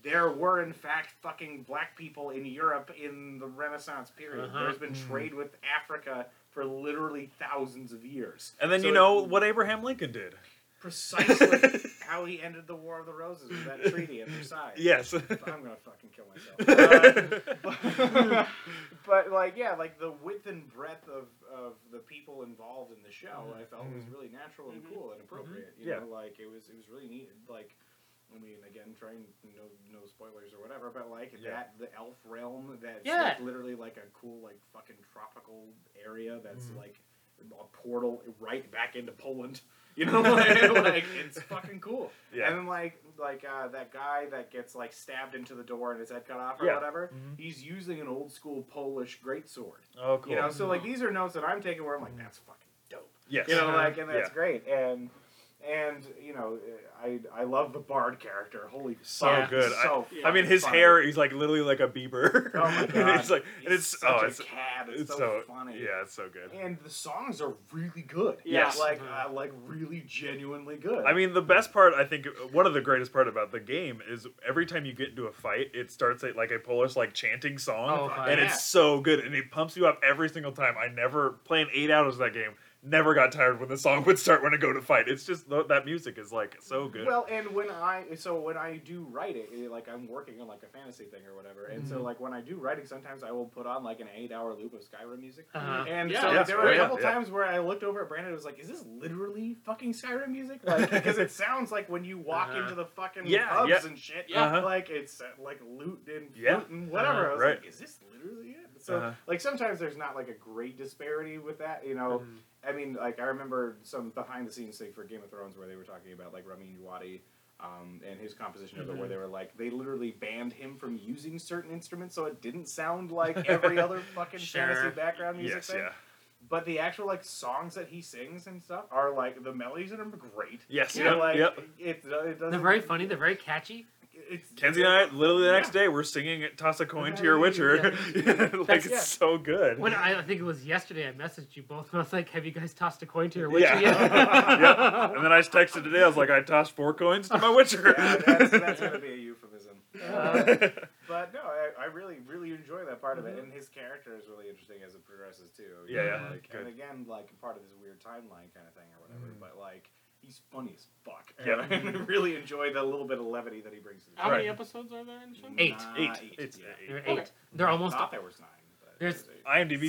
D: There were, in fact, fucking black people in Europe in the Renaissance period.
B: Uh-huh.
D: There's been
C: Mm.
D: trade with Africa for literally thousands of years.
C: And then
D: So
C: you
D: it-
C: know what Abraham Lincoln did.
D: precisely how he ended the War of the Roses with that treaty at Versailles.
C: Yes.
D: I'm gonna fucking kill myself. Uh, but like, yeah, like the width and breadth of, of the people involved in the show, I felt was really natural and
A: Mhm.
D: cool and appropriate. You
C: Mm-hmm. Yeah.
D: know, like it was it was really neat. Like, I mean, again, trying no no spoilers or whatever, but like
C: Yeah.
D: that the elf realm that's
B: Yeah.
D: like, literally like a cool like fucking tropical area that's
C: Mhm.
D: like a portal right back into Poland. You know, like, like it's fucking cool.
C: Yeah.
D: And then like like uh, that guy that gets like stabbed into the door and his head cut off or
C: Yeah.
D: whatever,
C: Mhm.
D: he's using an old school Polish greatsword.
C: Oh, cool.
D: You know, so like these are notes that I'm taking where I'm like, that's fucking dope.
C: yes.
D: You know,
B: Uh-huh.
D: like and that's
C: Yeah.
D: great. And and you know, I I love the bard character. Holy
C: So
D: fuck,
C: good.
D: So
A: I-
C: I mean, his
D: funny.
C: hair, he's like literally like a Bieber.
D: Oh my
C: And
D: God.
C: it's like,
D: He's
C: and it's,
D: such
C: oh,
D: a
C: it's,
D: cad. It's,
C: it's
D: so,
C: so,
D: funny.
C: yeah, it's so good.
D: And the songs are really good.
A: Yes.
D: Like uh, like really genuinely good.
C: I mean, the best part, I think, one of the greatest part about the game is every time you get into a fight, it starts at like a Polish like chanting
B: Oh,
C: song,
B: fuck
C: and
D: yeah.
C: it's so good, and it pumps you up every single time. I never playing eight hours of that game, never got tired when the song would start when I go to fight. It's just tho- that music is like so good.
D: Well, and when I so when I do write it, it- like I'm working on like a fantasy thing or whatever, and so
C: Mhm.
D: like when I do writing, sometimes I will put on like an eight-hour loop of Skyrim music.
B: Uh-huh.
D: And
A: Yeah,
D: so like,
A: that's
D: there were a
C: great.
D: couple
C: Yeah.
D: times where I looked over at Brandon and was like, "Is this literally fucking Skyrim music?" Like because it sounds like when you walk
B: Uh-huh.
D: into the fucking
C: Yeah,
D: pubs
C: yeah.
D: and shit,
A: Yeah.
C: Uh-huh.
D: like it's uh, like loot and
C: Yeah.
D: flute and whatever. I
C: Uh-huh,
D: was
C: right.
D: like, "Is this literally it?" So
C: Uh-huh.
D: like sometimes there's not like a great disparity with that, you know.
C: Mm-hmm.
B: Mhm.
D: I mean, like I remember some behind the scenes thing for Game of Thrones where they were talking about like Ramin Djawadi um, and his composition of it,
C: Mm-hmm.
D: where they were like they literally banned him from using certain instruments, so it didn't sound like every other fucking
B: Sure.
D: fantasy background music
C: yes,
D: thing.
C: yeah,
D: But the actual like songs that he sings and stuff are like the melodies in them are great.
C: yes,
D: You
C: yeah,
D: know, like
C: yep.
D: it, it doesn't.
B: They're very funny. They're very catchy.
D: It's,
C: Kenzie and I, literally the
D: Yeah.
C: next day, we're singing it, "Toss a Coin to Your
D: Yeah.
C: Witcher." like
D: That's-
C: it's
D: yeah.
C: so good.
B: When I, I think it was yesterday, I messaged you both, and I was like, "Have you guys tossed a coin to your witcher
C: Yeah.
B: yet?"
C: Yep. And then I just texted today. I was like, I tossed four coins to my Witcher.
D: Yeah, that's, that's gonna be a euphemism. Uh, But no, I, I really, really enjoy that part of it, and his character is really interesting as it progresses too. you
C: Yeah,
D: know,
C: yeah,
D: Like,
C: good.
D: and again, like part of this weird timeline kind of thing or whatever.
C: Mm.
D: But like, he's funny as fuck.
C: Yeah.
D: and I really enjoy the little bit of levity that he brings to the
A: How
D: show.
C: Right.
A: many episodes are there in the show?
B: Eight.
D: Nah,
C: Eight.
D: eight.
C: It's
D: yeah.
C: eight.
B: They're eight.
A: Okay.
B: They're almost.
D: I thought there was nine. But
B: There's-
D: it was eight.
C: IMDb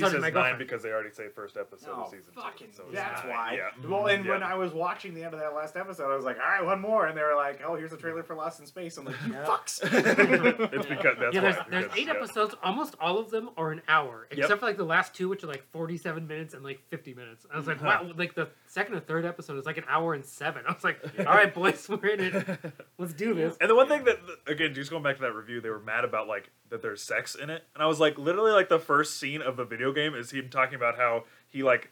B: So did
C: says
B: my
C: nine
B: girlfriend.
C: because they already say first episode
D: Oh,
C: of season two.
D: fucking!
C: so it's
D: that's
C: nine,
D: why.
C: Yeah. Mm-hmm.
D: Well, and
C: Yeah.
D: when I was watching the end of that last episode, I was like, "All right, one more," and they were like, "Oh, here's a trailer for Lost in Space." I'm like, "You
B: Yeah.
D: fucks!"
C: it's because that's
B: yeah,
C: why.
B: there's, there's
C: because-
B: eight
C: yeah.
B: episodes. Almost all of them are an hour,
C: Yep.
B: except for like the last two, which are like 47 minutes and like 50 minutes. I was like,
C: Huh.
B: wow, like the second or third episode is like an hour and seven. I was like, all right, boys, we're in it. Let's do this.
C: And the one thing that again, just going back to that review, they were mad about like that there's sex in it, and I was like, literally, like the first scene of the video game is him talking about how he like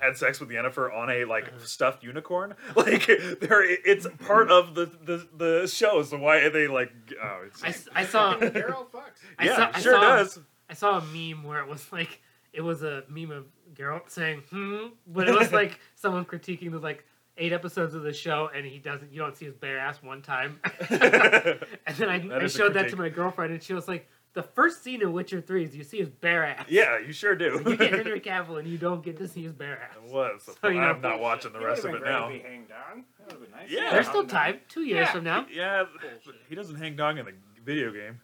C: had sex with Yennefer on a like
B: Uh-huh.
C: stuffed unicorn. Like there, it's part of the the the show. So why are they like? Oh, it's
B: I, s- I saw.
D: Daryl fucks.
B: I
C: yeah,
B: saw- I
C: sure
B: saw-
C: does.
B: I saw a meme where it was like it was a meme of Geralt saying "hmm," but it was like someone critiquing the like eight episodes of the show, and he doesn't. You don't see his bare ass one time. and then I,
C: That
B: I
C: is a
B: showed that to
C: critique.
B: my girlfriend, and she was like, "The first scene in Witcher Three is you see his bare ass.
C: yeah, you sure do.
B: you get Henry Cavill, and you don't get to see his bare ass.
C: was.
B: So, you know,
C: I'm not watching the rest of
D: would've
C: it
D: been great
C: now.
D: If he hanged on. That would have been nice.
C: Yeah.
B: There's still time. Two years
D: Yeah.
B: from now,
C: Yeah,
B: Bullshit.
C: he doesn't hang dong in the video game.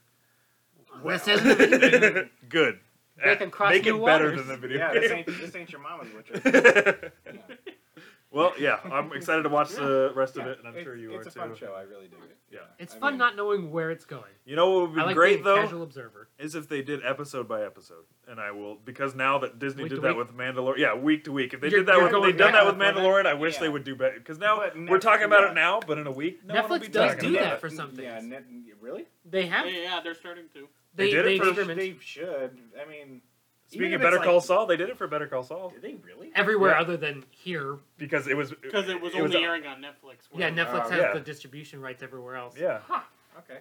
B: this isn't a video game.
C: Good.
B: They
C: Eh,
B: can cross
C: Make
B: new
C: it better
B: waters.
C: than the video
D: Yeah, this
C: game.
D: ain't, this ain't your mama's witcher. Yeah.
C: well, yeah, I'm excited to watch the rest of
D: Yeah,
C: it, and I'm
D: it's-
C: sure you
D: it's
C: are
D: a fun
C: too.
D: show. I really dig it.
C: Yeah.
B: It's
D: I
B: fun
D: mean,
B: not knowing where it's going.
C: You know what would be
B: I like
C: great
B: being
C: though
B: casual observer.
C: is if they did episode by episode, and I will because now that Disney
B: Week
C: did
B: to
C: that
B: week?
C: with Mandalorian, yeah, week to week. If they
B: You're-
C: did that,
B: you're
C: with,
B: going
C: they done
B: back
C: that with
B: and forth.
C: Mandalorian, I wish
D: Yeah.
C: they would do better because now
D: But
C: we're
D: Netflix-
C: talking about
D: yeah.
C: it now, but in a week, no one will
B: Netflix
C: be
B: does
C: talking
B: do
C: about
B: that
C: it.
B: for some
D: Yeah,
B: things.
D: net, really?
B: They
A: Yeah,
B: have
A: yeah, they're starting to.
B: They,
C: did it
B: they
C: for-
B: experiment.
D: They should. I mean,
C: Speaking
D: even if
C: of Better
D: it's,
C: Call
D: like-
C: Saul, they did it for Better Call Saul
D: Did they really?
B: everywhere
C: Yeah.
B: other than here.
C: because it was
A: because it was only airing on Netflix.
B: Yeah, Netflix
D: Oh,
B: has
C: uh, yeah.
B: the distribution rights everywhere else.
C: Yeah,
D: Huh. Okay.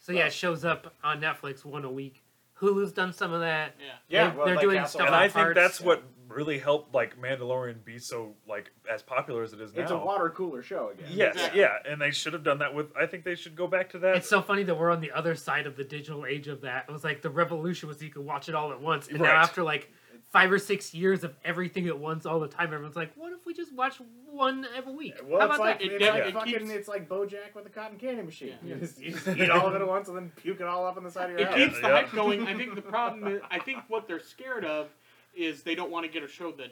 B: So yeah,
D: Wow.
B: it shows up on Netflix one a week. Hulu's done some of that.
A: Yeah.
D: Yeah,
B: They're-
D: well,
B: they're
D: like
B: doing
D: Castle
B: stuff
C: and
B: on
C: I think
B: parts.
C: that's what really helped like Mandalorian be so like as popular as it is now.
D: It's a water cooler show again.
C: Yes,
A: Yeah.
C: yeah, and they should have done that with. I think they should go back to that.
B: It's so funny that we're on the other side of the digital age of that. It was like the revolution was you could watch it all at once, and now
C: Right.
B: after like five or six years of everything at once all the time, everyone's like, "What if we just watch one every week?
D: Well,
B: How
D: it's
B: about
D: like,
B: that?"
A: It
D: it's,
A: def-
D: like
A: it
D: fucking,
A: keeps-
D: it's like BoJack with a cotton candy machine.
A: Yeah.
D: You, just, you just eat all of it at once and then puke it all up in the side of your
A: It
D: house.
A: keeps the
C: Yeah.
A: hype going. I think the problem is, I think what they're scared of is they don't want to get a show that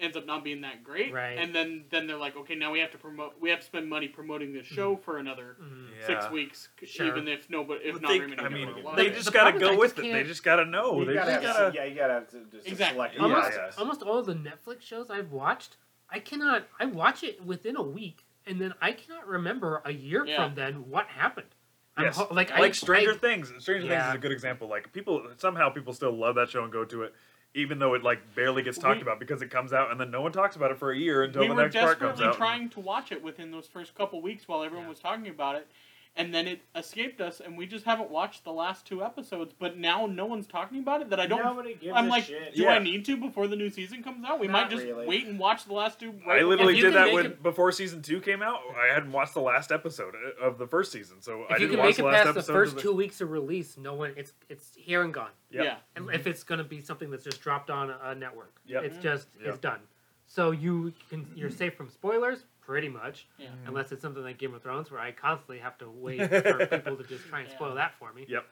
A: ends up not being that great.
B: Right.
A: And then then they're like, okay, now we have to promote, we have to spend money promoting this show for another
B: Mm.
A: six
C: Yeah.
A: weeks, c-
B: Sure.
A: even if nobody, if
C: But
A: not
C: they,
A: very many
C: I mean,
A: people are
C: they
A: watching.
C: just
B: The
C: gotta
B: problem is I just
C: go with it. They
B: can't-
C: just gotta know.
D: You
C: Oh, they
D: gotta
C: just
D: have,
C: gotta.
D: yeah, you gotta have to just
A: Exactly.
D: select.
C: Yeah,
B: almost,
C: yeah.
B: almost all the Netflix shows I've watched, I cannot. I watch it within a week, and then I cannot remember a year
A: Yeah.
B: from then what happened. I'm
C: Yes.
B: ho- like I,
C: Stranger
B: I,
C: Things. Stranger
B: Yeah.
C: Things is a good example. Like people somehow people still love that show and go to it, even though it like barely gets talked
A: We-
C: about because it comes out and then no one talks about it for a year until
A: we
C: the
A: were
C: next part comes
A: desperately
C: out.
A: trying to watch it within those first couple weeks while everyone
B: Yeah.
A: was talking about it. And then it escaped us, and we just haven't watched the last two episodes. But now no one's talking about it. That I don't
D: Nobody gives
A: I'm
D: a
A: like,
D: shit.
A: do
C: Yeah.
A: I need to before the new season comes out? We
D: Not
A: might just
D: really.
A: wait and watch the last two.
C: I
A: right
C: literally
B: If you
C: did
B: can
C: that
B: make
C: when
B: it-
C: before season two came out. I hadn't watched the last episode uh, of the first season, so I
B: if you
C: didn't
B: can
C: watch
B: make
C: the
B: it
C: last
B: past the
C: episode.
B: first
C: of the-
B: two weeks of release, no one. It's it's here and gone.
A: before-
C: Yep.
B: And If it's going to be something that's just dropped on a a network,
C: Mm-hmm. Yep. Mm-hmm.
B: it's just
C: Yep.
B: it's done. So you can you're safe from spoilers, pretty much,
A: Yeah.
C: Mm-hmm.
B: unless it's something like Game of Thrones, where I constantly have to wait for people to just try and
A: Yeah.
B: spoil that for me.
C: Yep.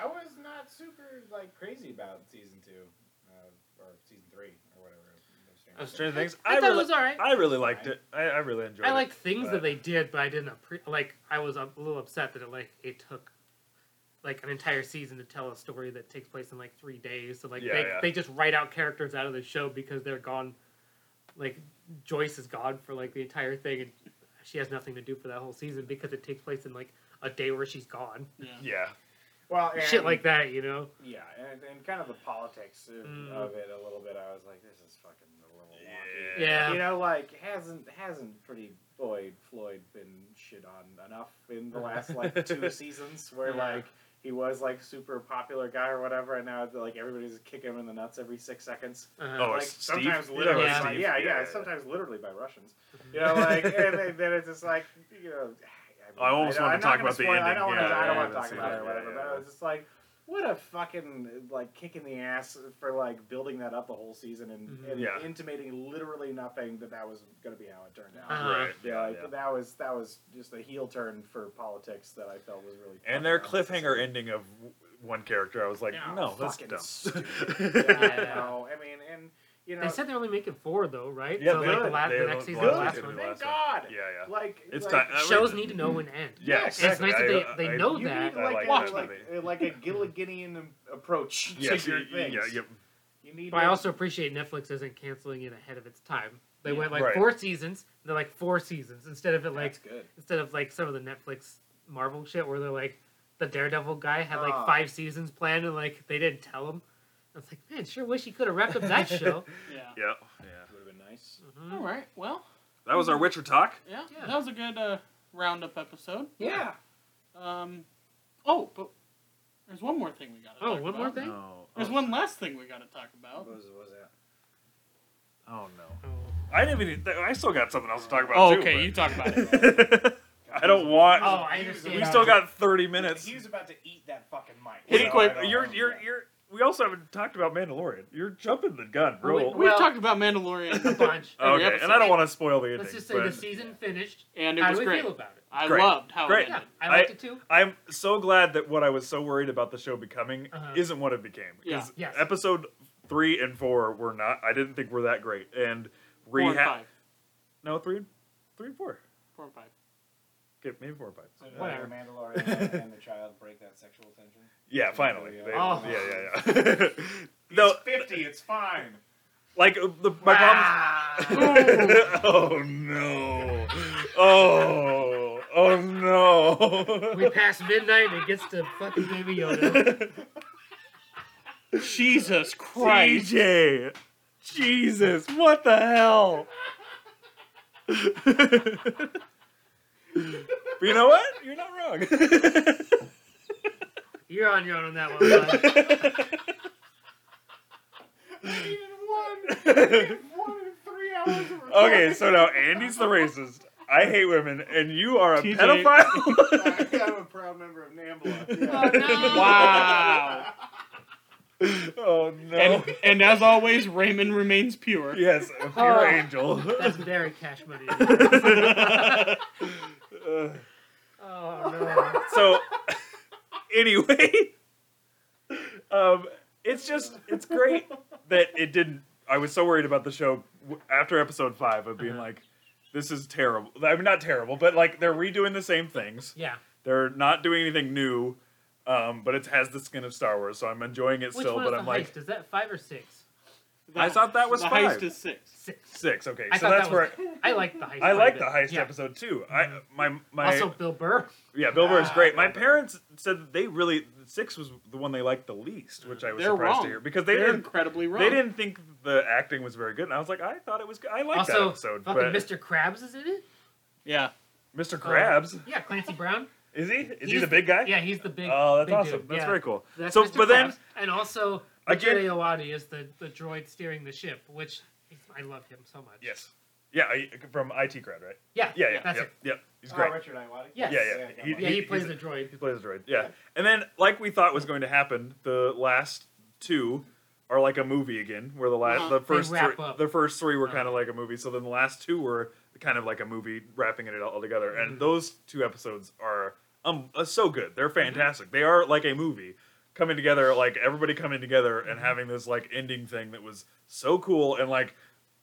D: I was not super like crazy about season two, uh, or season three, or whatever. of Stranger
C: Of
D: Things.
C: Stranger Things.
B: I,
C: I,
B: thought
C: really,
B: it was all right.
C: I really liked it. I, I really enjoyed
B: I
C: it.
B: liked things
C: but-
B: that they did, but I didn't appre- like. I was a little upset that it like it took like an entire season to tell a story that takes place in like three days. So like
C: Yeah,
B: they
C: yeah.
B: they just write out characters out of the show because they're gone. Like Joyce is gone for like the entire thing, and she has nothing to do for that whole season because it takes place in like a day where she's gone.
A: Yeah.
C: Yeah.
D: Well, and,
B: Shit like that, you know.
D: Yeah, and, and kind of the politics of,
B: Mm.
D: of it a little bit. I was like, this is fucking a little wonky.
B: Yeah.
D: You know, like hasn't hasn't pretty boy Floyd been shit on enough in the last like two seasons where
B: Yeah.
D: like he was like super popular guy or whatever, and now like everybody's kicking him in the nuts every six seconds.
B: Uh,
C: Oh,
D: like
C: it's Steve.
D: sometimes
C: You know
D: literally,
B: it's
D: by-
C: Steve.
D: yeah, yeah,
C: Yeah, yeah, yeah.
D: sometimes literally by Russians. You know, like and then, then it's just like you know.
C: I almost
D: know-
C: wanted to talk
D: I'm not gonna
C: about the
D: spoil- I
C: ending.
D: don't want
C: Yeah,
D: to. I
C: yeah,
D: don't
C: I
D: want to
C: haven't
D: talk
C: seen
D: about
C: it.
D: it or
C: Yeah,
D: whatever.
C: yeah,
D: But I
C: yeah.
D: was just like, what a fucking like kick in the ass for like building that up the whole season and,
B: Mhm.
D: and
C: Yeah.
D: intimating literally nothing that that was going to be how it turned out.
B: Uh-huh.
C: Right.
D: Yeah, like,
C: Yeah.
D: that was that was just a heel turn for politics that I felt was really.
C: And their
D: fucking unnecessary.
C: cliffhanger ending of w- one character, I was like,
D: Yeah,
C: no, that's
D: fucking
C: dumb.
D: Yeah,
B: Yeah.
D: no, I mean, and you know,
B: they said they're only making four though, right?
C: Yeah,
B: so
C: they-
B: like the, la-
C: they-
B: the next
C: the
B: season, the
D: good.
C: last
B: last
C: one.
B: one.
D: Thank God.
C: yeah, yeah.
D: Like
C: It's
D: like,
C: time- I
B: Shows
C: read-
B: need to know when to end.
C: Yeah,
D: Yes.
B: And it's
C: exactly.
B: nice that they,
C: I-
B: they
C: I-
B: know
D: You
B: that.
D: need
C: I
D: like,
C: like
D: a,
C: that
D: like, uh, like a Gilliganian um, approach
C: Yes,
D: to
C: you-
D: your
C: you-
D: things.
C: yeah, yep.
D: You need
B: But I
D: to-
B: also appreciate Netflix isn't canceling it ahead of its time. They
A: Yeah.
B: went like
C: Right.
B: four seasons. They're like four seasons instead of it like
D: That's good.
B: instead of like some of the Netflix Marvel shit where they're like the Daredevil guy had like
D: Ah.
B: five seasons planned and like they didn't tell him. I was like, man, sure wish he could have wrapped up that show.
A: Yeah.
C: Yeah, yeah.
D: Would have been nice.
B: Mhm.
A: All right. Well,
C: That was our Witcher talk.
A: yeah,
B: Yeah.
A: That was a good uh, roundup episode.
D: Yeah.
A: Um. Oh, but there's one more thing we got.
B: Oh,
A: talk
B: one
A: about.
B: more thing?
C: No.
A: There's
C: oh,
A: one last thing we got to talk about.
D: What was, what was that?
C: Oh no.
B: Oh.
C: I didn't even. e, I still got something else to talk about.
A: Oh,
C: too,
A: okay.
C: but-
A: You talk about it.
C: I don't want.
B: Oh, I understand.
C: we still got thirty minutes.
D: He was about to eat that fucking mic.
C: Hey,
D: So
C: Quaid,
D: I don't
C: you're
D: know.
C: you're you're. We also haven't talked about Mandalorian. You're jumping the gun, bro.
B: Well,
A: We've
B: Well-
A: talked about Mandalorian
B: a bunch.
A: Oh, every
C: okay,
A: episode.
C: and I don't want to spoil the ending.
B: Let's just say the
C: but
B: season finished.
A: and it
B: How
A: was
B: do we
A: great.
B: feel about it?
A: I
C: Great.
A: loved how
C: Great.
A: it
B: Yeah,
A: ended.
B: I
C: I-
B: liked it too.
C: I'm so glad that what I was so worried about the show becoming
B: Uh-huh.
C: isn't what it became.
A: Yeah.
C: 'Cause
B: Yes.
C: Episode three and four were not. I didn't think were that great. And
A: Four and
C: rehab.
A: five.
C: No, three, and- three and four.
A: Four and five.
C: Okay, maybe four and five.
D: So
B: Whatever.
D: whatever. Mandalorian and the child break that sexual tension.
C: Yeah, finally. They-
B: Oh.
C: Yeah, yeah, yeah. no,
D: He's fifty. It's fine.
C: like uh, the, my problem.
B: Ah.
C: oh no! Oh, Oh no.
B: We pass midnight and it gets to fucking Baby Yoda.
A: Jesus Christ.
C: TJ. Jesus, what the hell? but you know what? You're not wrong.
B: You're on your own on that one. bud.
D: I needed one. I needed one in three hours. Of
C: okay, so now Andy's the racist. I hate women, and you are a
A: TJ.
C: pedophile.
D: recording. I'm a proud member of NAMBLA. Yeah.
A: Wow.
C: oh no.
A: And, and as always, Raymond remains pure.
C: yes, a pure
B: Oh.
C: angel.
B: That's very cash money.
C: Uh,
B: Oh no.
C: so anyway um it's just it's great that it didn't i was so worried about the show w- after episode five of being
B: Uh-huh.
C: like this is terrible i mean not terrible but like they're redoing the same things
B: Yeah.
C: they're not doing anything new um but it has the skin of star wars so i'm enjoying it
B: Which
C: still
B: one is
C: but
B: the
C: i'm
B: heist?
C: like
B: Is that five or six?
A: The-
C: I thought that was
A: the
C: five.
A: heist is six.
B: Six.
C: six okay
B: I
C: so
B: thought
C: that's
B: that
C: where
B: was, I like the heist.
C: i
B: quite a
C: like
B: bit.
C: the heist
B: Yeah. Mm-hmm.
C: episode too i my my
B: Also, Bill Burr.
C: Yeah, Bill Burr's
D: Ah,
C: great. My
D: Bill Burr.
C: parents said that they really six was the one they liked the least, which I was
A: They're
C: surprised
A: wrong.
C: to hear because they
A: They're
C: didn't
A: incredibly wrong.
C: they didn't think the acting was very good, and I was like, I thought it was good. I liked that
B: also,
C: episode,
B: fucking
C: but Mr.
B: Mr. Krabs is in it.
A: Yeah.
C: Krabs
B: Yeah, Clancy Brown.
C: is he? Is he
B: he's-
C: the big guy?
B: Yeah, he's the big.
C: oh, that's
B: big
C: awesome.
B: dude.
C: That's
B: yeah.
C: very cool.
B: That's
C: so,
B: Mr.
C: but then
B: Krabs, and also
C: I get-
B: Jerry Awadi is the the droid steering the ship, which I love him so much.
C: yes, yeah, I, from IT grad, right?
B: Yeah.
C: Yeah, yeah,
B: That's
C: yeah,
B: it.
C: yeah. He's
D: Oh,
C: great.
D: Richard Iwadi.
B: Yes.
C: Yeah, yeah.
D: got
C: He-
D: one.
B: Yeah, he plays
C: he's
B: the droid.
C: He plays a droid. Yeah. And then, like we thought was going to happen, the last two are like a movie again, where the last,
A: Uh-huh.
C: the first,
B: wrap
C: three,
B: up.
C: the first three were kind
B: Uh-huh.
C: of like a movie. So then the last two were kind of like a movie, wrapping it all together. And those two episodes are um uh, so good. They're fantastic. They are like a movie coming together, like everybody coming together and having this like ending thing that was so cool and like.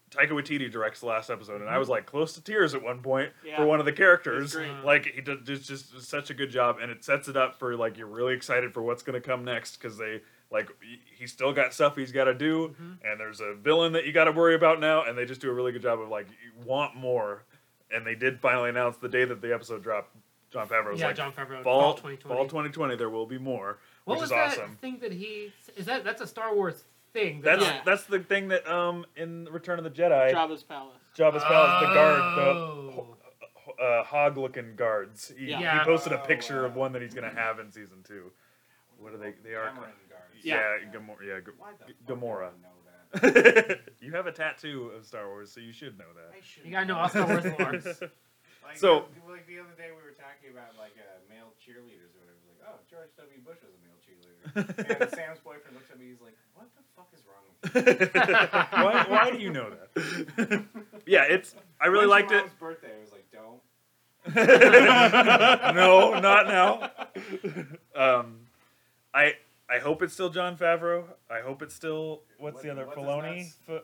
C: Taika Waititi directs the last episode, and I was like close to tears at one point
A: Yeah.
C: for one of the characters.
A: He's great.
C: Like he does does just does such a good job, and it sets it up for like you're really excited for what's gonna come next because they like he- he's still got stuff he's got to do,
B: Mm-hmm.
C: and there's a villain that you got to worry about now, and they just do a really good job of like you want more, and they did finally announce the day that the episode dropped. John Favreau was
B: Yeah,
C: like
B: John Favreau.
C: fall,
B: Fall 2020.
C: fall 2020, there will be more,
B: What
C: which
B: was
C: is
B: that
C: awesome.
B: thing that he is that? That's a Star Wars thing. that-
C: That's
A: Yeah.
C: that's the thing that um in Return of the Jedi,
A: Jabba's palace.
C: Jabba's palace, the guard, the
B: Oh.
C: uh, hog looking guards. He,
A: Yeah.
C: he
B: Yeah.
C: posted a
D: Oh,
C: picture of
D: wow.
C: one that he's going to have in season two. What are they? They are.
D: Cameron Guards.
C: Yeah,
A: Yeah.
C: Gamora. Yeah, Ga-
D: Why the fuck
C: Gamora.
D: do I know that?
C: you have a tattoo of Star Wars, so you should know
D: I should
B: You gotta know all Star Wars lore.
C: that.
D: Like,
C: So-
D: uh, like the other day, we were talking about like uh, male cheerleaders or whatever. Like, oh, George W. Bush was a male cheerleader. and Sam's boyfriend looks at me. He's like, "What the fuck is wrong with you?"
C: why, why do you know that? yeah, it's. I really
D: When's
C: liked
D: your
C: it.
D: mom's Birthday. I was like, "Don't."
C: no, not now. Um, I I hope it's still John Favreau. I hope it's still what's
D: What-
C: the other
D: what's his
C: Filoni?
D: nuts?
C: F-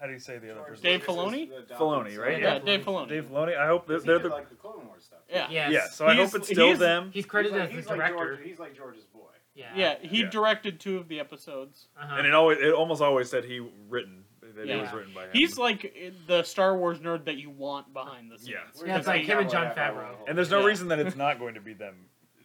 C: how do you say the other
D: George
C: person?
A: Dave
D: Lucas
A: Filoni?
D: is the Dolphin
C: Filoni,
D: Son.
C: right?
A: Yeah,
B: Yeah.
A: Dave Filoni.
C: Dave Filoni. I hope they're,
D: He
C: they're
D: did,
C: the
D: like the Clone Wars stuff.
A: Yeah.
B: Yes.
C: yeah. So I
A: He's-
C: hope it's still
A: he's-
C: them.
B: He's
D: He's
B: credited
D: like,
B: as
D: he's
B: the
D: like
B: director.
D: George, he's like George's boy.
B: yeah.
A: Yeah, he
C: Yeah.
A: directed two of the episodes.
B: Uh-huh.
C: And it always it almost always said he written that it
A: Yeah.
C: was written by him.
A: He's like eh, the Star Wars nerd that you want behind the scenes.
C: Yeah.
D: We're
B: Yeah, it's
D: just
B: like
D: hanging
B: him
D: out
B: and Jon
D: with that
B: Favreau.
D: guy.
C: and there's no
A: Yeah.
C: reason that it's not going to be them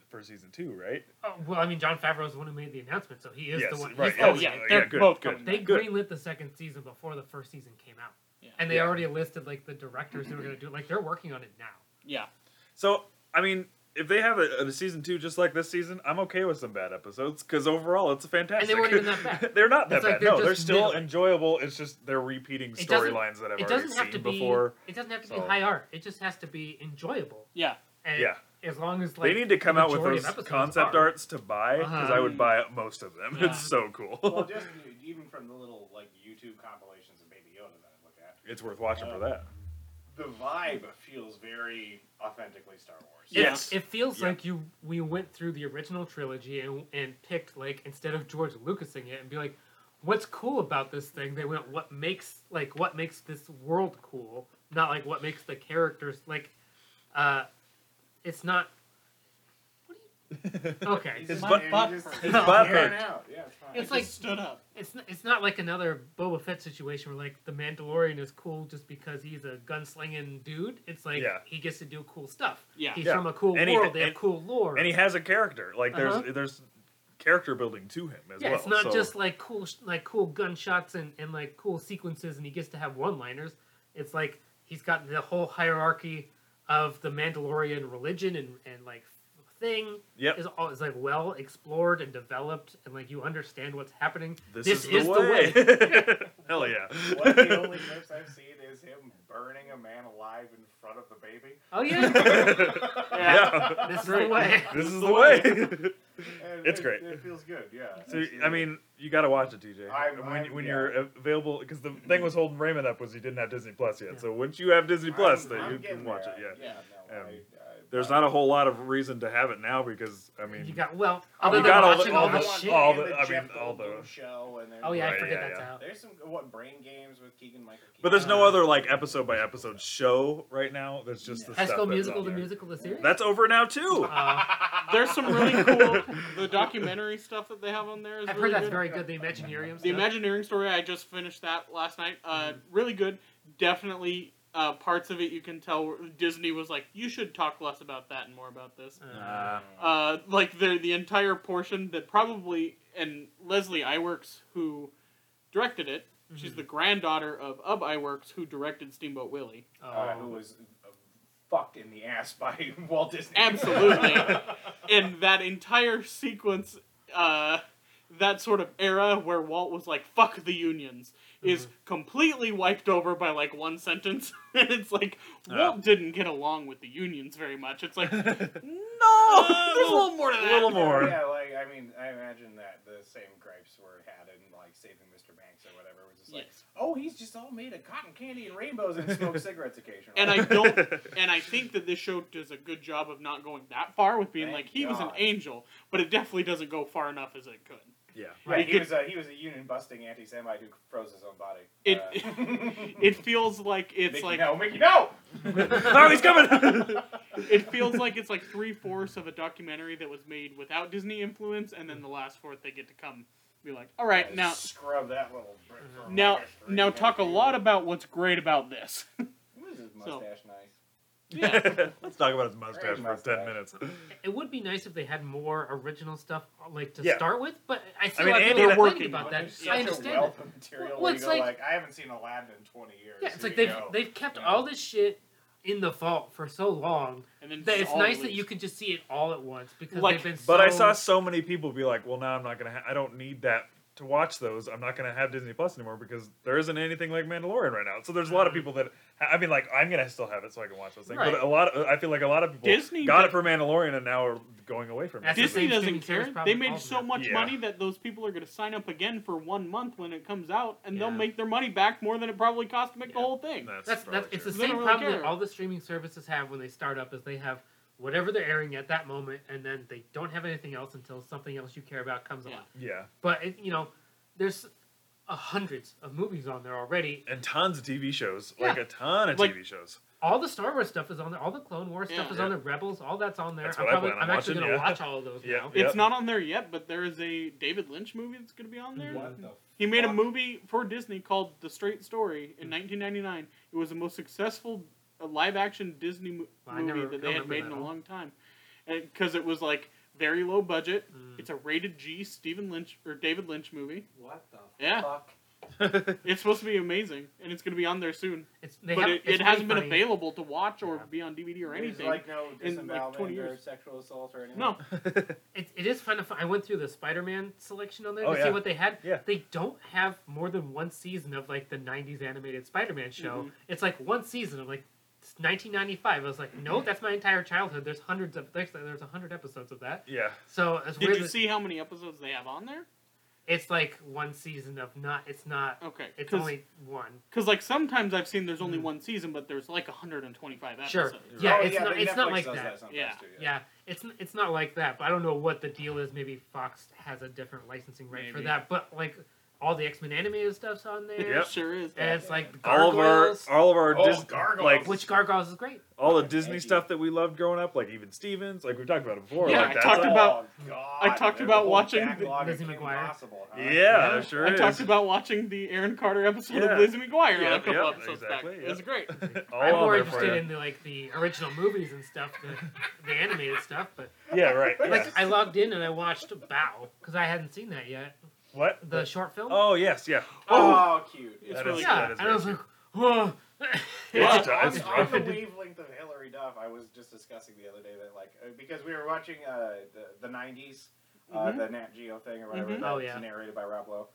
C: for season two, right?
B: oh, well, I mean, John Favreau's the one who made the announcement, so he is
C: yes,
B: the one.
C: right.
B: he's the
A: Oh,
B: one-
A: yeah,
C: yes,
A: they're
C: good,
A: both
C: good.
A: coming
B: They
C: Good.
B: greenlit the second season before the first season came out,
A: Yeah.
B: and they
C: Yeah.
B: already listed like the directors who are gonna do it. Like they're working on it now.
A: Yeah.
C: So I mean, if they have a, a season two just like this season, I'm okay with some bad episodes because overall it's fantastic.
B: weren't even that bad.
C: they're not that
B: It's like
C: bad.
B: they're
C: no, they're
B: just
C: still
B: middling.
C: enjoyable. It's just they're repeating
B: It doesn't-
C: storylines that I've
B: it
C: already
B: doesn't
C: seen
B: have to be.
C: before.
B: It doesn't have to be
C: so-
B: high art. It just has to be enjoyable.
A: Yeah.
B: And
C: Yeah.
B: As long as like
C: they need to come
B: the
C: out with
B: majority of
C: those
B: episodes
C: concept
B: are.
C: arts to buy because
B: Uh-huh.
C: I would buy most of them.
B: Yeah.
C: It's so cool.
D: Well, just even from the little like YouTube compilations of Baby Yoda that I look at,
C: it's worth watching for that.
D: the vibe feels very authentically Star Wars.
B: It-
C: Yes.
B: It, feels
C: Yeah.
B: like you we went through the original trilogy and and picked like instead of George Lucasing it and be like, what's cool about this thing? They went what makes like what makes this world cool, not like what makes the characters like. uh It's not. What do you Okay.
C: His
D: fine,
C: butt-
D: and
E: butt
D: he just-
E: hurt.
D: he's
C: His butt
D: tearing
C: hurt.
D: out. Yeah, it's fine.
B: It's
A: I
B: like-
A: just stood up.
B: It's n- it's not like another Boba Fett situation where like the Mandalorian is cool just because he's a gunslinging dude. It's like
C: Yeah.
B: he gets to do cool stuff.
A: Yeah.
B: he's
C: Yeah.
B: from a cool
C: And he-
B: world. they have
C: and-
B: cool lore.
C: and he has a character. Like there's
B: Uh-huh.
C: there's character building to him as
B: yeah,
C: well.
B: it's not
C: so-
B: just like cool sh- like cool gunshots and and like cool sequences, and he gets to have one liners. It's like he's got the whole hierarchy of the Mandalorian religion and and like thing
C: Yep.
B: is all is like well explored and developed, and like you understand what's happening.
C: This,
B: this
C: is, the
B: is the
C: way. Hell yeah.
D: One of the only clips I've seen is him burning a man alive in front of the baby.
B: Oh yeah,
C: yeah.
B: this is the
A: Right.
B: way.
C: This is the way.
D: And
C: It's
D: it-
C: great.
D: It feels good, yeah.
C: So
D: absolutely.
C: I mean, you got to watch it, DJ.
D: I'm-
C: when
D: I'm-
C: when
D: yeah.
C: you're available, because the thing was holding Raymond up was he didn't have Disney Plus yet.
B: Yeah.
C: So once you have Disney
D: I'm-
C: Plus, then
D: I'm
C: you
D: getting
C: can watch
D: there.
C: it. Yeah.
D: no,
C: Um,
D: I- I-
C: There's
D: I-
C: not a whole lot of reason to have it now because I mean,
B: You got well.
D: Oh,
B: Other
D: we
B: than
D: got
C: all
B: watching
C: the-
B: all,
C: all
B: the,
C: the-
B: shit.
C: all
D: and
C: the- I
D: Jeff
C: mean, all the-
D: Goldblum show and then
B: Oh yeah, I
C: Right,
B: forget
C: yeah,
B: that's
C: yeah.
B: out.
D: There's some what brain games with Keegan Michael.
C: but there's no other like episode by episode show right now. There's just the
B: High
C: stuff
B: School
C: that's
B: Musical,
C: on
B: the
C: there.
B: musical, the series.
C: That's over now too.
B: Uh,
A: There's some really cool the documentary stuff that they have on there. Is
B: I've
A: really
B: heard that's
A: good.
B: very good. The Imaginarium.
A: The
B: stuff.
A: Imagineering story, I just finished that last night. Uh,
C: Mm-hmm.
A: Really good. Definitely uh, parts of it you can tell Disney was like, you should talk less about that and more about this.
B: Uh,
A: Uh, like the the entire portion that probably and Leslie Iwerks who directed it. She's
B: Mhm.
A: the granddaughter of Ub Iwerks who directed Steamboat Willie.
D: uh, who
B: oh.
D: was uh, fucked in the ass by Walt Disney.
A: Absolutely. and that entire sequence, uh, that sort of era where Walt was like, fuck the unions, is completely wiped over by like one sentence. and it's like, Walt didn't get along with the unions very much. It's like, no! there's a little more to
C: Uh, a
A: that.
C: little more.
D: Yeah, like I mean, I imagine that the same gripes were had in like Saving Mr. Banks or whatever. It was just like,
A: Yes.
D: oh, he's just all made of cotton candy and rainbows and smokes cigarettes occasionally.
A: And I don't, and I think that this show does a good job of not going that far with being
D: Thank
A: like he was an
D: God.
A: angel, but it definitely doesn't go far enough as it could.
C: Yeah.
D: Right,
A: We
D: he
A: could-
D: was a he was a union busting anti Semite who froze his own body.
A: It-
D: uh,
A: It feels like it's
D: Mickey,
A: like
D: no, Mickey, no.
C: oh, he's coming.
A: it feels like it's like three fourths of a documentary that was made without Disney influence, and then the last fourth they get to come be like, all right, now, Mhm.
D: scrub that little. brick from
A: now,
D: my history,
A: now talk a
D: Mickey.
A: lot about what's great about this.
D: Ooh, his
A: so-
D: mustache nice.
A: yeah,
C: Let's talk about his mustache for
D: mustache.
C: ten minutes.
B: It would be nice if they had more original stuff like to
C: Yeah.
B: start with, but I see
C: I mean,
B: why people
C: Andy-
B: are
C: They're
B: complaining
A: working
B: about
A: on
B: that.
A: it.
D: Such
B: I
D: a
B: understand.
D: wealth
B: That.
D: of material.
B: Well,
D: where you
B: it's
D: go, like,
B: like-
D: I haven't seen Aladdin in twenty years.
B: Yeah, it's
D: Here
B: like
D: you
B: they've
D: go.
B: they've kept
D: Yeah.
B: all this shit in the vault for so long
A: and then
B: that
A: just
B: it's
A: all
B: nice that
A: leaves.
B: you can just see it all at once because
A: Like-
B: they've been.
C: But
B: so...
C: I saw so many people be like, "Well, now I'm not gonna. Ha- I don't need that to watch those. I'm not gonna have Disney Plus anymore because there isn't anything like Mandalorian right now." So there's a lot of people that I mean, like I'm gonna still have it so I can watch those things. But
B: Right.
C: a lot, of, I feel like a lot of people
A: Disney
C: got
A: did-
C: it for Mandalorian and now are going away from it.
B: That's the
A: Disney
B: same
A: doesn't
B: streaming service
A: care. They
B: problem
A: made
B: caused
A: so
B: that.
A: much
C: Yeah.
A: money that those people are going to sign up again for one month when it comes out, and they'll
B: Yeah.
A: make their money back more than it probably cost to make the
C: Yeah.
A: whole thing.
B: That's,
C: probably
B: that's it's the
C: true.
A: They don't
B: same
A: really
B: problem
A: care.
B: that all the streaming services have when they start up is they have whatever they're airing at that moment, and then they don't have anything else until something else you care about comes
A: Yeah.
B: on.
C: yeah,
B: But it, you know, there's uh, hundreds of movies on there already.
C: and tons of TV shows,
B: Yeah.
C: like a ton of
A: Like-
C: TV shows.
B: All the Star Wars stuff is on there. All the Clone Wars stuff
A: Yeah.
B: is on there. Rebels, all that's on there.
C: That's
B: I'm,
C: what I
B: probably,
C: plan on
B: I'm actually
C: watching,
B: gonna
C: yeah.
B: watch all of those
C: Yeah.
B: now.
C: Yeah.
A: It's not on there yet, but there is a David Lynch movie that's going to be on there.
D: What the
A: He made a
D: fuck?
A: movie for Disney called The Straight Story in 1999. It was the most successful uh, live-action Disney mo-
B: Well, I
A: movie
B: never-
A: that
B: I
A: they had
B: remember
A: made in
B: that
A: a
B: one.
A: long time, because it was like very low budget.
B: Mm.
A: It's a rated G Stephen Lynch or David Lynch movie.
E: What the
A: Yeah.
E: fuck?
A: It's supposed to be amazing, and it's going to be on there soon.
B: It's, they
A: but
B: have,
A: it,
B: it's
A: it hasn't
B: really
A: been
B: funny.
A: available to watch or
B: Yeah.
A: be on DVD or
D: There's,
A: anything.
D: Like no
A: in, like,
D: disembowelment
A: 20
D: or
A: years.
D: sexual assault or anything. Oh,
A: no,
B: It, it is kind of fun. I went through the Spider-Man selection on there
C: Oh,
B: to
C: yeah.
B: see what they had.
C: Yeah.
B: They don't have more than one season of like the '90s animated Spider-Man show.
A: Mhm.
B: It's like one season of like it's 1995. I was like, no, that's my entire childhood. There's hundreds of there's there's a hundred episodes of that.
C: Yeah,
B: So it's
A: did
B: weird
A: you
B: that-
A: see how many episodes they have on there?
B: It's like one season of not. It's not.
A: Okay,
B: It's
A: cause,
B: only one.
A: 'cause, like sometimes I've seen there's only
B: Mhm.
A: one season, but there's like 125 episodes.
B: Sure.
C: Right.
B: Yeah,
D: Oh,
B: it's not.
D: the
B: It's not
D: Netflix
B: like
D: does
B: that.
D: sometimes
A: Yeah.
D: too,
B: Yeah, it's n- it's not like that. But I don't know what the deal is. Maybe Fox has a different licensing right for
A: Maybe.
B: that. But like all the X Men animated stuff's on there.
C: Yep.
A: Sure is.
B: And it's like the
C: all of our
B: gargoyles,
C: all of our
D: Oh,
C: Dis-
D: Gargoyles.
C: like
B: which gargoyles is great.
C: all the
D: Fucking
C: Disney
D: edgy.
C: stuff that we loved growing up, like even Stevens, like we talked about it before.
A: Yeah,
C: like
A: I
C: that's
A: talked
C: all-
A: about-
D: Oh, God,
A: I talked
D: there's a
A: about
D: whole
A: watching
D: backlog
B: Lizzie
D: of Kim
B: McGuire.
D: Possible, huh?
C: Yeah,
B: Yeah.
C: there sure
A: I
C: is.
A: talked about watching the Aaron Carter episode
C: Yeah.
A: of Lizzie McGuire on a
C: Yep,
A: couple
C: yep,
A: episodes
C: exactly,
A: back.
C: yep.
A: It was great.
C: all
B: I'm
C: on
B: more
C: there for
B: interested
C: ya.
B: in the like the original movies and stuff, the, the animated stuff. But
C: Yeah, right. Yeah.
B: like I logged in and I watched Bow because I hadn't seen that yet.
C: what?
B: The short film.
C: Oh yes, yeah.
D: Oh, cute.
A: It's
C: That
A: really
C: is-
A: good.
B: yeah,
C: that is
B: and I was
C: very
B: like, whoa.
A: Yeah,
C: It's a-
D: on,
C: it's
D: on
C: rough.
D: the wavelength of Hillary Duff, I was just discussing the other day that like uh, because we were watching uh, the the '90s, uh,
A: Mhm.
C: Mm-hmm.
D: the Nat Geo thing or whatever,
A: Mhm.
D: that
B: Oh,
D: was
B: yeah.
D: narrated by Rob Lowe,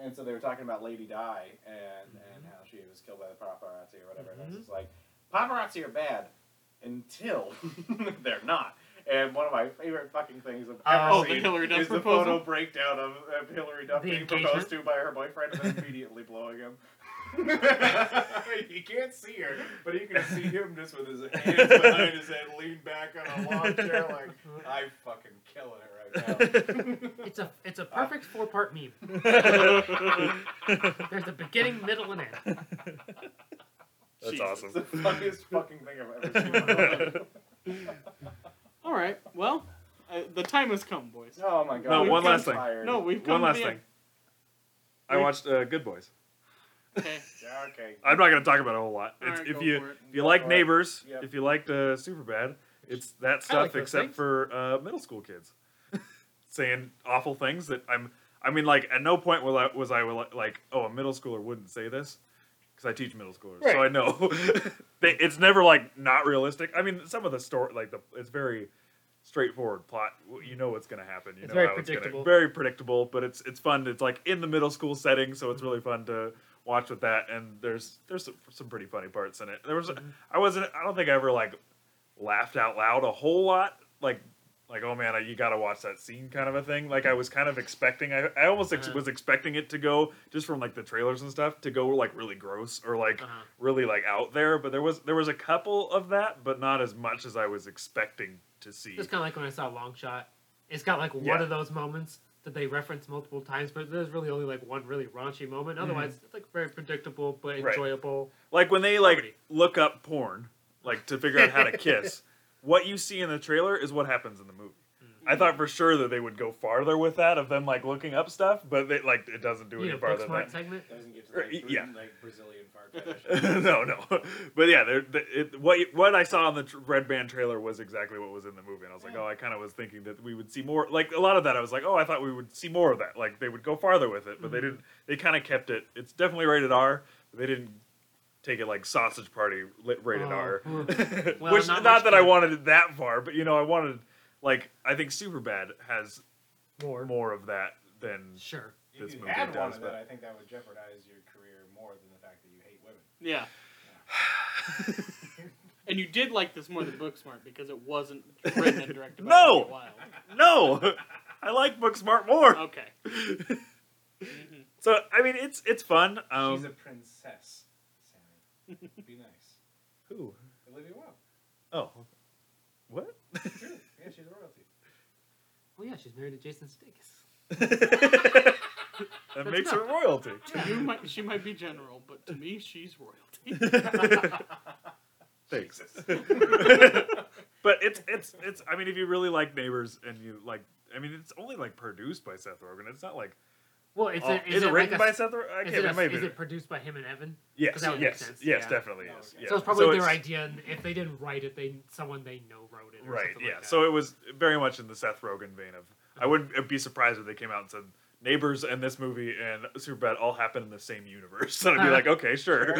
D: and so they were talking about Lady Di and
C: Mm-hmm.
D: and how she was killed by the paparazzi or whatever. And I was
B: Mhm.
D: just like, paparazzi are bad until they're not. And one of my favorite fucking things I've ever
B: Oh,
A: the
D: seen
A: Hillary Duff
D: is the
A: proposal?
D: photo breakdown of, of Hillary Duff
B: The
D: being proposed
B: engagement?
D: to by her boyfriend and then immediately blowing him. you can't see her, but you can see him just with his hands behind his head, leaned back on a lawn chair, like I'm fucking killing it right now.
B: It's a it's a perfect four part meme. There's a beginning, middle, and end.
C: That's
A: Jesus.
D: it's the
C: awesome.
D: funniest fucking thing I've ever seen. in my life.
A: All right. Well, I, the time has come, boys.
D: Oh my god!
C: No,
D: I'm
A: one last
C: thing.
D: tired.
A: No, we've
C: One
A: come to
C: last
A: the
C: thing.
A: end.
C: I watched uh, Good Boys.
A: Okay.
D: Yeah, okay.
C: I'm not going to talk about it a whole lot.
A: All
C: It's,
A: right,
C: if
A: go
C: you
A: for it.
C: if you like
D: Alright.
C: Neighbors,
D: Yep.
C: if you liked uh, Superbad, it's that stuff
B: those
C: except
B: things.
C: for uh, middle school kids saying awful things that I'm. I mean, like at no point was I was I like, oh, a middle schooler wouldn't say this because I teach middle schoolers, so
A: Right.
C: I know. they, it's never like not realistic. I mean, some of the story, like the, it's very straightforward plot. You know what's going to happen. You
B: It's
C: know
B: very
C: how
B: predictable.
C: It's gonna, very predictable, but it's it's fun. It's like in the middle school setting, so it's really fun to watch with that. And there's there's some, some pretty funny parts in it. There was
B: Mm-hmm.
C: I wasn't I don't think I ever like laughed out loud a whole lot. Like like oh man, I, you got to watch that scene kind of a thing. Like I was kind of expecting. I I almost ex-
B: Uh-huh.
C: was expecting it to go just from like the trailers and stuff to go like really gross or like
B: Uh-huh.
C: really like out there. But there was there was a couple of that, but not as much as I was expecting to see.
B: Just kind of like when I saw Long Shot. It's got like one
C: Yeah.
B: of those moments that they reference multiple times, but there's really only like one really raunchy moment. Otherwise, it's like very predictable but
C: Mm-hmm. Right.
B: enjoyable.
C: Like when they like
B: Comedy.
C: look up porn, like to figure out how to kiss, what you see in the trailer is what happens in the movie.
B: Mm.
C: I thought for sure that they would go farther with that of them like looking up stuff, but they, like it doesn't do
B: you
C: any
B: know,
C: farther than
B: Booksmart
C: that.
B: segment.
D: Doesn't get to
C: Right,
D: like,
C: er, yeah.
D: like Brazilian fart fetish.
C: no, no, but yeah, there. the- It, what what I saw on the tr- Red Band trailer was exactly what was in the movie, and I was like, oh, I kind of was thinking that we would see more. Like a lot of that, I was like, oh, I thought we would see more of that. Like they would go farther with it, but
B: Mm-hmm.
C: they didn't. They kind of kept it. It's definitely rated R. But they didn't take it like Sausage Party li- rated
B: Oh,
C: R.
B: well,
C: Which
B: not
C: not,
B: much
C: that I
B: good.
C: wanted it that far, but you know, I wanted like I think Superbad has
B: More.
C: more of that than
B: Sure.
C: This
D: If you
C: movie
D: had one
C: does,
D: of
C: but-
D: that, I think that would jeopardize your career more than the fact that you hate women.
A: Yeah. and you did like this more than Booksmart because it wasn't written and directed by
C: No!
A: Olivia Wilde.
C: No. I like Booksmart more.
A: Okay. Mhm.
C: So I mean, it's it's fun. Um,
D: She's a princess, Sammy. Be nice.
C: who?
D: Olivia Wilde.
C: Oh, what?
D: Sure. Yeah, she's royalty.
B: Well, yeah, she's married to Jason Statham.
C: that makes her royalty.
A: To you, might, she might be general, but to me, she's royalty.
C: Thanks. but it's it's it's. I mean, if you really like Neighbors and you like, I mean, it's only like produced by Seth Rogen. It's not like
B: Well, it's
C: all-
B: a, is,
C: Oh, is, it,
B: like
C: written
B: a-
C: by Seth Rogen? I
B: Is
C: can't.
B: it,
C: It,
B: a,
C: may be.
B: is it produced by him and Evan?
C: yes,
B: 'Cause that would make
C: yes,
B: sense,
C: yes,
B: yeah.
C: definitely
D: Oh,
C: is.
D: okay.
C: Yeah.
B: So it's probably their
C: it's-
B: idea, and if they didn't write it, they someone they know wrote it. Or
C: Right.
B: something
C: Yeah.
B: Like that.
C: So it was very much in the Seth Rogen vein of. I wouldn't be surprised if they came out and said Neighbors and this movie and Superbad all happen in the same universe. And I'd be like, okay, sure.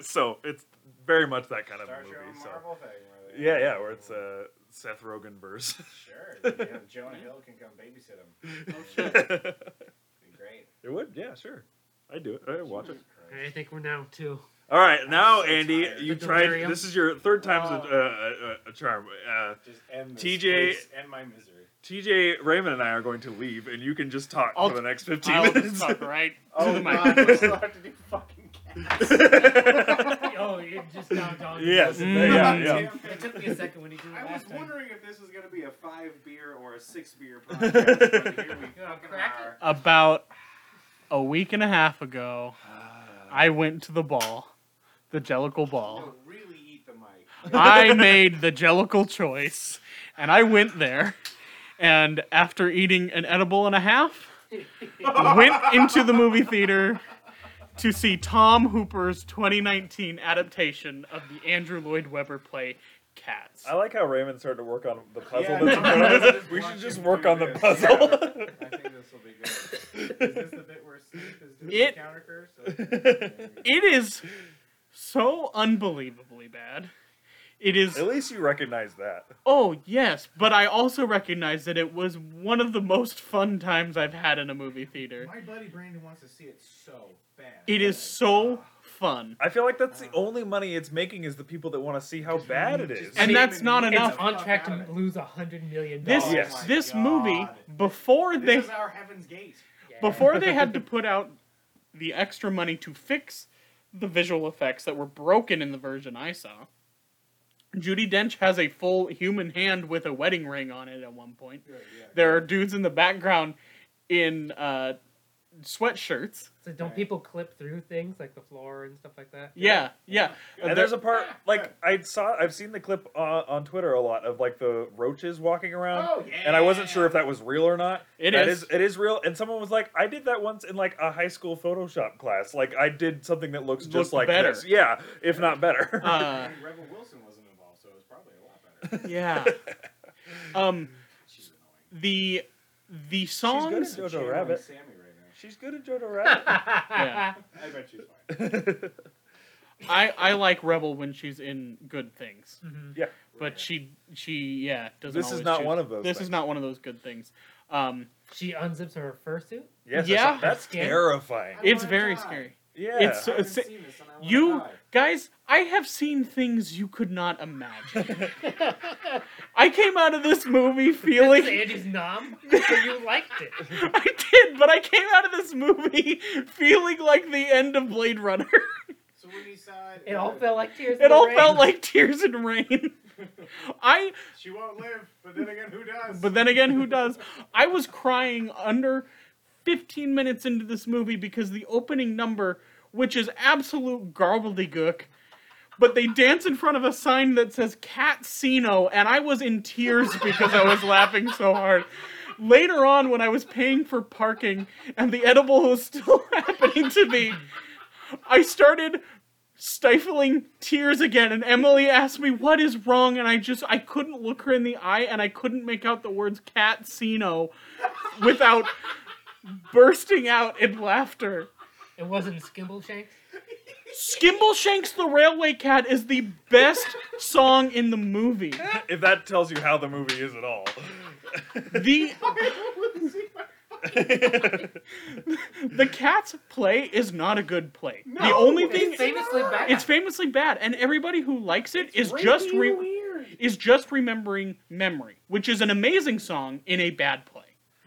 C: so it's very much that kind of
D: Start
C: a
D: your own
C: movie. So
D: Marvel thing. Where they
C: yeah, yeah, where it's uh, Seth Rogen verse.
D: Sure. then you have Jonah Hill can come babysit him.
A: Oh, shit.
C: it
D: It'd be great.
C: would. Yeah, sure. I'd do it. I'd watch it.
D: Jesus
B: And
D: Christ.
B: I think we're now too.
C: All right, now
D: so
C: Andy,
D: tired.
C: you
B: The
C: tried.
B: delirium.
C: This is your third time's a,
A: Oh.
C: uh, a, a charm. Uh,
D: Just end this,
C: TJ
D: please. End my misery.
C: TJ Raymond and I are going to leave, and you can just talk
A: I'll-
C: for the next 15
A: I'll
C: minutes.
A: just talk right to
D: Oh
A: the
D: my
A: mic.
D: god, we still have to do fucking cats.
B: oh, it just dawned on me.
C: Yes, yeah, yeah.
B: It took me a second when you did it
D: I was
B: last time.
D: wondering if this was going to be a five beer or a six beer podcast, but here we
B: Oh,
D: fucking
B: crack it.
D: are.
A: About a week and a half ago, I went to the ball, the Jellicle ball.
D: No, really eat the mic.
A: I made the Jellicle choice, and I went there. And after eating an edible and a half, went into the movie theater to see Tom Hooper's 2019 adaptation of the Andrew Lloyd Webber play Cats.
C: I like how Raymond started to work on the puzzle.
D: Yeah,
C: that's in
D: no,
C: front of
D: let's
C: us. We should
D: watch
C: just
D: him
C: work
D: do
C: on the
D: this.
C: puzzle.
D: I think this will be good. Is this the bit where sleep is doing
A: It-
D: the counter curse?
A: It is so unbelievably bad. It is
C: At least you recognize that.
A: Oh, yes, but I also recognize that it was one of the most fun times I've had in a movie theater.
D: My buddy Brandon wants to see it so bad.
A: It is so fun.
C: I feel like that's the only money it's making is the people that want to see how bad it is.
A: And that's not enough.
B: It's on track to lose a hundred million
A: This
B: dollars.
C: Yes.
A: this
D: Oh God.
A: movie before
D: This
A: they
D: is our Heaven's Gate.
B: Yeah.
A: before they had to put out the extra money to fix the visual effects that were broken in the version I saw. Judy Dench has a full human hand with a wedding ring on it at one point.
D: Good, yeah.
A: There are dudes in the background in uh, sweatshirts.
B: So don't people clip through things like the floor and stuff like that?
A: Yeah, yeah.
C: And there's a part like I saw, I've seen the clip on, on Twitter a lot of like the roaches walking around,
D: Oh, yeah.
C: and I wasn't sure if that was real or not.
A: It
C: That
A: is.
C: It is real. And someone was like, "I did that once in like a high school Photoshop class. Like I did something that looks just
A: Looked
C: like
A: better.
C: this. Yeah, if not better."
A: Uh,
D: And Rebel Wilson wasn't involved, so it was probably a lot better.
A: yeah. Um,
D: She's annoying.
A: the the songs.
C: Jojo
D: Channeling
C: Rabbit.
D: Sammy right
C: She's good at Jojo Rabbit.
A: Yeah.
D: now. I bet she's fine.
A: I I like Rebel when she's in good things,
B: Mhm.
A: but she she yeah doesn't.
C: This is
A: always
C: not
A: choose-
C: one of those
A: This
C: things.
A: is not one of those good things. Um,
B: She unzips her fursuit.
C: yes,
A: Yeah.
C: yeah, that's
B: Yeah.
C: terrifying.
D: I
A: it's
D: wanna
A: very
D: die.
A: scary.
C: Yeah,
A: It's-
D: I haven't
A: So-
D: seen this and I wanna
A: You
D: die.
A: guys, I have seen things you could not imagine. I came out of this movie
B: That's
A: feeling
B: Andy's nom. So you liked it.
A: I did, but I came out of this movie feeling like the end of Blade Runner.
D: So when you saw it, uh,
B: It all felt like tears. in
A: It
B: the
A: all
B: rain.
A: felt like tears and rain. I
D: She won't live, but then again, who does?
A: But then again, who does? I was crying under 15 minutes into this movie because the opening number, which is absolute garbledygook, but they dance in front of a sign that says Catsino, and I was in tears because I was laughing so hard. Later on, when I was paying for parking and the edible was still happening to me, I started stifling tears again and emily asked me what is wrong and i just i couldn't look her in the eye and i couldn't make out the words cat sino without bursting out in laughter
B: It wasn't Skimbleshanks.
A: skimble shanks the railway cat is the best song in the movie
C: if that tells you how the movie is at all.
A: the the cat's play is not a good play the only thing
B: It's famously bad.
A: it's famously bad and everybody who likes it is
D: Rapey
A: just
D: and
A: re-
D: weird.
A: is just remembering memory, which is an amazing song in a bad play.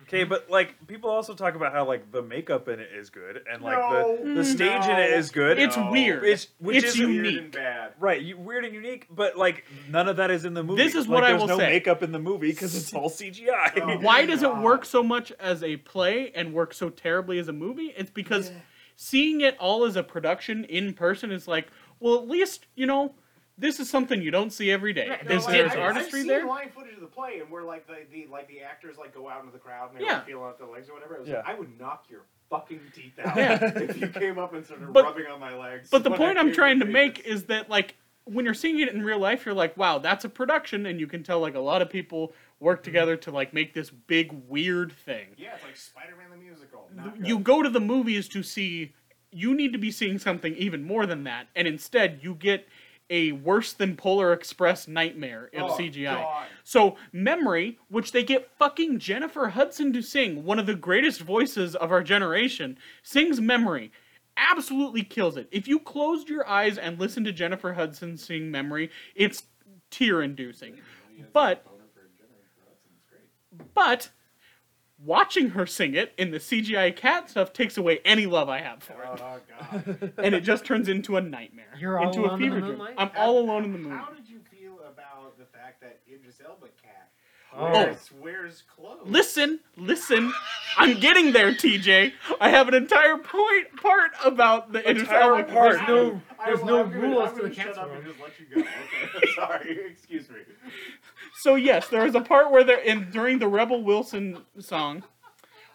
C: Okay, but like people also talk about how like the makeup in it is good and like the,
D: No.
C: the stage in it
D: No.
C: is good.
A: It's
D: No.
A: weird.
C: It's- which
A: It's
C: is
D: Weird
A: unique.
D: and bad.
C: right, you, weird and unique, but like none of that is in the movie.
A: This is
C: Like,
A: what I
C: there's
A: will
C: no
A: say.
C: makeup in the movie because it's all CGI.
D: Oh.
A: Why does it
D: God.
A: work so much as a play and work so terribly as a movie? It's because seeing it all as a production in person is like, well, at least, you know, this is something you don't see every day.
B: Yeah, no,
A: There's,
B: like,
A: there's
B: I-
D: I've
A: artistry
D: seen
A: there.
D: Live footage of the play, and where like the, the like the actors like go out into the crowd and they
A: Yeah.
D: like, feel out their legs or whatever. I was
C: Yeah.
D: like, I would knock your fucking teeth out
A: Yeah.
D: if you came up and started
A: But-
D: rubbing on my legs.
A: But the
D: when
A: point
D: I
A: I'm
D: came
A: trying to
D: see
A: make
D: this.
A: is that, like, when you're seeing it in real life, you're like, wow, that's a production, and you can tell, like, a lot of people work together to, like, make this big, weird thing.
D: yeah, it's like Spider-Man the musical.
A: th-
D: Not good.
A: you go to the movies to see you need to be seeing something even more than that and instead you get a worse than polar express nightmare of
D: Oh,
A: cgi
D: God.
A: so memory which they get fucking jennifer hudson to sing one of the greatest voices of our generation sings memory absolutely kills it if you closed your eyes and listened to jennifer hudson sing memory it's tear inducing but but watching her sing it in the CGI cat stuff takes away any love I have for
D: Oh
A: it,
D: God!
A: and it just turns into a nightmare.
B: You're all
A: into
B: alone in the
A: dream.
B: moonlight?
A: I'm all alone in the moon.
D: How did you feel about the fact that Idris Elba cat Where's, where's Chloe?
A: Listen, listen. I'm getting there, TJ. I have an entire point part about the
C: Entire
A: NFL.
C: part.
A: There's
C: No-
D: I
B: there's
D: will-
B: no
D: I'm gonna-
B: rules
D: I'm
B: to the
D: gonna shut
B: cancel
D: up and
B: room.
D: just let you go. Okay. Sorry, excuse me.
A: So yes, there is a part where there in during the Rebel Wilson song,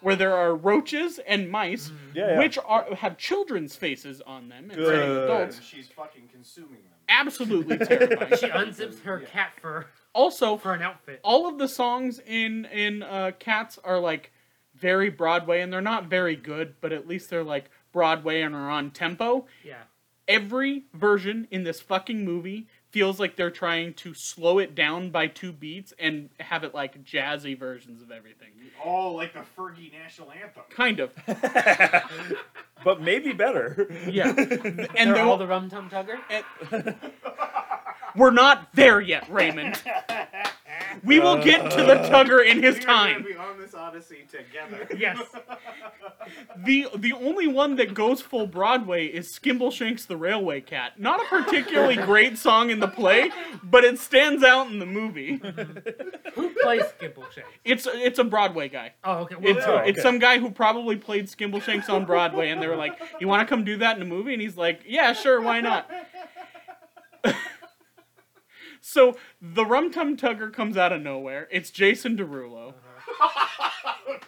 A: where there are roaches and mice,
C: Yeah, yeah.
A: which are have children's faces on them and saying
C: Good.
A: adults.
D: She's fucking consuming them.
A: Absolutely terrifying.
B: She unzips her cat fur
A: Also,
B: for an outfit.
A: all of the songs in in uh, Cats are like very Broadway, and they're not very good, but at least they're like Broadway and are on tempo.
B: Yeah.
A: every version in this fucking movie feels like they're trying to slow it down by two beats and have it like jazzy versions of everything.
D: All like the Fergie national anthem.
A: Kind of.
C: but maybe better.
A: Yeah.
B: And
A: And
B: they're all the
A: though
B: rum tum tugger.
A: we're not there yet, Raymond. We will get to the tugger in his
D: we Are
A: time.
D: gonna be on this odyssey together.
B: Yes.
A: The the only one that goes full Broadway is Skimbleshanks the Railway Cat. Not a particularly great song in the play, but it stands out in the movie. Mm-hmm.
B: Who plays Skimbleshanks?
A: It's it's a Broadway guy.
B: Oh, okay. Well,
A: It's,
C: Oh,
B: no.
C: okay.
A: it's some guy who probably played Skimbleshanks on Broadway, and they were like, "You want to come do that in a movie?" And he's like, "Yeah, sure, why not?" so the Rum Tum Tugger comes out of nowhere. It's Jason Derulo.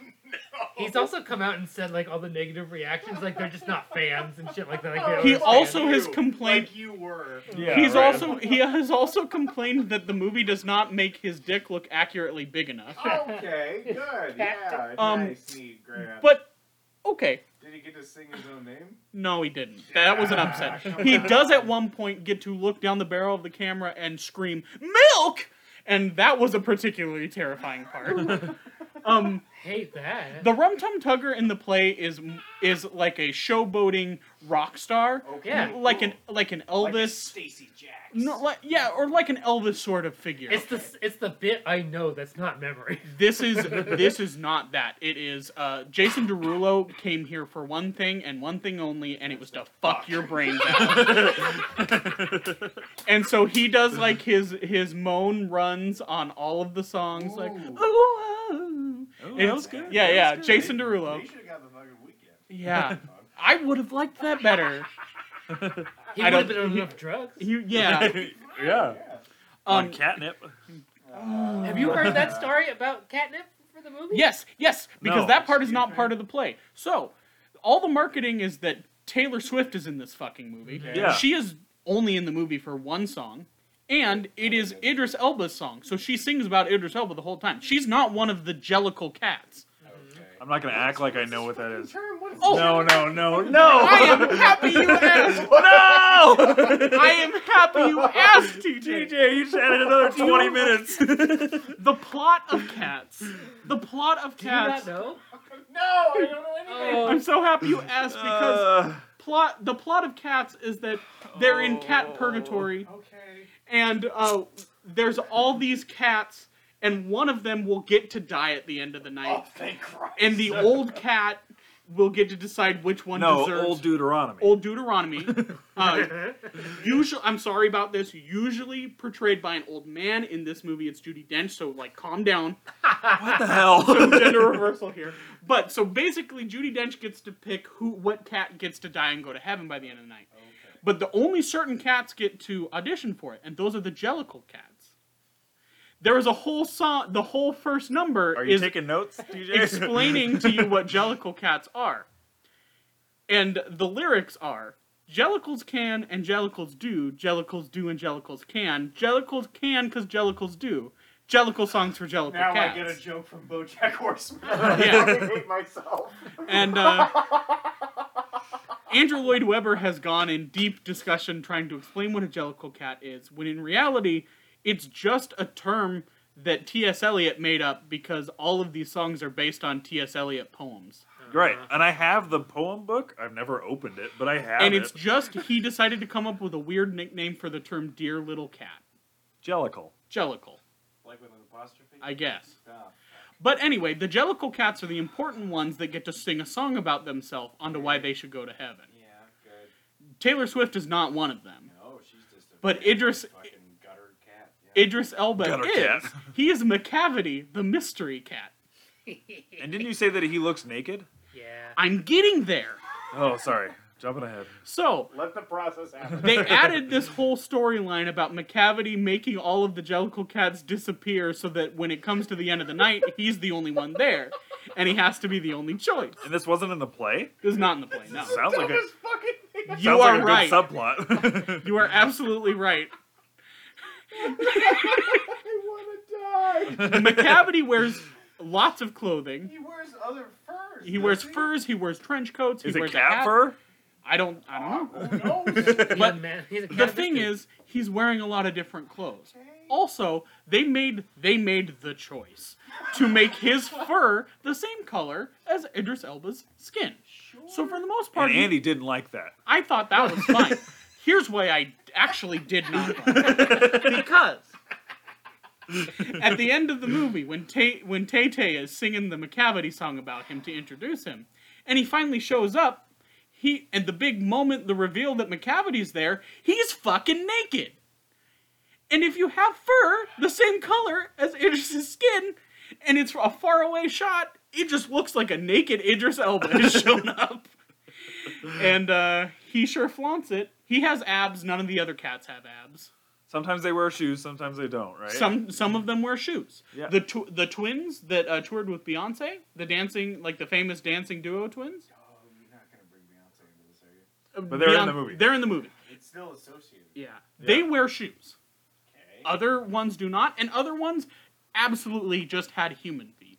B: he's also come out and said like all the negative reactions, like they're just not fans and shit like that. Like, they don't
A: He
B: understand.
A: also has
D: You,
A: complained-
D: Oh, Like you were.
C: Yeah,
A: he's
C: right.
A: also he has also complained that the movie does not make his dick look accurately big enough.
D: Okay, good. Yeah,
A: Um,
D: nice, neat, grand.
A: But okay,
D: Did he get to sing his own name?
A: No, he didn't. That was an upset. He does at one point get to look down the barrel of the camera and scream, "Milk!" And that was a particularly terrifying part. um,
B: hate that.
A: the Rum Tum Tugger in the play is is like a showboating rock star,
D: Okay,
B: Yeah.
A: like an like an
D: like a
A: Elvis,
D: Stacy Jacks.
A: no, like, yeah, or like an Elvis sort of figure.
B: it's the it's the bit I know that's not memory.
A: this is this is not that. It is uh, Jason Derulo came here for one thing and one thing only, and it was to fuck your brains out. and so he does like his his moan runs on all of the songs, like
D: Ooh.
A: oh,
C: Oh,
A: It's-
C: that was good.
A: yeah,
C: That
A: yeah,
C: was good.
A: Jason
D: They
A: Derulo,
D: should have got the fucking weekend.
A: yeah. I would have liked that better.
B: He
A: I
B: would have
A: don't-
B: been on
A: he-
B: enough drugs.
A: You, yeah.
C: yeah.
D: Yeah. Uh,
C: On
A: Um,
C: catnip.
B: Have you heard that story about catnip for the movie?
A: Yes, yes, because
C: No.
A: that part is
D: Excuse
A: not
D: me.
A: part of the play. So, all the marketing is that Taylor Swift is in this fucking movie.
D: Okay.
C: Yeah.
A: She is only in the movie for one song, and it is Idris Elba's song. So she sings about Idris Elba the whole time. She's not one of the Jellicle cats.
D: Okay.
C: I'm not gonna act like I know Mm-hmm. what that
D: Fucking
C: is.
D: Term? What is
A: Oh.
C: No, no, no,
A: I
C: no.
A: am happy you
C: No!
A: asked. I am happy you asked, TJ.
C: DJ, you just added another 20 minutes.
A: The plot of Cats. The plot of
B: Do you not
A: Cats.
B: know?
D: No, I don't know anything.
B: Oh,
A: I'm so happy you asked because
C: Uh,
A: plot the plot of Cats is that they're in
C: Oh.
A: cat purgatory
D: Oh. Okay.
A: and uh, there's all these cats, and one of them will get to die at the end of the night,
D: Oh, thank Christ.
A: and the old cat will get to decide which one
C: no,
A: deserves
C: old Deuteronomy.
A: Old Deuteronomy. uh, usually, I'm sorry about this. Usually portrayed by an old man in this movie, it's Judy Dench. So like, calm down.
C: what the hell?
A: Gender reversal here. But so basically, Judy Dench gets to pick who, what cat gets to die and go to heaven by the end of the night.
D: Okay.
A: But the only certain cats get to audition for it, and those are the Jellicle cats. There is a whole song. The whole first number
C: Are you
A: is
C: taking notes, DJ?
A: explaining to you what Jellicle cats are, and the lyrics are. Jellicles can and Jellicles do. Jellicles do and Jellicles can. Jellicles can because Jellicles do. Jellicle songs for Jellicle
D: Now
A: cats.
D: I get a joke from BoJack Horseman.
A: Yeah.
D: I hate myself.
A: And uh, Andrew Lloyd Webber has gone in deep discussion trying to explain what a jellicle cat is, when in reality, it's just a term that T.S. Eliot made up because all of these songs are based on T.S. Eliot poems.
C: Right, and I have the poem book. I've never opened it, but I have
A: and
C: it.
A: it's just he decided to come up with a weird nickname for the term dear little cat.
C: Jellicle.
A: Jellicle,
D: Like with an apostrophe?
A: I guess.
D: Ah.
A: But anyway, the jellicle cats are the important ones that get to sing a song about themselves onto why they should go to heaven.
D: Yeah, good.
A: Taylor Swift is not one of them.
D: No, she's just a
A: But Idris-
D: fucking gutter cat. Yeah.
A: Idris Elba
C: Gutter
A: is.
C: cat.
A: He is McCavity, the mystery cat.
C: And didn't you say that he looks naked?
B: yeah.
A: I'm getting there.
C: Oh, sorry. Jumping ahead.
A: So
D: Let the process happen.
A: they added this whole storyline about McCavity making all of the Jellicle cats disappear so that when it comes to the end of the night, he's the only one there. And he has to be the only choice.
C: And this wasn't in the play?
A: This is not in the play, no.
C: Sounds like a,
D: Dumbest fucking thing.
A: You
C: sounds
A: are
C: like a good
A: right.
C: subplot.
A: you are absolutely right.
D: I want to die.
A: McCavity wears lots of clothing.
D: He wears other furs.
A: He wears
D: doesn't
A: furs. He wears trench coats. He
C: is it
A: wears
C: cat,
A: a hat.
C: fur?
A: I don't. I don't know.
D: Who knows?
B: He's
A: But
B: a man, he's a
A: The
B: cat of
A: thing
B: history.
A: is, he's wearing a lot of different clothes. Also, they made they made the choice to make his fur the same color as Idris Elba's skin. So for the most part,
C: And Andy didn't like that.
A: I thought that was fine. Here's why I actually did not like it. because at the end of the movie, when Tay when Tay Tay is singing the McCavity song about him to introduce him, and he finally shows up, he and the big moment, the reveal that McCavity's there, he's fucking naked. And if you have fur the same color as Idris's skin, and it's a faraway shot, it just looks like a naked Idris Elba has shown up and uh, he sure flaunts it. He has abs. None of the other cats have abs.
C: Sometimes they wear shoes, sometimes they don't, right?
A: Some some of them wear shoes.
C: Yeah.
A: The tw- the twins that uh, toured with Beyonce, the dancing like the famous dancing duo twins.
D: Oh, you're not gonna bring Beyonce into this area.
A: But
C: they're in the movie.
A: They're in the movie.
D: It's still associated.
A: Yeah.
C: Yeah.
A: They wear shoes.
D: Okay.
A: Other ones do not, and other ones absolutely just had human feet.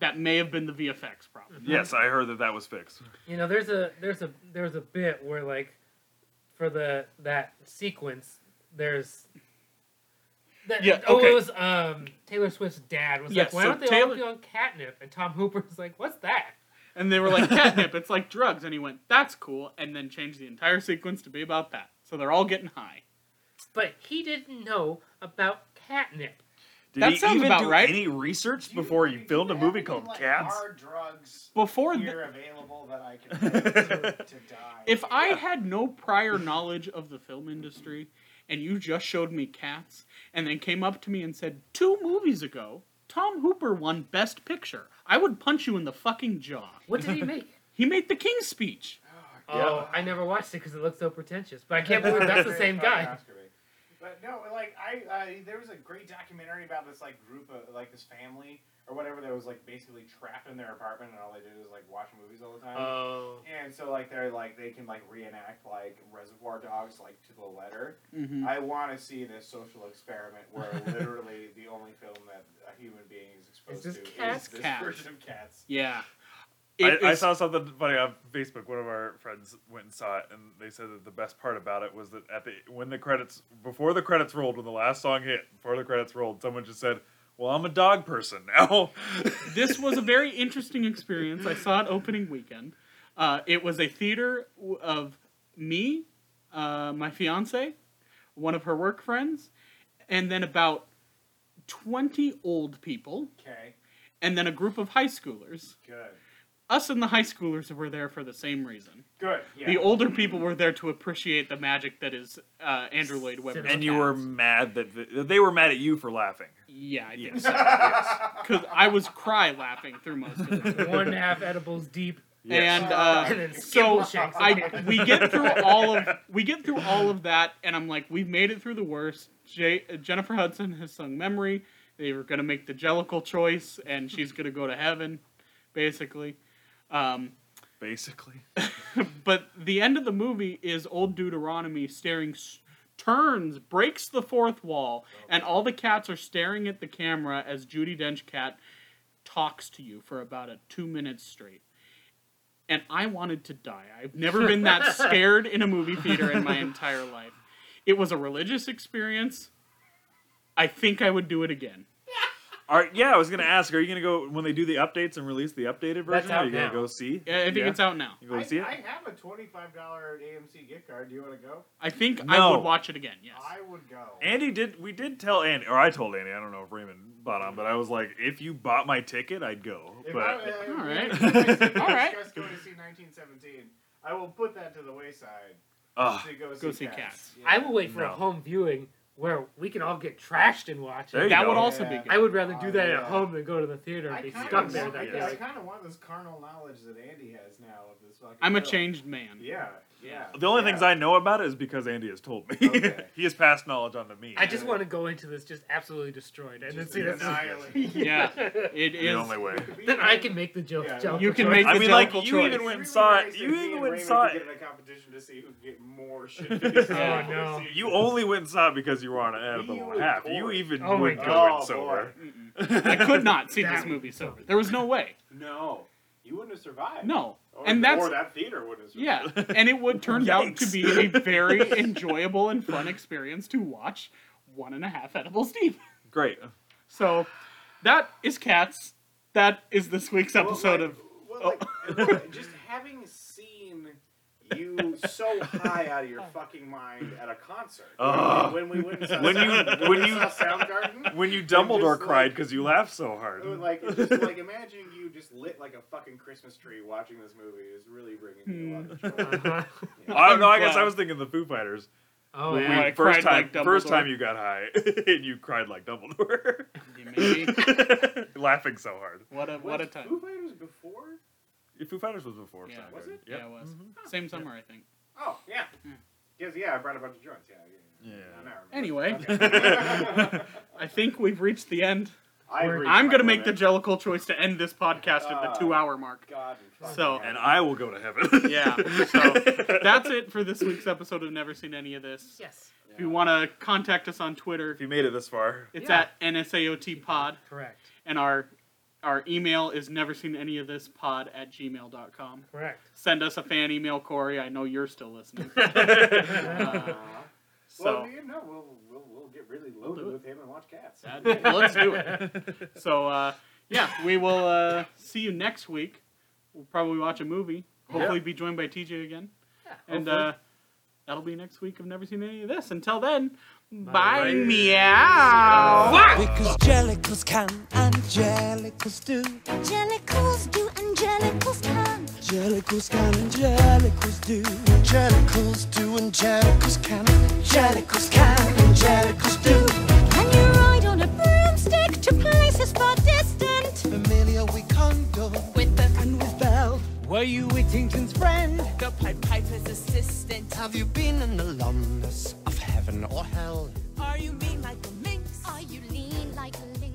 A: That may have been the VFX problem.
C: Yes, I heard that that was fixed.
B: You know, there's a there's a there's a bit where like for the that sequence there's that,
A: Yeah,
B: oh
A: okay.
B: it was um Taylor Swift's dad was
A: Yeah,
B: like why
A: so
B: don't they
A: Taylor-
B: all be on catnip and Tom Hooper's like what's that
A: And they were like, catnip, it's like drugs. And he went, that's cool. And then changed the entire sequence to be about that. So they're all getting high.
B: but he didn't know about catnip
C: Did
A: That
C: he
A: sounds
C: even
A: about
C: do
A: right.
C: any research before he
D: Do
C: filmed a
D: you
C: movie
D: have
C: called
D: any, like,
C: Cats?
D: Hard drugs
A: Before th-
D: here available that I can take to, to die.
A: If I had no prior knowledge of the film industry and you just showed me Cats and then came up to me and said, two movies ago, Tom Hooper won Best Picture, I would punch you in the fucking jaw.
B: what did he make
A: He made the King's speech.
B: oh
C: Yeah.
B: I never watched it because it looked so pretentious but I can't believe that's the same guy
D: But no, like I, I, there was a great documentary about this like group of like this family or whatever that was like basically trapped in their apartment and all they did was like watch movies all the time.
B: oh
D: and so like they're like they can like reenact like Reservoir Dogs like to the letter.
A: Mm-hmm.
D: I want to see this social experiment where literally the only film that a human being is exposed
B: Is this
D: to
B: Cats?
D: is this
A: Cats.
D: version of Cats.
A: Yeah. It
C: I, I
A: is-
C: saw something funny on Facebook. One of our friends went and saw it, and they said that the best part about it was that at the when the credits before the credits rolled, when the last song hit, before the credits rolled, someone just said, "Well, I'm a dog person now."
A: this was a very interesting experience. I saw it opening weekend. Uh, it was a theater w- of me, uh, my fiance, one of her work friends, and then about 20 old people,
D: Okay,
A: and then a group of high schoolers.
D: good,
A: Us and the high schoolers were there for the same reason.
D: good. Yeah.
A: The older people were there to appreciate the magic that is uh, Andrew Lloyd Webber.
B: Cinema.
C: and you were mad that the, they were mad at you for laughing.
A: Yeah, I think
C: Yes,
A: so.
C: yes.
A: Because I was cry laughing through most of it.
B: one and a half edibles deep
C: Yes.
A: And uh,
B: and then
A: so
B: Skibble shakes
A: I we get through all of we get through all of that, and I'm like, we've made it through the worst. J- Jennifer Hudson has sung "Memory." They were gonna make the Jellicle choice, and she's gonna go to heaven, basically. Um,
C: basically,
A: but the end of the movie is old Deuteronomy staring, s- turns, breaks the fourth wall, and all the cats are staring at the camera as Judy Dench cat talks to you for about a two minutes straight. And I wanted to die. I've never been that scared in a movie theater in my entire life. It was a religious experience. I think I would do it again.
C: are yeah, I was gonna ask, are you gonna go when they do the updates and release the updated version?
B: That's
C: are
B: out
C: you
B: now.
C: gonna go see?
A: Yeah, I think
C: Yeah?
A: it's out now.
C: You
D: I,
C: go see it?
D: I have a twenty-five dollar AMC gift card. Do you want to go?
A: I think I
C: No.
A: would watch it again. Yes.
D: I would go.
C: Andy did. We did tell Andy, or I told Andy. I don't know if Raymond bought on, but I was like, if you bought my ticket, I'd go.
D: If I,
C: But
D: uh,
A: All right.
D: if I said I
A: All right.
D: discussed going to see 1917, I will put that to the wayside
C: uh,
D: to go see,
A: Go see
D: cats.
A: Cats.
D: Yeah.
B: I will wait for a
C: No.
B: home viewing where we can all get trashed and watch
C: There
B: it.
C: you
A: that
C: go.
A: would also be
D: Yeah.
A: good.
B: I would rather do
D: Oh,
B: that at
D: yeah.
B: home than go to the theater and
D: I
B: be
D: kind
B: stuck
D: of
B: there
D: want,
B: that
D: I,
B: day.
D: kind of want this carnal knowledge that Andy has now of this fucking.
A: I'm a
D: film.
A: changed man.
D: Yeah, yeah.
C: The only
D: yeah.
C: things I know about it is because Andy has told me.
D: Okay.
C: he has passed knowledge on to me.
B: I just want to go into this just absolutely destroyed and then
D: Just
B: see this.
D: annihilate.
A: Yeah, it
C: the
A: is.
C: only way.
B: Then I can make the joke.
D: Yeah.
B: joke
A: You can
B: joke.
A: make
C: I
A: the
C: mean, like
A: difficult
C: you
A: choice.
C: even went
D: It'd
C: and
D: be
C: saw
D: nice
C: it.
D: if
C: You
D: me
C: even
D: and
C: went and
D: Raymond
C: saw
D: could
C: it.
D: Get in a competition to see who could get more shit.
B: Oh, no.
C: You only went and saw it because you were on an edible
D: You
C: one half. You
D: record.
C: even
B: Oh my
C: would go
D: God.
C: in sober.
A: Mm-mm. I could not see
B: That
A: this
B: would-
A: movie sober. There was no way.
D: No, you wouldn't have survived.
A: No,
D: or,
A: and that's
D: or that theater would have. Survived.
A: yeah, and it would turn out to
C: Yikes.
A: be a very enjoyable and fun experience to watch one and a half edibles deep.
C: Great.
A: So that is cats. That is this week's
D: Well,
A: episode
D: like-
A: of.
D: well, like,
C: Oh.
D: well, just having seen you so high out of your fucking mind at a concert
C: Ugh.
D: when we went and saw
C: Oh. When you-
D: Sound-
C: when
D: we
C: you-
D: saw Soundgarden.
C: When you Dumbledore
D: like-
C: cried because you laughed so hard.
D: Like it's just like imagining you just lit like a fucking Christmas tree watching this movie is really bringing me a lot of
A: Hmm.
D: joy.
B: Uh-huh.
C: I don't know. Oh, I
A: I'm
C: guess I
A: glad.
C: was thinking the Foo Fighters.
B: Oh
A: Well,
B: yeah.
A: we- I
C: first
A: cried
C: time,
A: like
C: first
A: Dumbledore.
C: time you got high, and you cried like Dumbledore,
A: Maybe.
C: laughing so hard.
A: What a what a
D: Was
A: time.
D: Foo Fighters before?
C: Foo Fighters was before.
A: Yeah.
C: Soundgarden.
D: Was it?
A: Yeah, it was.
C: Mhm.
A: Same summer, I think.
D: Oh yeah.
A: Yeah.
D: Yes, yeah, I brought a bunch of joints. Yeah. yeah.
C: Yeah.
D: Now I
A: Anyway.
D: remember. Okay.
A: I think we've reached the end.
D: I agree
A: I'm
D: with
A: gonna
D: my
A: make the
D: woman.
A: jellicle choice to end this podcast at the
D: Ah.
A: two-hour mark.
D: God. fucking
A: So-
D: hell.
C: And I will go to heaven.
A: Yeah. So that's it for this week's episode of Never Seen Any of This.
B: Yes.
A: If you want to contact us on Twitter,
C: if you made it this far,
A: it's
B: Yeah.
A: at NSAOT Pod,
B: Correct.
A: and our our email is never seen any of this pod at gmail.com.
B: Correct.
A: Send us a fan email, Corey. I know you're still listening.
D: Uh,
A: So
D: Well, you know, we'll, we'll, we'll get really
A: do
D: loaded
A: it.
D: with him and watch cats.
A: that, let's do it. So uh, yeah, we will uh, see you next week. We'll probably watch a movie. Hopefully, be joined by TJ again.
B: Yeah,
A: And
B: hopefully.
A: uh, that'll be next week. I've never seen any of this. Until then, bye,
B: Bye.
A: meow.
E: Because jellicles can and jellicles do.
F: Angelicals do, angelicals can.
E: Jellicles can and jellicles do. Jellicles do and jellicles can. Jellicles can and jellicles do.
F: Can you ride on a broomstick to places far distant?
E: Familiar we condole
F: With the
E: and with bell. Were you Whittington's friend?
F: Pied Piper's assistant.
E: Have you been an alumnus of heaven or hell?
F: Are you mean like a minx? Are you lean like a lynx?